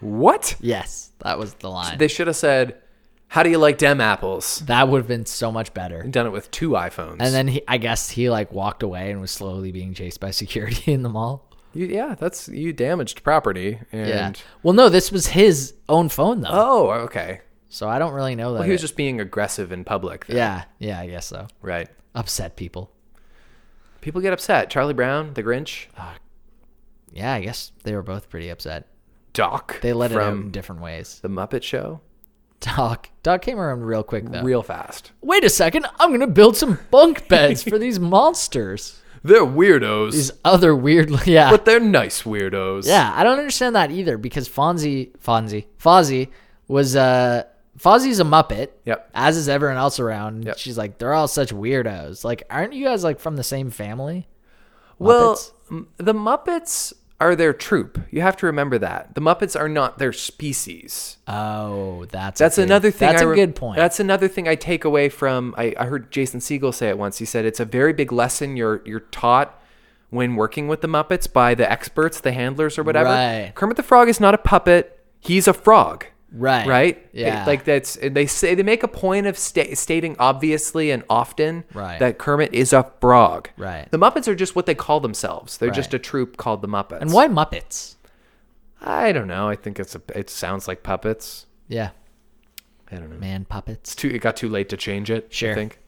[SPEAKER 4] What?
[SPEAKER 5] Yes. That was the line.
[SPEAKER 4] They should have said, "How do you like dem apples?"
[SPEAKER 5] that would have been so much better.
[SPEAKER 4] And done it with two iPhones.
[SPEAKER 5] And then he, I guess he like walked away and was slowly being chased by security in the mall.
[SPEAKER 4] you, yeah, that's you damaged property. And
[SPEAKER 5] Well, no, this was his own phone though,
[SPEAKER 4] oh, okay.
[SPEAKER 5] so I don't really know that.
[SPEAKER 4] He was
[SPEAKER 5] it-
[SPEAKER 4] just being aggressive in public. then.
[SPEAKER 5] yeah, yeah, I guess so.
[SPEAKER 4] Right.
[SPEAKER 5] Upset people.
[SPEAKER 4] People get upset. Charlie Brown, The Grinch.
[SPEAKER 5] Yeah, I guess they were both pretty upset.
[SPEAKER 4] Doc.
[SPEAKER 5] They let it out in
[SPEAKER 4] from
[SPEAKER 5] different ways.
[SPEAKER 4] the Muppet Show.
[SPEAKER 5] Doc, Doc came around real quick though.
[SPEAKER 4] Real fast.
[SPEAKER 5] Wait a second, I'm gonna build some bunk beds for these monsters.
[SPEAKER 4] They're weirdos,
[SPEAKER 5] These other weird, yeah,
[SPEAKER 4] but they're nice weirdos.
[SPEAKER 5] yeah. I don't understand that either because Fonzie, Fonzie, Fozzie was uh, Fozzie's a Muppet.
[SPEAKER 4] Yep.
[SPEAKER 5] As is everyone else around.
[SPEAKER 4] Yep.
[SPEAKER 5] She's like, they're all such weirdos. Like, aren't you guys like from the same family?
[SPEAKER 4] Well,
[SPEAKER 5] Muppets?
[SPEAKER 4] m- the Muppets are their troop. You have to remember that. The Muppets are not their species.
[SPEAKER 5] Oh, that's
[SPEAKER 4] That's
[SPEAKER 5] a good-
[SPEAKER 4] another thing.
[SPEAKER 5] That's
[SPEAKER 4] I
[SPEAKER 5] a
[SPEAKER 4] re-
[SPEAKER 5] good point.
[SPEAKER 4] That's another thing I take away from. I, I heard Jason Siegel say it once. He said it's a very big lesson you're you're taught when working with the Muppets by the experts, the handlers, or whatever.
[SPEAKER 5] Right.
[SPEAKER 4] Kermit the Frog is not a puppet. He's a frog.
[SPEAKER 5] Right.
[SPEAKER 4] Right. They-
[SPEAKER 5] Yeah.
[SPEAKER 4] like that's and they say they make a point of sta- stating obviously and often
[SPEAKER 5] Right.
[SPEAKER 4] that Kermit is a frog.
[SPEAKER 5] Right.
[SPEAKER 4] The Muppets are just what they call themselves. They're
[SPEAKER 5] Right.
[SPEAKER 4] just a troupe called the Muppets.
[SPEAKER 5] and why Muppets?
[SPEAKER 4] I don't know. I think it's a. It sounds like puppets.
[SPEAKER 5] Yeah,
[SPEAKER 4] I don't know.
[SPEAKER 5] man, puppets.
[SPEAKER 4] Too, it got too late to change it.
[SPEAKER 5] Sure.
[SPEAKER 4] I think.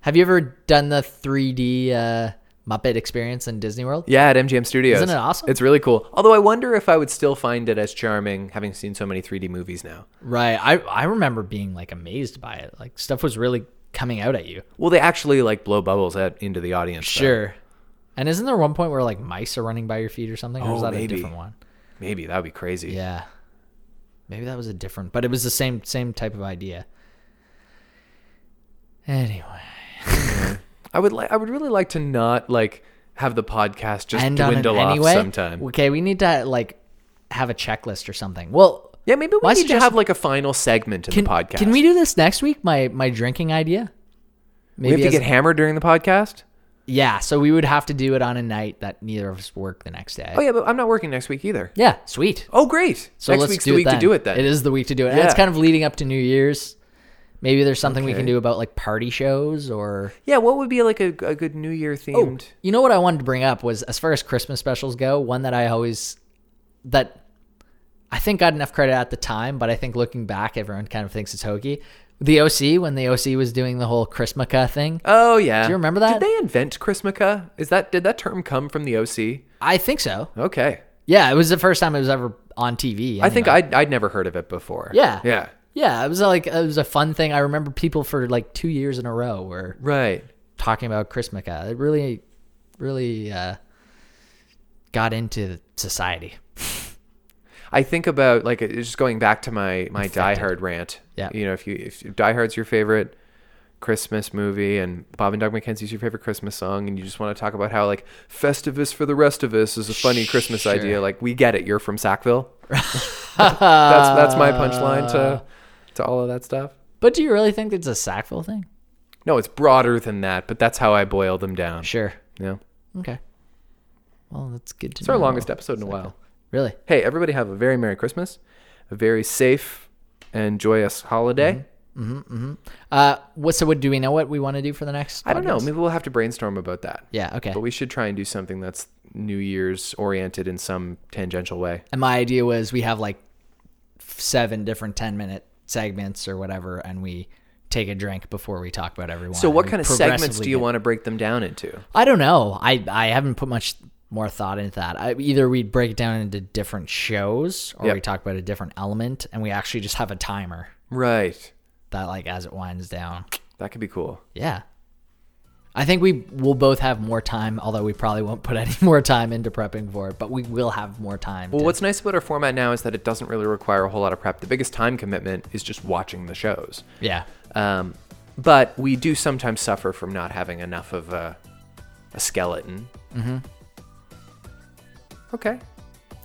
[SPEAKER 5] Have you ever done the 3D uh, Muppet experience in Disney World?
[SPEAKER 4] Yeah, at MGM Studios.
[SPEAKER 5] Isn't it awesome?
[SPEAKER 4] It's really cool. Although I wonder if I would still find it as charming having seen so many 3D movies now.
[SPEAKER 5] Right. I I remember being like amazed by it. Like stuff was really coming out at you.
[SPEAKER 4] Well, they actually like blow bubbles at, into the audience. though.
[SPEAKER 5] And isn't there one point where like mice are running by your feet or something? or is
[SPEAKER 4] Oh,
[SPEAKER 5] that
[SPEAKER 4] maybe.
[SPEAKER 5] a different one?
[SPEAKER 4] Maybe that would be crazy.
[SPEAKER 5] Yeah. Maybe that was a different, but it was the same same type of idea. Anyway,
[SPEAKER 4] I would like. I would really like to not like have the podcast just
[SPEAKER 5] end on an
[SPEAKER 4] dwindle off
[SPEAKER 5] anyway.
[SPEAKER 4] sometime.
[SPEAKER 5] Okay, we need to like have a checklist or something. Well,
[SPEAKER 4] yeah, maybe we
[SPEAKER 5] My
[SPEAKER 4] need
[SPEAKER 5] suggestion-
[SPEAKER 4] to have like a final segment in
[SPEAKER 5] can,
[SPEAKER 4] the podcast.
[SPEAKER 5] can we do this next week? My my drinking idea.
[SPEAKER 4] We
[SPEAKER 5] Maybe
[SPEAKER 4] have to
[SPEAKER 5] as-
[SPEAKER 4] get hammered during the podcast.
[SPEAKER 5] yeah. So we would have to do it on a night that neither of us work the next day.
[SPEAKER 4] Oh yeah, but I'm not working next week either.
[SPEAKER 5] Yeah, sweet.
[SPEAKER 4] Oh great!
[SPEAKER 5] So
[SPEAKER 4] next
[SPEAKER 5] let's
[SPEAKER 4] week's
[SPEAKER 5] do
[SPEAKER 4] the
[SPEAKER 5] it
[SPEAKER 4] week
[SPEAKER 5] then.
[SPEAKER 4] to do it then.
[SPEAKER 5] It is the week to do it. And it's
[SPEAKER 4] Yeah.
[SPEAKER 5] kind of leading up to New Year's. Maybe there's something we can
[SPEAKER 4] Okay.
[SPEAKER 5] do about like party shows or
[SPEAKER 4] Yeah, what would be like a, a good New
[SPEAKER 5] Oh.
[SPEAKER 4] Year themed?
[SPEAKER 5] you know what I wanted to bring up was as far as Christmas specials go, one that I always that I think got enough credit at the time, but I think looking back everyone kind of thinks it's hokey. The OC when the OC was doing the whole Chrismica thing.
[SPEAKER 4] Oh yeah. Do
[SPEAKER 5] you remember that?
[SPEAKER 4] Did they invent Chrismica? Is that did that term come from the OC?
[SPEAKER 5] I think so.
[SPEAKER 4] Okay.
[SPEAKER 5] Yeah, it was the first time it was ever on TV.
[SPEAKER 4] I think
[SPEAKER 5] anyway.
[SPEAKER 4] I'd, I'd never heard of it before.
[SPEAKER 5] Yeah.
[SPEAKER 4] Yeah.
[SPEAKER 5] Yeah, it was like it was a fun thing. I remember people for like 2 years in a row were
[SPEAKER 4] Right.
[SPEAKER 5] talking about Chrismica. It really, really uh, got into society.
[SPEAKER 4] I think about like it's just going back to my my Die Hard rant.
[SPEAKER 5] Yeah.
[SPEAKER 4] You know, if you if Die Hard's your favorite Christmas movie and Bob and Doug McKenzie's your favorite Christmas song, and you just want to talk about how like Festivus for the rest of us is a funny Christmas
[SPEAKER 5] Sure.
[SPEAKER 4] idea. Like we get it. You're from Sackville. that's that's my punchline to to all of that stuff.
[SPEAKER 5] But do you really think it's a Sackville thing?
[SPEAKER 4] No, it's broader than that, but that's how I boil them down.
[SPEAKER 5] Sure.
[SPEAKER 4] Yeah.
[SPEAKER 5] Mm. Okay. Well, that's good to
[SPEAKER 4] It's our longest
[SPEAKER 5] Oh,
[SPEAKER 4] episode in a while.
[SPEAKER 5] Really?
[SPEAKER 4] Hey, everybody, have a very Merry Christmas, a very safe and joyous holiday.
[SPEAKER 5] Mm-hmm. Uh, what? So, what do we know? What we want to do for the next?
[SPEAKER 4] I don't know.
[SPEAKER 5] podcast?
[SPEAKER 4] Maybe we'll have to brainstorm about that.
[SPEAKER 5] Yeah. Okay.
[SPEAKER 4] But we should try and do something that's New Year's oriented in some tangential way.
[SPEAKER 5] and my idea was we have like seven different ten-minute segments or whatever, and we take a drink before we talk about everyone.
[SPEAKER 4] So,
[SPEAKER 5] and
[SPEAKER 4] what
[SPEAKER 5] we
[SPEAKER 4] kind of segments
[SPEAKER 5] progressively
[SPEAKER 4] do you
[SPEAKER 5] get-
[SPEAKER 4] want to break them down into?
[SPEAKER 5] I don't know. I I haven't put much more thought into that. I, either we break it down into different shows, or
[SPEAKER 4] Yep.
[SPEAKER 5] we talk about a different element, and we actually just have a timer
[SPEAKER 4] Right.
[SPEAKER 5] that, like, as it winds down,
[SPEAKER 4] That could be cool.
[SPEAKER 5] yeah. I think we will both have more time, although we probably won't put any more time into prepping for it, but we will have more time.
[SPEAKER 4] Well,
[SPEAKER 5] to-
[SPEAKER 4] what's nice about our format now is that it doesn't really require a whole lot of prep. The biggest time commitment is just watching the shows.
[SPEAKER 5] yeah,
[SPEAKER 4] Um, but we do sometimes suffer from not having enough of a, a skeleton. Mm-hmm. Okay,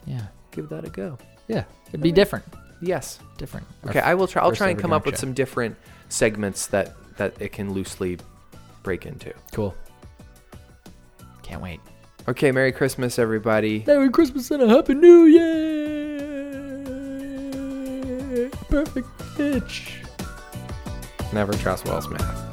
[SPEAKER 5] yeah,
[SPEAKER 4] give that a go.
[SPEAKER 5] yeah. It'd be different,
[SPEAKER 4] Yes.
[SPEAKER 5] different. Our
[SPEAKER 4] Okay, I will try. I'll
[SPEAKER 5] first
[SPEAKER 4] try and
[SPEAKER 5] ever
[SPEAKER 4] come
[SPEAKER 5] drunk
[SPEAKER 4] up with
[SPEAKER 5] show.
[SPEAKER 4] some different segments that that it can loosely break into.
[SPEAKER 5] Cool. Can't wait.
[SPEAKER 4] Okay, Merry Christmas, everybody.
[SPEAKER 5] Merry Christmas and a Happy New Year! Perfect pitch.
[SPEAKER 4] Never trust Will Smith.